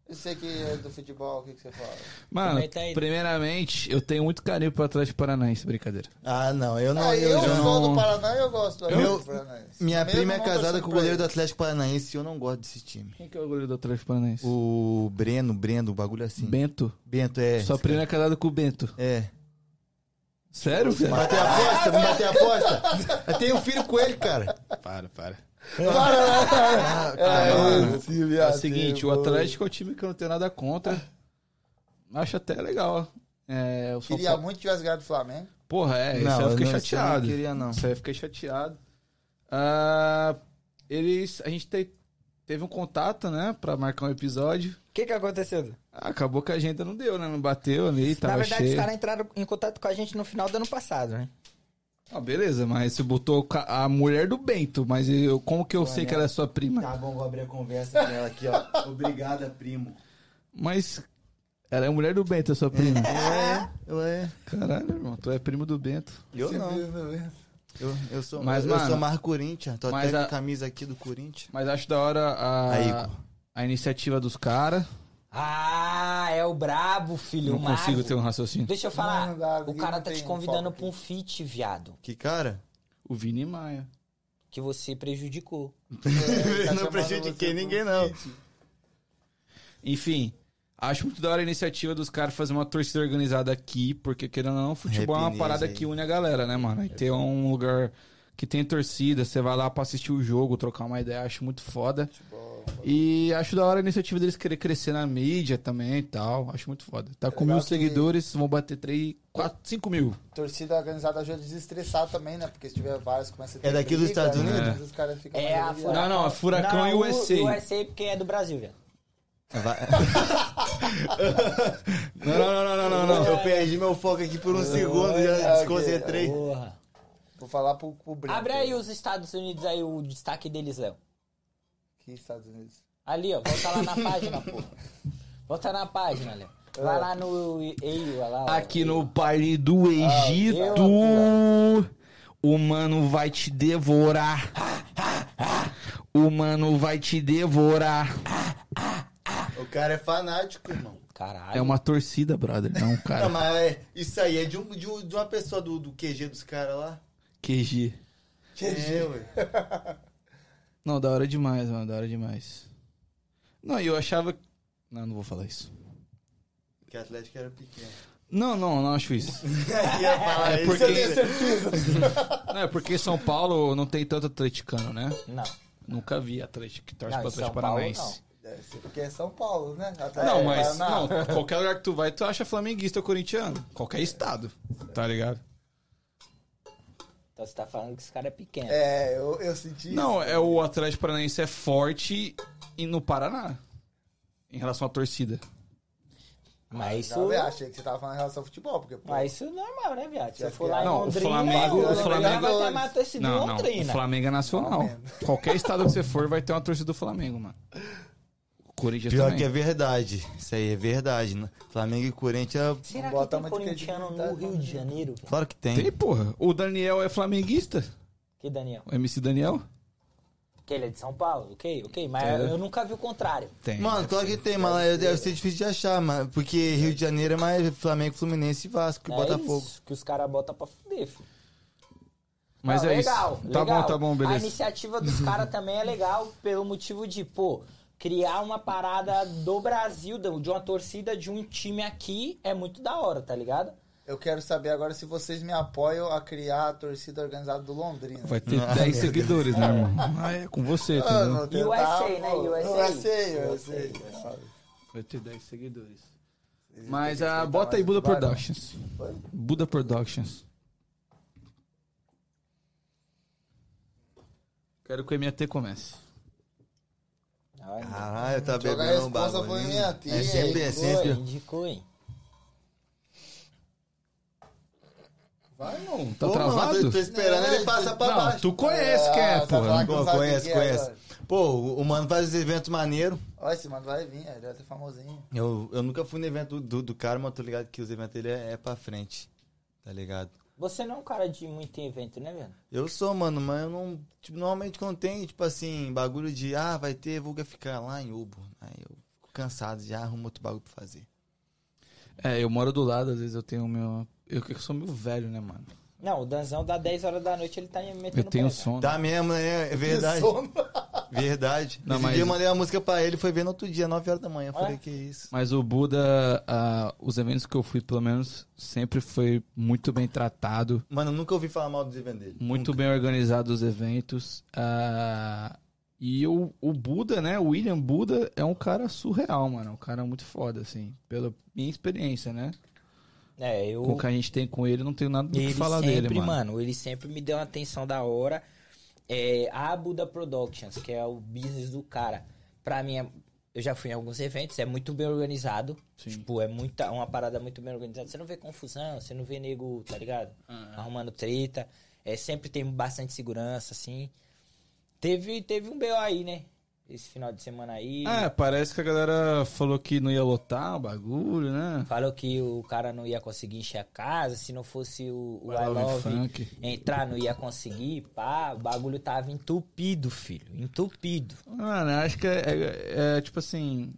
Eu sei que é do futebol, o que, que você fala? Mano, comenta aí. primeiramente, eu tenho muito carinho pro Atlético Paranaense, brincadeira. *laughs* Ah, não. Eu não. Ah, eu eu já não- sou do Paraná e eu gosto. do Meu- Paranaense. Minha Mesmo prima é não casada torcendo com o pra goleiro do ele. Atlético Paranaense e eu não gosto desse time. Quem que é o goleiro do Atlético Paranaense? O Breno, Breno, o bagulho assim. Bento. Bento, é. Sua esse prima é casada com o Bento. cara. É. Sério, velho? Bater a aposta? Vamos bater a aposta? Eu tenho um filho com ele, cara. Para, para. Ah, É, Mano, esse É o viado, seguinte, o eu- Atlético é um time que eu não tenho nada contra. Acho até legal. É, o São Queria Paulo... muito que tivesse ganhado do Flamengo. Porra, é, isso aí eu fiquei eu não- isso eu não chateado. queria, não. Isso aí eu fiquei chateado. Ah, eles. A gente te- teve um contato, né? Pra marcar um episódio. Ah, O que, que aconteceu? Dan? Acabou que a agenda não deu, né? Não bateu ali, tava Na verdade, cheio. os caras entraram em contato com a gente no final do ano passado, né? Ah, beleza, mas você botou o ca- a mulher do Bento, mas eu, como que eu sei que ela é sua prima? Tá bom, vou abrir a conversa com ela aqui, ó. Obrigada, primo. Mas ela é a mulher do Bento, é sua prima. Eu é. Caralho, irmão, tu é primo do Bento. Eu não. *laughs* não. É, tá Eu, eu sou, Mas, eu, mano, sou mais Corinthians. Tô mas até com a- a camisa aqui do Corinthians. Mas acho da hora a, Aí, Igor. a iniciativa dos caras. Ah, é o brabo, filho. Não o mago. consigo ter um raciocínio. Deixa eu falar. Não, não dá, o ninguém cara não tá tem te um convidando foco pra um feat, viado. Que cara? O Vini Maia. que você prejudicou. Tá não chamando prejudiquei você ninguém, pro não. feat. Enfim, acho muito da hora a iniciativa dos caras fazer uma torcida organizada aqui, porque querendo ou não, futebol é uma Arrepenei, parada gente. que une a galera, né, mano? E ter um lugar que tem torcida, você vai lá pra assistir o jogo, trocar uma ideia, acho muito foda. Futebol. E acho da hora a iniciativa deles querer crescer na mídia também e tal, acho muito foda. Tá com legal mil que- seguidores, vão bater 3, 4, 5 mil. Torcida organizada ajuda a desestressar também, né? Porque se tiver vários, começa a ter É daqui dos briga, Estados né? Unidos? Às vezes os caras ficam É mais a aliviados. Não, não, é Furacão e o- USA. USA porque é do Brasil, velho. *laughs* Não, não, não, não, não, não. Eu perdi meu foco aqui por um segundo, olha, já desconcentrei. Porra. Vou falar pro, pro Brito. Abre aí os Estados Unidos aí, o destaque deles, Léo. Que Estados Unidos. Ali, ó. Volta lá na página, porra. Volta na página, Léo. Vai lá no EIU, lá. ó. Aqui no Parque do eu Egito, o mano vai te devorar. O mano vai te devorar. O cara é fanático, irmão. Caralho. É uma torcida, brother. Não, Não, cara. mas é- isso aí é de, um- de um- de uma pessoa do, do QG dos caras lá. QG. É, ué. Não, da hora demais, mano. Da hora demais. Não, e eu achava. Não, não vou falar isso. Que Atlético era *laughs* pequeno. Não, não, não acho isso. Ia falar É isso, porque- eu tenho certeza. Não, é porque São Paulo não tem tanto atleticano, né? Não. Nunca vi atlético que torce Não, pra em Atlético Ah, São Paulo, Paranaense. Deve ser porque é São Paulo, né? Até Não, é mas Paraná. não, qualquer lugar que tu vai, tu acha flamenguista ou corintiano. Qualquer estado, tá ligado? Então você tá falando que esse cara é pequeno. É, eu, eu senti. Não, é o Atlético Paranaense é forte e no Paraná. Em relação à torcida. Mas isso. isso. Eu achei que você tava falando em relação ao futebol, porque. Pô, Mas isso é normal, né, viado? Se eu Tinha for que- lá em Não, o Londrina, Flamengo- é o Flamengo- vai ter mais torcida em Não, não. O Londrina. Flamengo é nacional. Qualquer estado que você for, vai ter uma torcida do Flamengo, mano. O Corinthians Pior também. que é verdade. Isso aí é verdade. né? Flamengo e Corinthians, é Será que Bota tem uma de corintiano no credibilidade, Rio de Janeiro? velho? claro que tem. Tem, porra. O Daniel é flamenguista? Que Daniel? O MC Daniel? Que ele é de São Paulo? Ok, ok. Mas Entendeu? eu nunca vi o contrário. Tem. Mano, claro que tem, mas lá deve, ser difícil de achar, mano. Porque Rio de Janeiro é mais Flamengo, Fluminense, Vasco e É Botafogo. isso que os caras botam pra fuder, filho. Mas Não, é legal, isso. Tá legal. bom, tá bom, A beleza. iniciativa dos caras também é legal pelo motivo de, pô, criar uma parada do Brasil, de de uma torcida de um time aqui é muito da hora, tá ligado? Eu quero saber agora se vocês me apoiam a criar a torcida organizada do Londrina. Vai ter Ah, 10 seguidores, né, irmão? Ah, é com você, entendeu? tentar, USA, pô. né? USA. USA, USA. Vai ter 10 seguidores. Mas ah, bota aí Buda Productions. Buda Productions. Quero que o MAT comece. Ai, meu Caralho, tá Joga a bebendo um responsa bagulho. pro hein? Inhati, É sempre, é hein? Indicou, sempre. indicou, hein? Vai, irmão. Tá Ô, mano, travado? tô, tô esperando É, ele passar pra Não, baixo. tu conhece quem é, Ah, tá porra. falando Pô, Não sabe conhece, quem é conhece. agora. Pô, o o mano faz os eventos maneiro. Olha, esse mano vai vir, ele vai ser famosinho. Eu, eu nunca fui no evento do, do cara, mas tô ligado que os eventos dele é, é pra frente. Tá ligado? Você não é um cara de muito evento, né, velho? Eu sou, mano, mas eu não. Tipo, normalmente quando tem, tipo assim, bagulho de ah, vai ter, vou ficar lá em Ubo. Aí eu fico cansado, já arrumo outro bagulho pra fazer. É, eu moro do lado, às vezes eu tenho o meu. Eu que sou meu velho, né, mano? Não, o Danzão dá 10 horas da noite, ele tá metendo Eu tenho pé, velho. sono. Tá mesmo, né? É verdade. *laughs* Verdade. Não, Esse mas- dia eu mandei a música pra ele, foi ver no outro dia, 9 horas da manhã. Eu falei, É? que isso. Mas o Buda, ah, os eventos que eu fui, pelo menos, sempre foi muito bem tratado, Mano, eu nunca ouvi falar mal dos eventos dele. muito bem organizado os eventos. ah, e o, o Buda, né? O William Buda é um cara surreal, mano. Um cara muito foda, assim. Pela minha experiência, né? É, eu... Com o que a gente tem com ele, não tenho nada do que Ele falar sempre, dele, mano. ele sempre me deu uma atenção da hora. É, a Buda Productions, que é o business do cara, pra mim, é- eu já fui em alguns eventos, é muito bem organizado. Tipo, é muita, uma parada muito bem organizada. Você não vê confusão, você não vê nego, tá ligado? Arrumando treta. É, sempre tem bastante segurança, assim. Teve, teve um BO aí, né? Esse final de semana aí. É, parece que a galera falou que não ia lotar o bagulho, né? Falou que o cara não ia conseguir encher a casa, se não fosse o, o I Love Love Funk. entrar, não ia conseguir, pá, o bagulho tava entupido, filho, entupido. Mano, eu acho que é, é- é, tipo assim.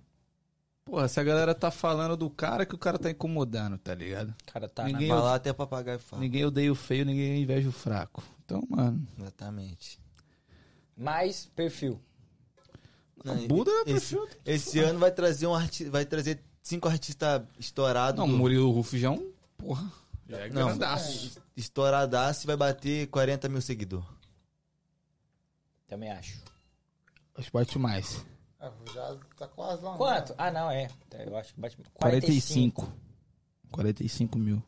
Porra, se a galera tá falando do cara que o cara tá incomodando, tá ligado? O cara tá Ninguém- na... Falar Ah. até papagaio fala. Ninguém odeia o feio, ninguém inveja o fraco. Então, mano, Exatamente. Mais perfil. Não, Buda é esse, perfil. esse ano vai trazer um arti vai trazer cinco artistas estourados. Não, Murilo Rufo já é um. Porra. Já é Não. grandaço. Estouradaço e vai bater 40 mil seguidores. Também acho. Acho que bate É mais. Ah, já tá quase lá. né? Quanto? Ah, não, é. Eu acho que bate. 45. 45 mil.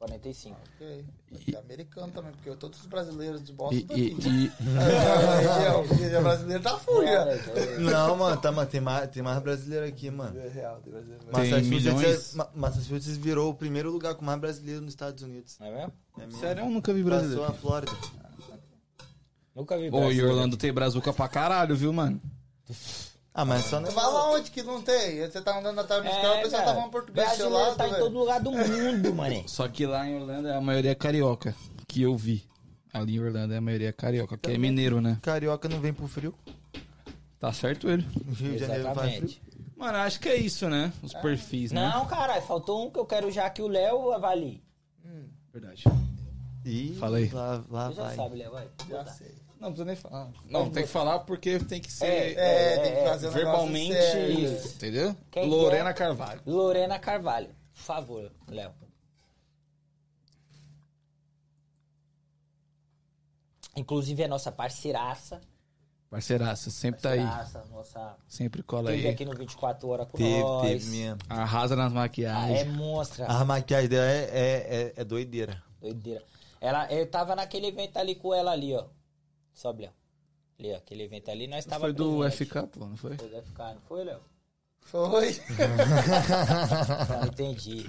45. Ok. Vai ser americano também, porque todos os brasileiros de E, Boston e, *laughs* daqui. e- É, é, é, é, brasileiro da fúria. Cara, eu- Não, mano, tá, mano, tem mais, tem mais brasileiro aqui, mano. É real, tem brasileiro. Mas- milhões. Massachusetts, é- Ma- Massachusetts virou o primeiro lugar com mais brasileiro nos Estados Unidos. Não é mesmo? É mesmo. Sério, eu nunca vi Passou brasileiro. a Flórida. Nunca vi. Ô, e brasileiro. Orlando tem brazuca pra caralho, viu, mano? Ah, mas só Mas não. Fala onde que não tem? Você tá andando na tabela de escola, o É, pessoal tá cara, falando português do seu brasileiro lado, tá em velho. todo lugar do *laughs* mundo, mané. Só que lá em Orlando a maioria é carioca, que eu vi. Ali em Orlando a maioria é carioca, que é mineiro, né? Carioca não vem pro frio. Tá certo ele. O Rio de Janeiro não faz frio. Exatamente. Mano, acho que é isso, né? Os perfis, né? Não, caralho, faltou um que eu quero já que o Léo avalie. Verdade. Ih, Fala aí. Lá, lá Você já vai. sabe, Léo, vai. Já sei. Não, precisa nem falar. Não, tem que falar porque tem que ser É, tem É, que fazer um verbalmente. negócio sério. Isso. Entendeu? Quem Lorena é? Carvalho. Lorena Carvalho. Por favor, Léo. Inclusive é nossa parceiraça. Parceiraça, sempre tá aí. Parceiraça, nossa. Sempre cola Teve aí. aqui no 24 Horas com Teve, nós. teve mesmo. Arrasa nas Ah, é maquiagens. monstra. A maquiagem dela é, é, é, é doideira. Doideira. Ela, eu tava naquele evento ali com ela ali, ó. Sobe, Léo. Ali, ó. Aquele evento ali, nós tava foi do presente. FK, pô, não foi? Foi do FK, não foi, Léo? Foi. Não Tá, entendi.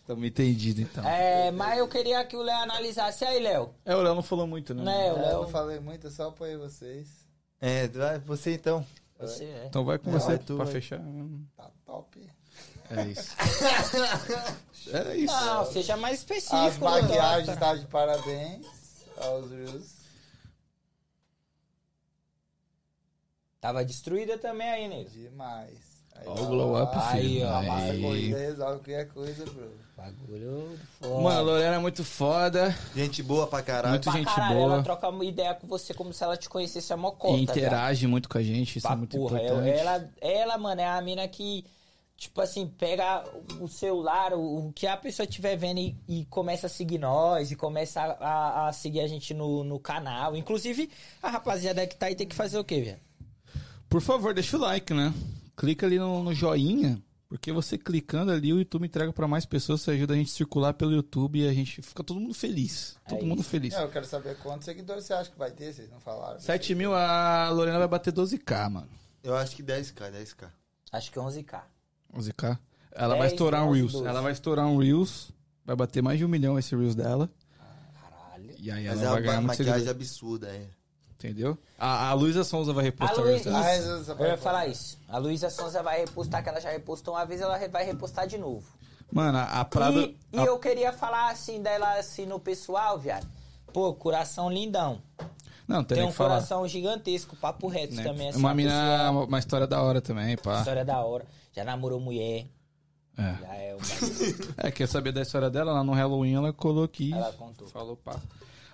Estamos entendido então. É, mas eu queria que o Léo analisasse. aí, Léo? É, o Léo não falou muito, né? Né, o É, eu não Léo? falei muito, eu só apoiei vocês. É, vai, você então. Você é. Então vai com É, você vai tu, pra vai. fechar. Tá top. É isso. *laughs* é isso. Não, seja mais As específico, né? Léo. maquiagens tá de parabéns aos Reels. Tava destruída também aí, nego. Demais. Aí, Ó, tá o glow up, lá, Aí, filho. ó, A massa Aí. corrida resolve qualquer é coisa, bro. Bagulho foda. Mano, a Lorena é muito foda. Gente boa pra caralho. Muito pra gente caralho, boa. ela troca uma ideia com você como se ela te conhecesse a mocota. e interage muito com a gente. Isso Pra é muito porra, ela, importante. ela, ela, mano, é a mina que, tipo assim, pega o celular, o, o que a pessoa estiver vendo e, e começa a seguir nós, e começa a, a- a seguir a gente no, no canal. Inclusive, a rapaziada que tá aí tem que fazer o quê, velho? Por favor, deixa o like, né? Clica ali no, no joinha. Porque você clicando ali, o YouTube entrega pra mais pessoas. Você ajuda a gente a circular pelo YouTube e a gente fica todo mundo feliz. Todo É mundo isso. feliz. Não, eu quero saber quantos seguidores você acha que vai ter, vocês não falaram. 7 mil, a Lorena vai bater 12k, mano. Eu acho que 10k, 10k. Acho que é 11k. 11k. Ela 10, vai estourar um 11, Reels. 12. Ela vai estourar um Reels. Vai bater mais de um milhão esse Reels dela. Caralho. E aí ela Mas vai é ganhar uma muito maquiagem seguidor. absurda, é. Entendeu? A, a Luísa Sonza vai repostar o A Reels Luísa- dela. Ah, essa- essa Eu ia vai- falar isso. A Luísa Sonza vai repostar, que ela já repostou uma vez, ela re- vai repostar de novo. Mano, a, a Prada... E, e a- eu queria falar assim dela assim no pessoal, viado. Pô, coração lindão. Não, tem, Tem nem um que falar. coração gigantesco, papo reto né? também. Assim, uma pessoa- mina... Uma história da hora também, pá. História da hora. Já namorou mulher. É. Já é o bagulho É, quer saber da história dela? Lá no Halloween ela colou aqui. que ela contou. Falou, pá.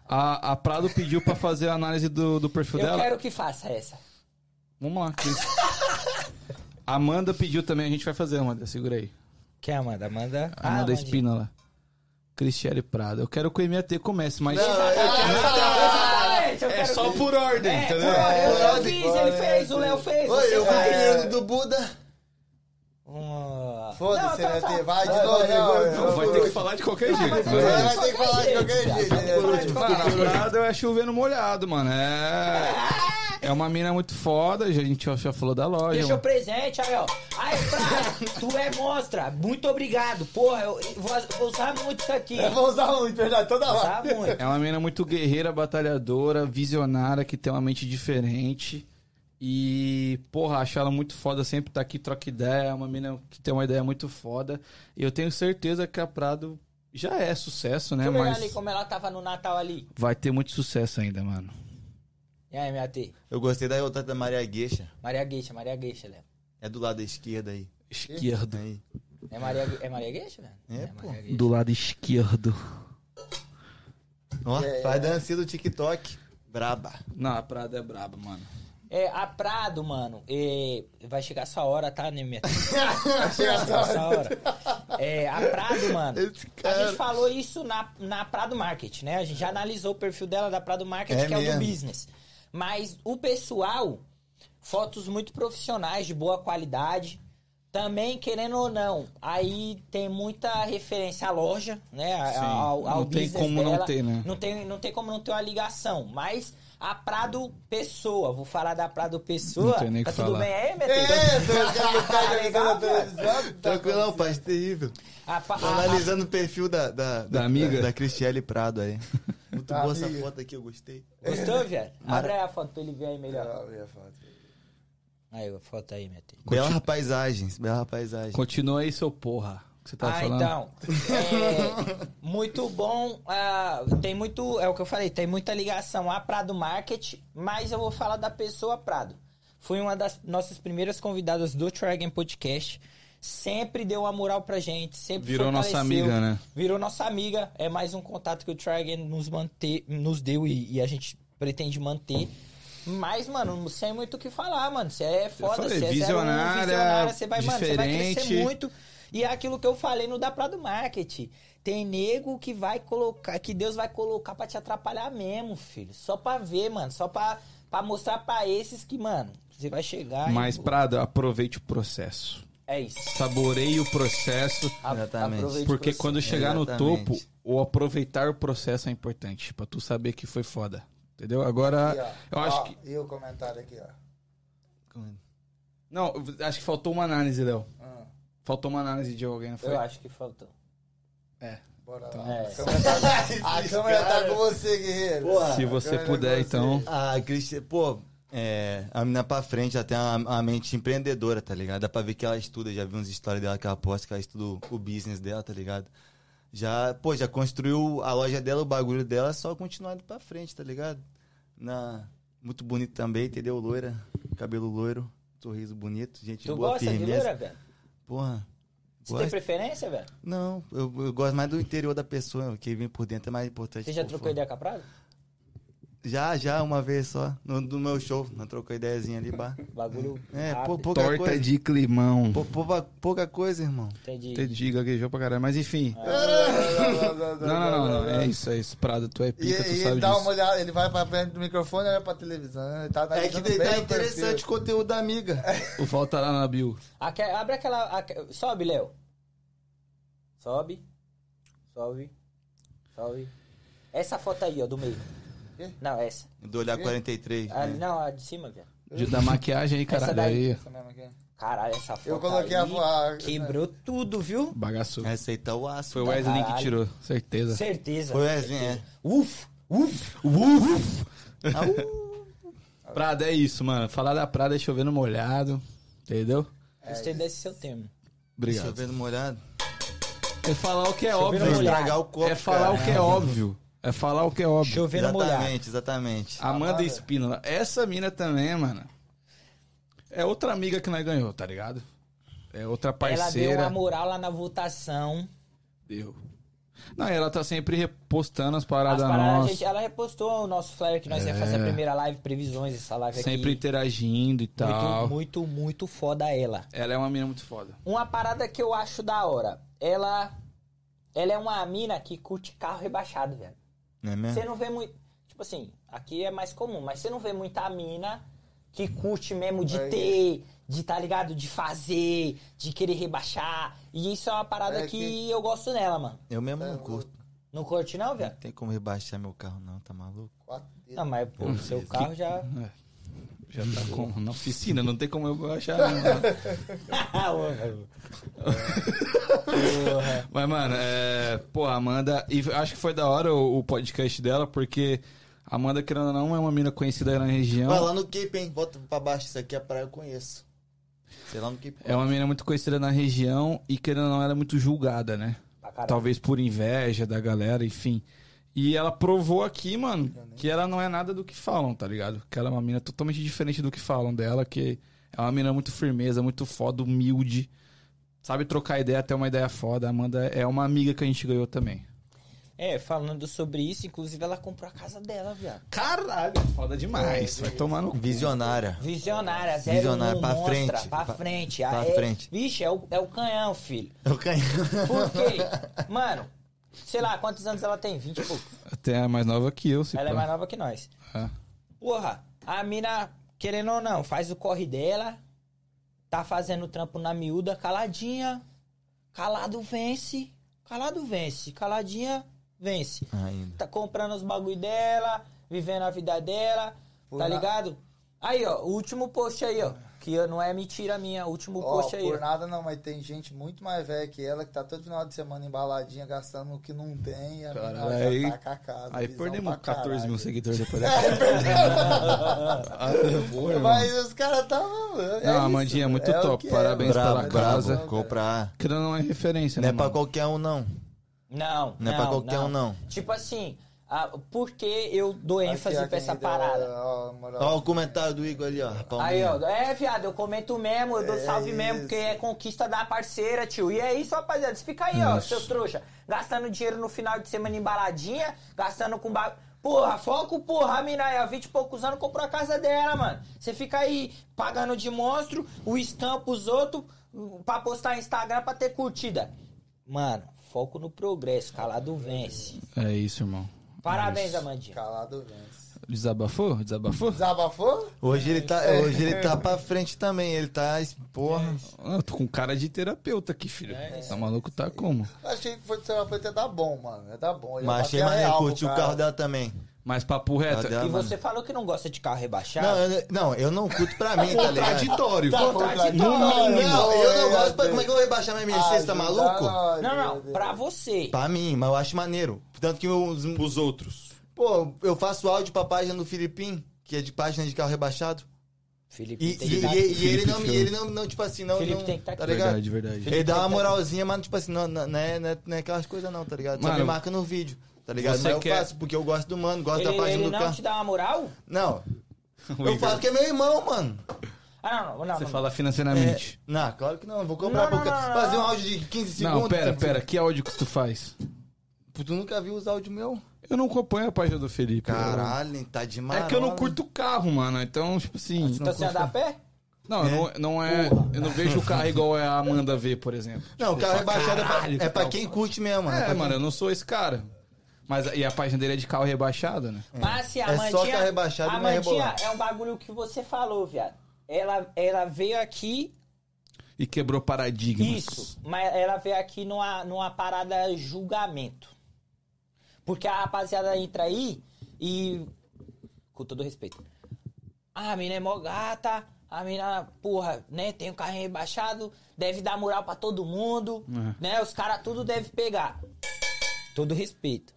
A, a Prado pediu pra fazer a análise do, do perfil Eu dela. quero que faça essa. Vamos lá, *laughs* Cris. Amanda pediu também, a gente vai fazer, Amanda. Segura aí. Quem é Amanda? Amanda. A Amanda Amanda. Espina lá. Cristiane Prado. Eu quero que o MAT comece, mas. É Exatamente, eu quero que- por ordem, É, eu, eu fiz, ele fez, o Léo fez. Oi, você eu fui faz. primeiro do Buda. Uma- Foda-se, Não, né? tá, tá. Vai de novo, vai, Não, é vai ter que falar de qualquer jeito. Tipo, mas- né? Vai ter que falar de qualquer Vai ter jeito. que falar de né? qualquer Mano, a Prado é chover no molhado, mano. É. É uma mina muito foda, a gente já- já falou da loja. Deixa o mano. presente, aí, ó. Aí, Prado, tu é monstra. Muito obrigado. Porra, eu eu vou, vou usar muito isso aqui. Eu vou usar muito, verdade, toda Vou hora. Né, usar muito. É uma menina muito guerreira, batalhadora, visionária, que tem uma mente diferente. E, porra, acho ela muito foda, sempre tá aqui, troca ideia. É uma menina que tem uma ideia muito foda. E eu tenho certeza que a Prado já é sucesso, né? Deixa eu olhar ali Mas como ela tava no Natal ali. vai ter muito sucesso ainda, mano. E aí, minha T? Eu gostei da outra da Maria Gueixa. Maria Gueixa, Maria Gueixa, Léo. É do lado esquerdo aí. Esquerdo. Aí. É Maria, Gue- é Maria Gueixa, velho? É, Maria pô. Gueixa. Do lado esquerdo. É. Ó, faz dancinha do tá TikTok. Braba. Não, a Prada é braba, mano. É, a Prado, mano, é, vai chegar essa hora, tá, Nemia? *laughs* essa hora. É, a Prado, mano. Esse A cara. gente falou isso na, na Prado Market, né? A É. gente já analisou o perfil dela da Prado Market, É que é o do mesmo. business. Mas o pessoal, fotos muito profissionais, de boa qualidade. Também, querendo ou não, aí tem muita referência à loja, né? A- Sim, ao, ao não tem business como não dela. ter, né? Não tem, não tem como não ter uma ligação. Mas a Prado Pessoa, vou falar da Prado Pessoa. Não tem nem o tá que tudo falar. bem aí, Meteoro? É, *laughs* tô querendo Tá legal, velho? Tranquilão, pai, terrível. A, pa- Tô a- a- analisando o perfil da, da, amiga? Da, da Cristiele Prado aí. Muito Da boa essa amiga. foto aqui, eu gostei. Gostou, viado? Mara- Abre aí a foto pra ele ver aí melhor. Legal, é fato. Aí, a foto aí, Meteoro. Bela paisagem, bela paisagem. Continua aí, seu porra. que você tava ah, falando. *laughs* então. É, muito bom. ah, tem muito. É o que eu falei, tem muita ligação a Prado Market, mas eu vou falar da pessoa Prado. Foi uma das nossas primeiras convidadas do Dragon Podcast. Sempre deu uma moral pra gente, sempre Virou nossa fortaleceu, amiga, né? Virou nossa amiga. É mais um contato que o Dragon nos, manter, nos deu e, e a gente pretende manter. Mas, mano, não sei muito o que falar, mano. Você é foda, falei, você é visionária, você vai, mano, você vai crescer diferente. muito. E é aquilo que eu falei no da Prado Market. Tem nego que vai colocar, que Deus vai colocar pra te atrapalhar mesmo, filho. Só pra ver, mano. Só pra, pra mostrar pra esses que, mano, você vai chegar. e- Mas, Prada, aproveite o processo. É isso. Saboreie o processo. A- Exatamente. aproveite o Porque processo. quando chegar Exatamente. no topo, o aproveitar o processo é importante. Pra tu saber que foi foda. Entendeu? Agora, Ah, eu acho que. E o comentário aqui, ó. Não, eu acho que faltou uma análise, Léo. Ah, Faltou uma análise de alguém, não foi? Eu acho que faltou. bora Então, lá. é. A câmera tá, a câmera tá com você, guerreiro. Porra. Se A você câmera tá puder, com então. você. A Cristi, pô, é, a menina pra frente, ela tem uma, uma mente empreendedora, tá ligado? Dá pra ver que ela estuda, já vi uns histórias dela que ela posta, que ela estuda o business dela, tá ligado? Já, pô, já construiu a loja dela, o bagulho dela, é só continuar indo pra frente, tá ligado? Na, muito bonito também, entendeu? Loira, cabelo loiro, sorriso bonito, gente Tu boa, gosta de firmeza. loura, velho? Porra. Você tem Gosto. preferência, velho? Não, eu, eu gosto mais do interior da pessoa, o que vem por dentro é mais importante. Você já por trocou fora. ideia com a Prado? Já, já, uma vez só, no, no meu show, não trocou ideiazinha ali, bah. Bagulho. É, Ah, rápido. pou- pouca Torta coisa. de climão. Pou- pouca- pouca coisa, irmão. Entendi. Entendi, gaguejou pra caralho. Mas enfim. *laughs* Não, não, não, não. É isso, é isso. Prada, tu é E, pica, tu e sabe dá uma disso. olhada, ele vai pra frente do microfone e olha pra televisão. Ele tá É que analisando bem tá o perfil. É. interessante o conteúdo da amiga. O Volta lá na bio. Aque- abre aquela. aque- sobe, Léo. Sobe. Sobe. Sobe. Essa foto aí, ó, do meio. Quê? Não, essa. Do olhar 43. É, A- né? não, a de cima, velho. De- Da maquiagem aí, caralho. daí. Aí, Essa mesma aqui. Caralho, essa foto. Eu coloquei aí a voar. Quebrou tudo, viu? bagaçou. É. Aceitar o aço. Foi o Wesley que Caralho. tirou, certeza. Certeza. Foi o Wesley, é. Uf! Uf! Uf! Prada, é isso, mano. Falar da Prada é chovendo molhado, entendeu? Gostei desse seu termo. Obrigado. Chovendo molhado. É falar o que é Chovendo óbvio. molhado. Estragar o copo, É falar cara. o que é óbvio. É falar o que é óbvio. Chovendo molhado. Exatamente, exatamente. Amanda Amada. Espínola. Essa mina também, mano. É outra amiga que nós ganhou, tá ligado? É outra Ela deu parceira. uma moral lá na votação. Deu. Não, e ela tá sempre repostando as paradas As paradas, nossas. gente, ela repostou o nosso flyer que nós ia fazer a primeira live, previsões, essa live Sempre aqui. interagindo e tal. Muito, muito, muito foda ela. Ela é uma mina muito foda. Uma parada que eu acho da hora. Ela. Ela é uma mina que curte carro rebaixado, velho. Não é Você mesmo? não vê muito. Tipo assim, aqui é mais comum, mas você não vê muita mina que curte mesmo de É. ter, de tá ligado? De fazer, de querer rebaixar. E isso é uma parada É que... que- eu gosto nela, mano. Eu mesmo É, não curto. Não curte, não, Não velho? tem como rebaixar meu carro, não, tá maluco? Quatro dedos. Não, mas pô, seu carro já. Já tá com, na oficina, não tem como eu *laughs* achar. não. Ah, ô, velho. Porra. Mas, mano, é. Pô, a Amanda. E acho que foi da hora o, o podcast dela, porque a Amanda, querendo ou não, é uma mina conhecida aí na região. Vai lá no Cape, hein? Bota pra baixo, isso aqui é a praia que eu conheço. Sei lá no Cape. É uma mina muito conhecida na região e, querendo ou não, ela é muito julgada, né? *laughs* Pra caralho. Talvez por inveja da galera, enfim. E ela provou aqui, mano, que ela não é nada do que falam, tá ligado? Que ela é uma mina totalmente diferente do que falam dela, que é uma mina muito firmeza, muito foda, humilde. Sabe trocar ideia, até uma ideia foda. A Amanda é uma amiga que a gente ganhou também. É, falando sobre isso, inclusive ela comprou a casa dela, viado. Caralho, foda demais. É, Vai tomar no. Visionária. Visionária, zero Visionária, um, pra monstra, frente, pra pra- frente. Ah, pra é- frente. Vixe, é o, é o canhão, filho. Eu caí. Por *laughs* quê? Mano, sei lá, quantos anos ela tem? 20 e pouco. Tipo, Até é mais nova que eu, se Ela é pá. mais nova que nós. Ah. Porra, a mina, querendo ou não, faz o corre dela, tá fazendo o trampo na miúda, caladinha. Calado vence. Calado vence. Caladinha vence. Ainda. Tá comprando os bagulho dela, vivendo a vida dela, Por tá na- ligado? Aí, ó, o último post aí, ó. Que eu- não é mentira minha, o último Ó, post aí. por ó. nada não, mas tem gente muito mais velha que ela que tá todo final de semana embaladinha, gastando o que não tem. e A Caralho, menina já aí- tá com a casa. Aí visão perdemos pra 14 mil caralho. É, seguidores depois *laughs* dessa. *laughs* Ah, foi, mano. Mas os caras tá maluco. Não, Amandinha, muito top, parabéns pela Brabo, casa. brabo. Comprar. Que não é referência, Não né? é pra mano? qualquer um, não. Não, Não é pra qualquer um, não. Tipo assim, a, por que eu dou ênfase pra essa parada? Olha o comentário do Igor ali, ó. a Aí, palminha. ó, é, viado, eu comento mesmo, eu dou É salve mesmo, isso. porque é conquista da parceira, tio. E é isso, rapaziada. Você fica aí, ó, Isso. seus trouxa. Gastando dinheiro no final de semana em baladinha, gastando com ba... Porra, foco, porra, a mina aí, há 20 e poucos anos comprou a casa dela, mano. Você fica aí pagando de monstro, o estampa os outros, pra postar no Instagram pra ter curtida. Mano, foco no progresso, calado vence. É isso, irmão. Parabéns, É isso. Amandinha. Calado vence. Desabafou? Desabafou? Desabafou? Hoje ele tá, hoje ele tá pra frente também. Ele tá. Porra. Ah, eu tô com cara de terapeuta aqui, filho. É tá maluco, tá como? Achei que foi terapeuta é da bom, mano. É da bom. Ele Mas bateu achei a maneiro. real pro Curtiu o cara. carro dela também. Mas papo reto. Cadê a- E mano. você falou que não gosta de carro rebaixado? Não, é- eu, não, eu não curto pra mim, tá ligado? Contraditório. contraditório. No mínimo. Não, eu não gosto. Pra, Deus. como é que eu vou rebaixar minha minha? Você tá Ajuda maluco? nós, Não, não, meu Deus. pra você. Pra mim, mas eu acho maneiro. Tanto que os, Os outros. Pô, eu faço áudio pra página do Filipim, que é de página de carro rebaixado. Felipe, E, tem e- que dar- e- e ele não, Felipe, e ele não, não, tipo assim, não. Felipe não- tem que tá aqui. tá ligado? É Verdade, verdade. Ele Felipe tem dá uma que tá moralzinha, mas, tipo assim, não, não, não é, não, é, não é aquelas coisas, não, tá ligado? Só Mano, me marca no vídeo, tá ligado? você Mas eu quer- faço, porque eu gosto do mano, gosto da Ele, página ele do não carro. te dá uma moral? Não, *laughs* O eu Igor, falo que é meu irmão, mano. Ah, não, não, não. Você não. fala financeiramente. Não, claro que não, eu vou comprar Não, pro não, cara. não, não, Fazer um não. áudio de 15 É, segundos. tipo, Não, pera, pera. Que áudio que tu faz? Tu nunca viu os áudios meu? Eu não acompanho a página do Felipe. Caralho, tá Eu- demais. É que eu não curto carro, mano. Então, tipo assim. Então você anda a pé? Não, não, não é. Eu não vejo o carro igual é a Amanda vê, por exemplo. Não, o carro rebaixado é Caralho, pra, é que pra tal? quem curte mesmo, mano. É, pra mano, eu não sou esse cara. Mas e a página dele é de carro rebaixado, né? Mas se a É só Mandinha- que é rebaixado e A não é Mandinha rebolado. é um bagulho que você falou, viado. Ela, ela veio aqui, E quebrou paradigmas. isso, mas ela veio aqui numa, numa parada julgamento. Porque a rapaziada entra aí e. Com todo respeito. Ah, a mina é mó gata, a mina, porra, né, tem o carrinho rebaixado, deve dar moral pra todo mundo, É. né, os caras tudo deve pegar. Todo respeito.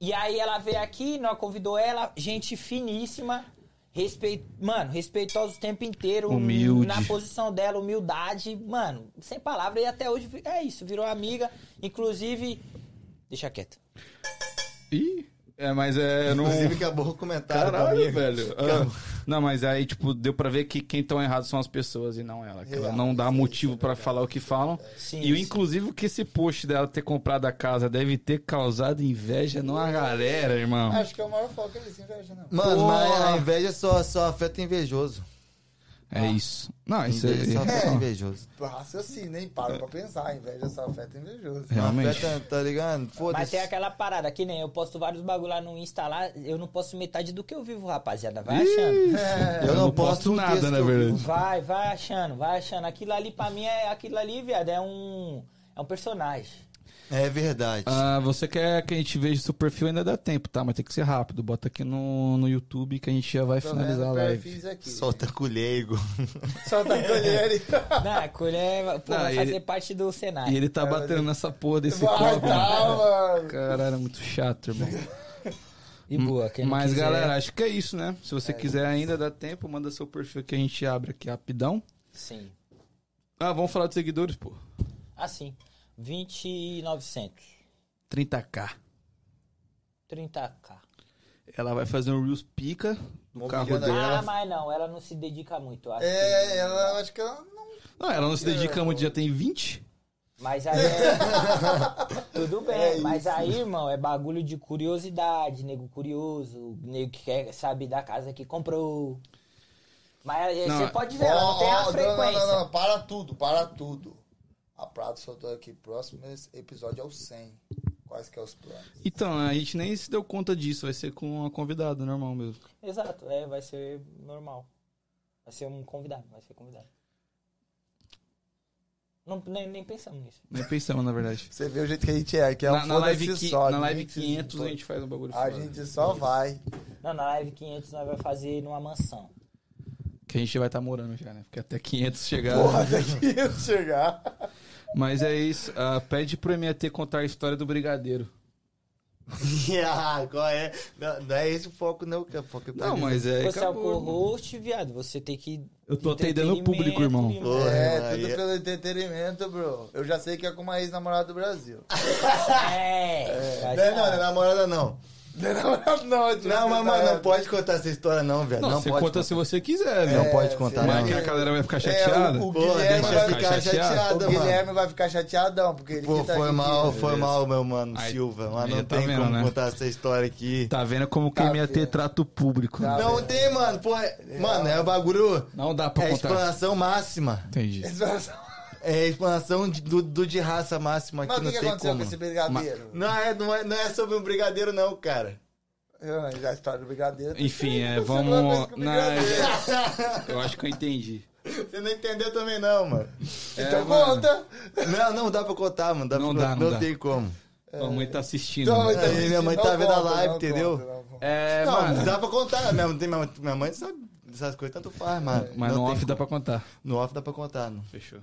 E aí ela veio aqui, nós convidou ela, gente finíssima, respeito, mano, respeitosa o tempo inteiro, Humilde. na posição dela, humildade, mano, sem palavra, e até hoje vi- é isso, virou amiga, inclusive, deixa quieto. Ih, é, mas é. eu Não... Inclusive, acabou o comentário Caralho, comigo. *laughs* velho. Ah, Não, mas aí, tipo, deu pra ver que quem tão errado são as pessoas e não ela. Que ela não dá motivo pra falar o que falam. Sim, E o sim. inclusive que esse post dela ter comprado a casa deve ter causado inveja numa galera, irmão. Acho que é o maior foco eles invejam, não. Mano, Porra. mas a inveja só, só afeta invejoso. É isso. Não, isso Inveja só afeta é. invejoso. um Raciocínio, nem para pra pensar. Inveja só afeta invejoso. É. Realmente. Não afeta, tá ligado? Mas Foda-se. tem aquela parada que nem eu posto vários bagulho lá no Insta lá, eu não posto metade do que eu vivo, rapaziada. Tá Vai achando. É. Eu não posto um texto. nada, na verdade. Vai, vai achando, vai achando. Aquilo ali pra mim é aquilo ali, viado, é um é um personagem. *laughs* É verdade. Ah, você quer que a gente veja o seu perfil? Ainda dá tempo, tá? Mas tem que ser rápido. Bota aqui no, no YouTube que a gente já vai Tô finalizar a vendo live. perfis aqui. Tá, Solta colheigo. *laughs* *laughs* Solta a colher. Não, a colher pô, Não, vai e fazer ele- parte do cenário. E ele tá batendo nessa porra *laughs* desse Vai copo. mano. tá, mano. Caralho, é muito chato, irmão. E boa, quem não Mas, quiser- galera, acho que é isso, né? Se você quiser ainda dá tempo, manda seu perfil que a gente abre aqui rapidão. Sim. Ah, vamos falar dos seguidores, pô. Assim, 2900, 30k. 30k. Ela vai fazer um Reels pica no Mobiliando carro a dela. Ah, ela- mas não, ela não se dedica muito. eu Acho É, ela acho que ela não. Não, ela não se dedica muito, já tem 20. Mas aí é- Tudo bem, mas aí, irmão, é bagulho de curiosidade, nego curioso, nego que quer saber da casa que comprou. Mas aí Não, você pode ver, ela não tem a Ó, ó, frequência. Não, não, não, para tudo, para tudo. A Prado soltou aqui, próximo episódio é o 100. Quais que é os planos? Então, a gente nem se deu conta disso, vai ser com uma convidada, normal mesmo. Exato, é, vai ser normal. Vai ser um convidado, vai ser convidado. Não, nem, nem pensamos nisso. Nem pensamos, na verdade. Você vê o jeito que a gente *laughs* é, que é um na, na foda-se live, qui- só, na live ninguém se 500 a importa. gente faz um bagulho *laughs* A foda. gente só vai. Não, na live 500 nós vamos fazer numa mansão. Que a gente vai estar morando já, né? Porque até 500 chegar... Porra, até que eu chegar. Mas é isso, ah, pede pro MAT contar a história do Brigadeiro. *laughs* Ah, qual é? Não, não é esse o foco, não. que é o foco é pra Não, mas dizer. é... um Você é o acabou. co-host, viado, você tem que... Eu tô atendendo o público, irmão. entretenimento, *laughs* Porra, é, aí tudo é- pelo entretenimento, bro. Eu já sei que é com uma ex-namorada do Brasil. É, vai Não, ser- não, não é namorada, não. Não é namorada, não. é de Não, mas mano, namorada. não pode contar essa história, não, velho. Não, Não, você pode. conta contar. se você quiser, Não velho. pode contar, Mas não. que a galera vai ficar É, chateada. o, o Pô, Guilherme deixa vai eu ficar... ficar chateado? é chateada, O mano. Guilherme vai ficar chateadão, porque ele Pô, que tá foi aqui, mal, né? *laughs* foi mal, meu mano, Aí, Silva. Mas aí não tá tem vendo, como né? contar essa história aqui. Tá vendo como que Tá o MAT vendo. trata o público? Tá né? Não tem, mano. Pô, é- mano, é o bagulho. Não dá pra É tipo, contar. explanação máxima. Entendi. É explanação de- do, do de raça máxima aqui, Mas o não que, que tem aconteceu como. com esse brigadeiro? Não, é, não, é, não é sobre um brigadeiro, não, cara. Ah, Já a história do brigadeiro. tá Enfim, é, acontecendo uma vamos... coisa com o Não, brigadeiro. eu acho que eu entendi. Você não entendeu também, não, *laughs* mano. É, Então mano. conta. Não, não dá pra contar, mano. Dá Não pra, dá, não não dá. tem como. Tua mãe tá assistindo. Então, mano. então, Aí minha mãe não tá vendo a conta, live, não entendeu? conta, não conta. É, não, mano. dá pra contar. Minha, tem- minha, minha mãe sabe dessas coisas, tanto faz, mano. Mas Não no tem off como. dá pra contar. No off dá pra contar, não. Fechou.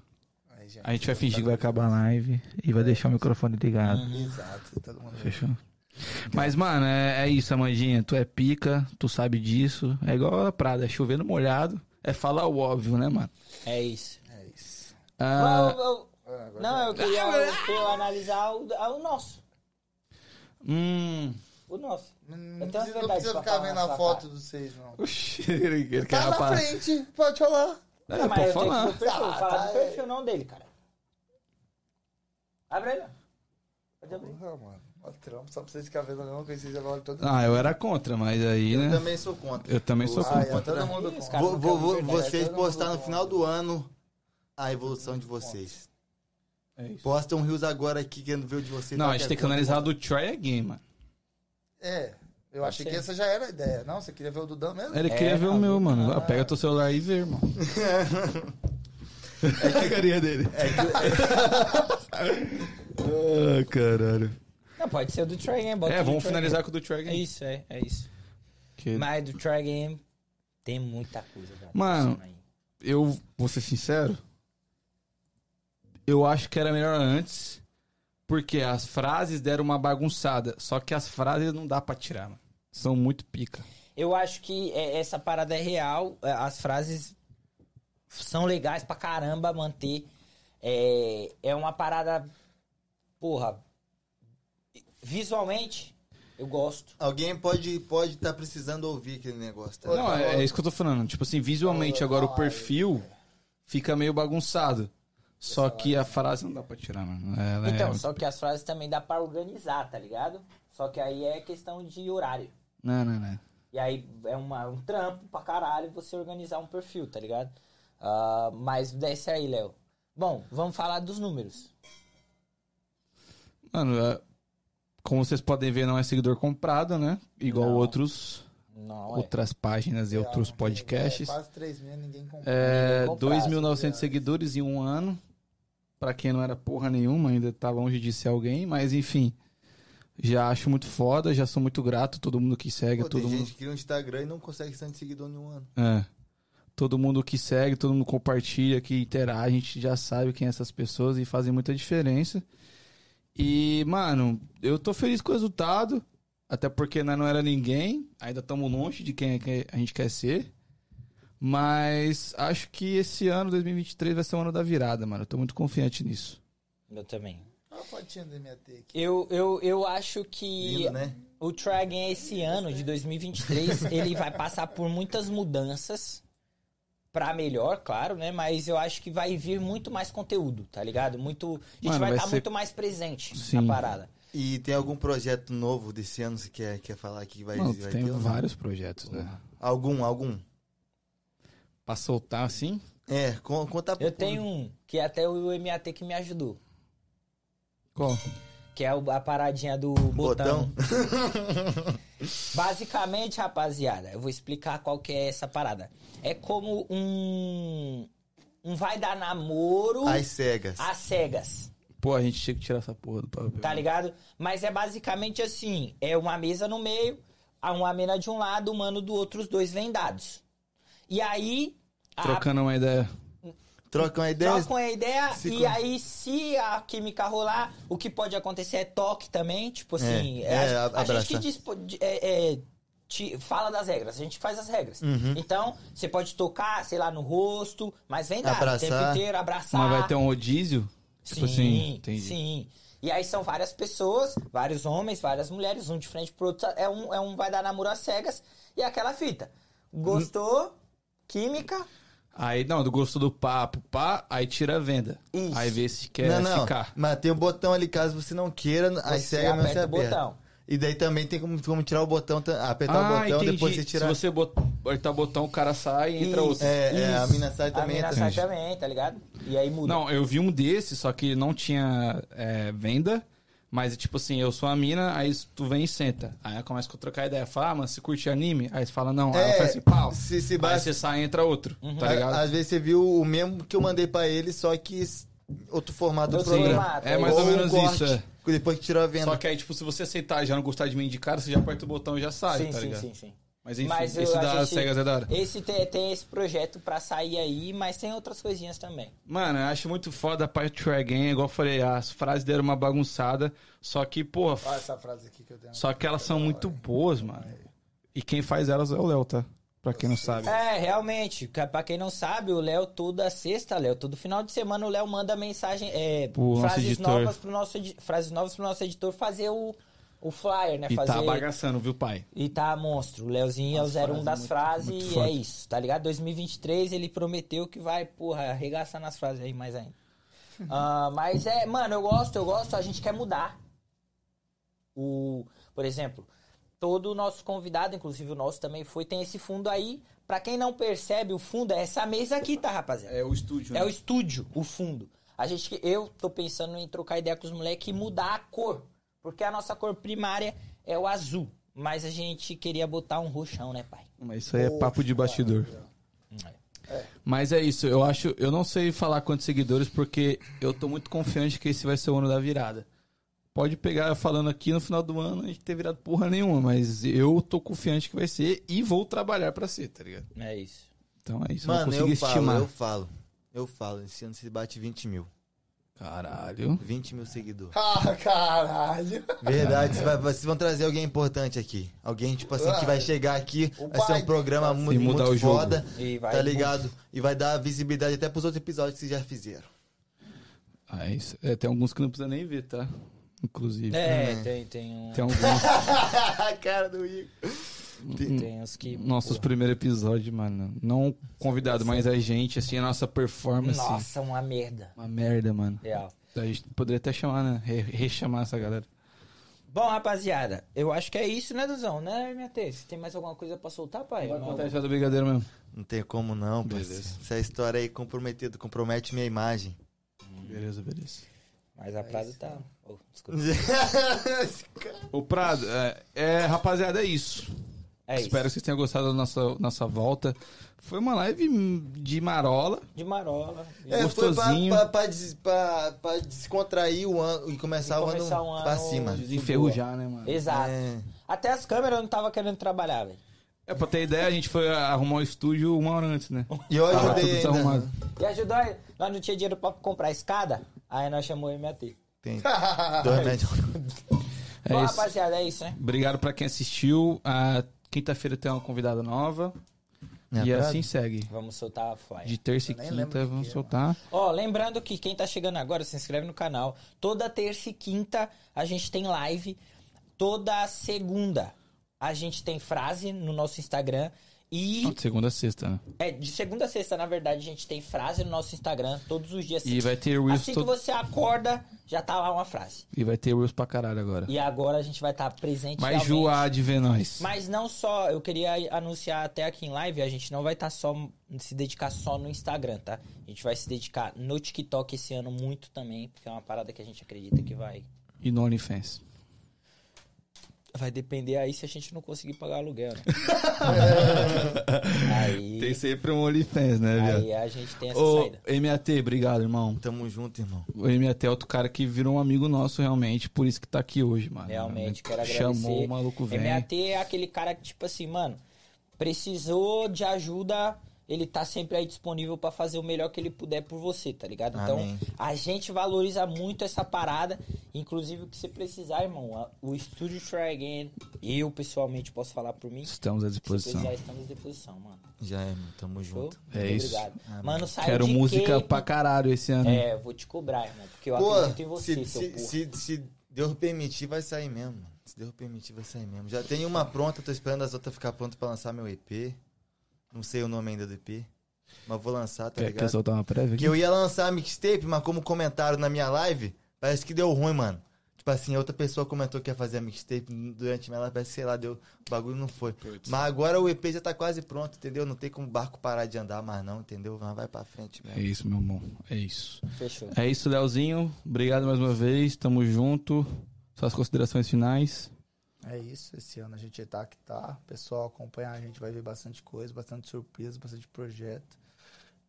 Aí, gente, A gente vai fingir que vai acabar a live e vai deixar o microfone ligado. Exato, todo mundo. Ah. Fechou. Mas, mano, é, é isso, Amandinha. Tu é pica, tu sabe disso. É igual a Prada, é chovendo molhado. É falar o óbvio, né, mano? É isso. É isso. Ah, Eu- eu- não, eu queria eu- eu analisar o, o nosso. hum. O nosso. Não Eu tenho precisa, uma não verdade precisa pra ficar falar vendo na a sua foto cara. dos seis, não. Oxe, *laughs* ele quer É, Tá na rapaz. frente, pode falar. É, Não, mas pode eu tenho falar. que ver o perfil, Tá, falar tá, do é. perfil, não dele, cara. Abre aí, ó. Pode abrir. Porra, mano. Ó, trampo, só pra vocês ficarem vendo a mesma coisa, vocês agora todo Ah, eu era contra, mas aí, Eu né? também sou contra. Eu também sou Ah, contra. é, todo mundo Ih, os conta. caras não Vou, um vou- querem vou- ver, cara. vocês todo postar mundo no final do ano a evolução de vocês. É isso. Postam um rios agora aqui querendo ver o de vocês. Não, Tá, a gente tem que é analisar do Troy Again, mano. É, tá eu achei ser. que essa já era a ideia. Não, você queria ver o Dudan mesmo? Ele É, queria ver o tá meu, bom. mano. Ah, pega teu celular e vê, irmão. *laughs* é a carinha dele. *laughs* ah, caralho. Não, pode ser o do Try Game. bota É, o do vamos Try finalizar com o do Troy Game. É Again. isso, é, é isso. Que- Mas do Try Game tem muita coisa, velho. Mano. eu vou ser sincero, eu acho que era melhor antes, porque as frases deram uma bagunçada. Só que as frases não dá pra tirar, mano. São muito pica. Eu acho que é, essa parada é real. é, As frases são legais pra caramba manter. É, é uma parada. Porra. Visualmente, eu gosto. Alguém pode pode tá precisando ouvir aquele negócio. Tá? Não, é, é isso que eu tô falando. Tipo assim, visualmente tá agora o perfil fica meio bagunçado. Só que a frase não dá pra tirar, mano. Ela é- então, só que as frases também dá pra organizar, tá ligado? Só que aí é questão de horário. Não, não, não. E aí é uma- um trampo pra caralho você organizar um perfil, tá ligado? Ah, mas desce aí, Léo. Bom, vamos falar dos números. Mano, é- como vocês podem ver, não é seguidor comprado, né? Igual Não. outros, Não, é. outras páginas e outros podcasts. É, quase 3 mil, ninguém comprou. É, Comprado, assim, né? 2.900 aliás. seguidores em um ano. Pra quem não era porra nenhuma, ainda tá longe de ser alguém, mas enfim. Já acho muito foda, já sou muito grato a todo mundo que segue, Pô, tem todo mundo. gente que cria um Instagram e não consegue tanto seguidor em um ano. É. Todo mundo que segue, todo mundo compartilha, que interage, a gente já sabe quem é essas pessoas e fazem muita diferença. E, mano, eu tô feliz com o resultado, até porque nós não era ninguém, ainda estamos longe de quem é que a gente quer ser. Mas acho que esse ano, 2023, vai ser o ano da virada, mano. Eu tô muito confiante nisso. Eu também. Olha a fotinha do MAT aqui. Eu, eu, eu acho que Lindo, né? o é *laughs* Tragen esse ano de 2023, ele vai passar por muitas mudanças pra melhor, claro, né? Mas eu acho que vai vir muito mais conteúdo, tá ligado? Muito. A gente Mano, vai vai estar ser- muito mais presente Sim. na parada. E tem algum projeto novo desse ano que você quer, quer falar aqui que vai, Mano, vai tem ter? um ou não? vários projetos, né? Algum, algum. Pra soltar assim. É, con- conta pro Eu tenho um que é até o MAT que me ajudou. Qual? Que é o- a paradinha do Botão. botão. *laughs* *laughs* Basicamente, rapaziada, eu vou explicar qual que é essa parada. É como um. Um vai dar namoro As cegas. às cegas. Pô, a gente tinha que tirar essa porra do papel. Tá ligado? Mas é basicamente assim: é uma mesa no meio, a uma mina de um lado, o mano do outro, os dois vendados. E aí. a- Trocando uma ideia. Troca uma ideia. Trocam a ideia se e con- aí, se a química rolar, o que pode acontecer é toque também. Tipo É, assim, é, a, a abraça. gente que dispo- de- é- é, te- fala das regras, a gente faz as regras. Uhum. Então, você pode tocar, sei lá, no rosto, mas vem dar o tempo Abraçar. inteiro, abraçar. Mas vai ter um rodízio? Sim, Tipo assim, entendi. sim. E aí são várias pessoas, vários homens, várias mulheres, um de frente pro outro. É um, é um vai dar namoro às cegas e é aquela fita. Gostou? Química? Aí, não, do gosto do papo, pá, aí tira a venda. Isso. Aí vê se quer não, não. ficar. Mas tem um botão ali, caso você não queira, as Você cegas não se aperta o aberta. botão. E daí também tem como, como tirar o botão, tá- apertar o botão, depois você tirar. Ah, Se você bot- apertar o botão, o cara sai e entra Isso. outro. É, é, a Isso. mina sai A também. mina entra. sai também, tá ligado? E aí muda. Não, eu vi um desse, só que não tinha é, venda. Mas, tipo assim, eu sou a mina, aí tu vem e senta. Aí ela começa a trocar ideia. Fala, ah, mano, você curte anime? Aí você fala, não. aí É, ela faz assim, pau. se- se Aí bate- você sai e entra outro, tá A- ligado? Às vezes você viu o mesmo que eu mandei pra ele, só que s- outro formato do Outro programa. formato, é mais ou um menos corte, isso. é. Depois que tirou a venda. Só que aí, tipo, se você aceitar e já não gostar de mim de cara, você já aperta o botão e já sai, sim, tá sim, ligado? sim, sim. Mas enfim, Mas eu- assim- esse a da gente- Cegas é da hora. Esse tem, tem esse projeto pra sair aí, mas tem outras coisinhas também. Mano, eu acho muito foda a parte do Try Game, igual eu falei, as frases deram uma bagunçada, só que, porra, Olha essa frase aqui que eu tenho. só que elas são muito boas, mano. E quem faz elas é o Léo, tá? Pra quem não sabe. É, realmente. ca- Pra quem não sabe, o Léo toda sexta, Léo, todo final de semana o Léo manda mensagem, é, Pro nosso frases editor. novas pro nosso edi- frases novas pro nosso editor fazer o, o flyer, né? E fazer tá bagaçando, viu, pai? E tá monstro. O Leozinho As é o 01 frases das muito- frases muito e foda. é isso, tá ligado? 2023 ele prometeu que vai, porra, arregaçar nas frases aí mais ainda. Uhum. Ah, mas é, mano, eu gosto, eu gosto, a gente quer mudar. O, por exemplo, todo o nosso convidado, inclusive o nosso também foi, tem esse fundo aí. Pra quem não percebe, o fundo é essa mesa aqui, tá, rapaziada? o estúdio, né? É o estúdio, o fundo. A gente, eu tô pensando em trocar ideia com os moleques e mudar a cor. Porque a nossa cor primária é o azul. Mas a gente queria botar um roxão, né, pai? Mas isso aí é papo de bastidor. É. Mas é isso, eu acho, eu não sei falar quantos seguidores, porque eu tô muito confiante que esse vai ser o ano da virada. Pode pegar eu falando aqui no final do ano, a gente ter virado porra nenhuma, mas eu tô confiante que vai ser e vou trabalhar pra ser, tá ligado? É isso. Então é isso, não Mano, consigo eu estimar. falo, eu falo. Eu falo, esse ano se bate 20 mil. Caralho. 20 mil seguidores. Ah, caralho. Verdade, você vai- vocês vão trazer alguém importante aqui. Alguém, tipo assim, que vai chegar aqui, O vai ser pai. um programa muito, mudar muito o jogo. foda, E vai- tá ligado? E vai dar visibilidade até pros outros episódios que vocês já fizeram. Ah, isso. É, tem alguns que não precisa nem ver, tá? Inclusive. É, tem, tem um. Tem alguns. *laughs* A cara do Igor. Tem uns que. Nossos pô, primeiros episódios, mano. Não convidado, mas a gente, assim, a nossa performance. Nossa, uma merda. Uma merda, mano. É. Real. A gente poderia até chamar, né? Re- Rechamar essa galera. Bom, rapaziada, eu acho que é isso, né, Duzão? Né, minha T? Você tem mais alguma coisa pra soltar, pai? Vai Não. contar a história do brigadeiro mesmo. Não tem como não, Beleza. parceiro. Essa história aí comprometida, compromete minha *laughs* imagem. Beleza, beleza. Mas a Prado tá. Oh, desculpa. O Prado, é, é, rapaziada, é isso. É isso. Espero que vocês tenham gostado da nossa, nossa volta. Foi uma live de marola. De marola. É, Gostosinho. foi pra, pra, pra, des- pra- pra descontrair o ano e começar, E começar o o ano ano pra cima. de- Desenferrujar, né, mano? Exato. É. Até as câmeras eu não tava querendo trabalhar, velho. É, pra ter ideia, a gente foi arrumar o estúdio uma hora antes, né? E eu Tava tudo ajudei ainda. desarrumado. E ajudou aí. Nós não tinha dinheiro pra comprar escada, aí nós chamou o MAT. Tem dois metros. É Bom, isso. rapaziada, é isso, né? Obrigado pra quem assistiu. Ah, Quinta-feira tem uma convidada nova. É, e pra- assim segue. Vamos soltar a flyer. De terça e Eu nem lembro quinta de vamos que é, soltar. Ó, lembrando que quem tá chegando agora, se inscreve no canal. Toda terça e quinta a gente tem live. Toda segunda a gente tem frase no nosso Instagram. E Não, de segunda a sexta, né? é, de segunda a sexta, na verdade, a gente tem frase no nosso Instagram todos os dias. E vai ter Reels assim que todo- você acorda, já tá lá uma frase. E vai ter Reels pra caralho agora. E agora a gente vai estar presente Mas realmente. Ju há de ver nós. Mas não só, eu queria anunciar até aqui em live, a gente não vai estar só se dedicar só no Instagram, tá? A gente vai se dedicar no TikTok esse ano muito também, porque é uma parada que a gente acredita que vai E no OnlyFans. vai depender aí se a gente não conseguir pagar aluguel. Né? aí, Tem sempre um OnlyFans, né, viado? aí a gente tem essa Ô, saída. MAT, obrigado, irmão. *laughs* Tamo junto, irmão. O MAT é outro cara que virou um amigo nosso, realmente, por isso que tá aqui hoje, mano. Realmente, quero agradecer. Chamou o maluco velho. MAT é aquele cara que, tipo assim, mano, precisou de ajuda, ele tá sempre aí disponível pra fazer o melhor que ele puder por você, tá ligado? Amém. Então, a gente valoriza muito essa parada. Inclusive, o que você precisar, irmão, a- o Estúdio Try Again, eu pessoalmente posso falar por mim. Se Estamos à disposição. precisar, estamos à disposição, mano. Já é, irmão. Tamo Show? junto. É Muito isso. Obrigado. Amém. Mano, saiu Quero de música Cape. pra caralho esse ano. É, vou te cobrar, irmão, porque eu Pô, acredito em você, se, seu se, porra. se, se Deus permitir, vai sair mesmo, mano. Se Deus permitir, vai sair mesmo. Já tenho uma pronta, tô esperando as outras ficar prontas pra lançar meu EP. Não sei o nome ainda do EP, mas vou lançar, tá Quer, quer ligado? soltar uma prévia aqui? Que eu ia lançar a mixtape, mas como comentaram na minha live, parece que deu ruim, mano. Tipo assim, outra pessoa comentou que ia fazer a mixtape durante a minha live, parece que, sei lá, deu. O bagulho não foi. Mas agora o EP já tá quase pronto, entendeu? Não tem como o barco parar de andar mais, não, entendeu? Mas vai pra frente É mesmo. isso, meu irmão. É isso. Fechou. É isso, Leozinho. Obrigado mais uma vez. Tamo junto. Suas considerações finais. *laughs* É isso, esse ano a gente tá que tá. Pessoal, acompanha a gente, vai ver bastante coisa, bastante surpresa, bastante projeto.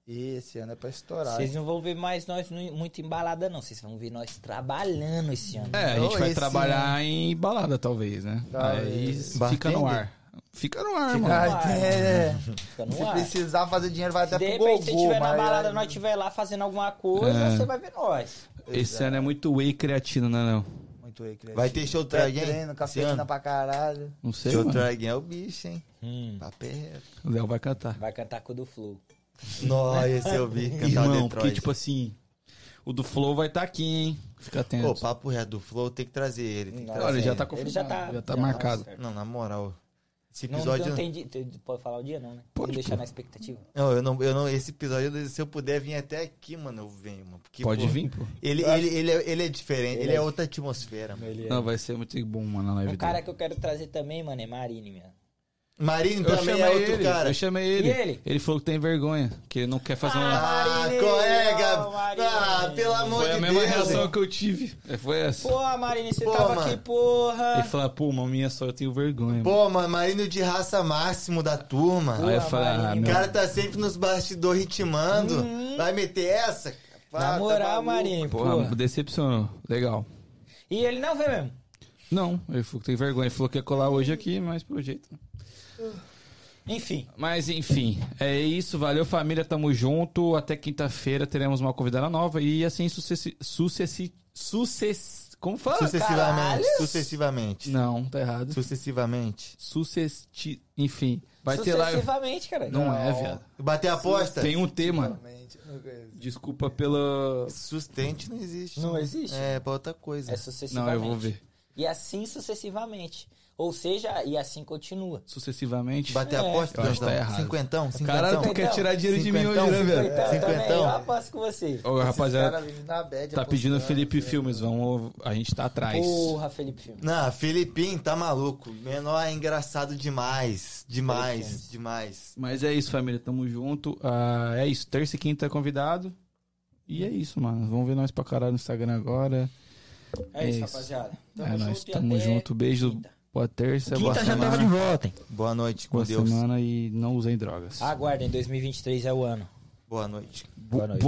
E esse ano é pra estourar. *laughs* Vocês não vão ver mais nós nu- muito embalada, não. Vocês vão ver nós trabalhando esse ano. É, a Então, gente vai esse- trabalhar em balada, talvez, né? Talvez. Aí fica no Bartender? ar. Fica no ar, hein? mano. Ah, tem- é. Fica Se no ar. Se precisar fazer dinheiro, vai até de pro repente Gogô. você estiver na mas- é balada, nós estiver lá fazendo alguma coisa, É. você vai ver nós. Esse ano é muito whey creatina, não é não? Muito aí, Tá Cleiton. Vai ter show drag, hein? Treino, cafeína pra caralho. Não sei, Show mano. drag é o bicho, hein? Hum, Papel. reto. O Léo vai cantar. vai cantar com o do Flu. Nossa, esse eu vi. Cantar o Irmão, Detroit. porque tipo assim, o do Flow vai estar tá aqui, hein? Fica atento. Pô, papo reto do Flow, tem que trazer ele. Tem que Nossa, trazer Olha, já ele. tá confirmado. Ele já tá, já tá já marcado. certo. Não, na moral. Esse Não, episódio. não tem di- tem- Pode falar o dia, não, né? Pode, Vou deixar pô. na expectativa. Não, eu não, eu não. Esse episódio, se eu puder vir até aqui, mano, eu venho, mano. Porque, Pode pô, vir, pô. Ele, ele, ele, é, ele é diferente, Ele ele, é é outra atmosfera, mano. Não, vai ser muito bom, mano, a live Um cara dele. que eu quero trazer também, mano, é Marine, mano. Marinho Eu também chamei é outro ele, cara. eu chamei ele. E ele? falou que tem vergonha, que ele não quer fazer uma... Ah, Marinho, colega! não, Marinho. Ah, pelo amor Foi de a mesma Deus. reação que eu tive. É, Foi essa. Pô, Marine, você Pô, tava mano. aqui, porra. Ele falou, pô, uma minha só, eu tenho vergonha. mano. Pô, mano, Marinho de raça máximo da turma. Aí eu Pô, falei, ah, Marinho. meu... O cara tá sempre nos bastidores ritmando. Uhum. Vai meter essa? Pá, Na tá moral, maluco. Marine, Porra, porra. decepcionou. Legal. E ele não veio mesmo. Não, ele falou que tem vergonha. Ele falou que ia colar hoje aqui, mas pelo jeito. Enfim. Mas enfim, é isso. Valeu, família. Tamo junto. Até quinta-feira teremos uma convidada nova e assim sucessi... sucessi... sucess... Como fala? Sucessivamente, sucessivamente. Não, tá errado. Sucessivamente. Sucessi... Enfim, vai ter lá... Sucessivamente, cara. Não é, viado. Bater a aposta? Tem um T, mano. Realmente, eu conheço. Desculpa pela... Sustente não existe. Não existe? É, pra outra coisa. É sucessivamente. Não, eu vou ver. E assim sucessivamente. Ou seja, e assim continua. Sucessivamente. Bater a É. aposta, Eu acho que tá Danzão? errado. Cinquentão, cinquentão. Caralho, tu quer Cinquentão. tirar dinheiro de mim hoje, né, Cinquentão. velho? Então, também, Cinquentão. eu aposto com você. Ô, Esses rapaziada, caras vivem na bad, tá pedindo apostando, Felipe né? Filmes, vamos... A gente tá atrás. Porra, Felipe Filme. Não, Filipim tá maluco. Menor é engraçado demais. Demais, Filipinho. demais. Mas é isso, família. Tamo junto. Ah, é isso. Terça e quinta é convidado. E é isso, mano. Vamos ver nós pra caralho no Instagram agora. É isso, É isso. rapaziada. é junto nós. e Tamo até junto. Beijo. quinta. Boa terça. boa semana. volta, hein? Boa noite, com Boa Deus. semana e não usem drogas. Aguardem, 2023 é o ano. Boa noite. Boa noite.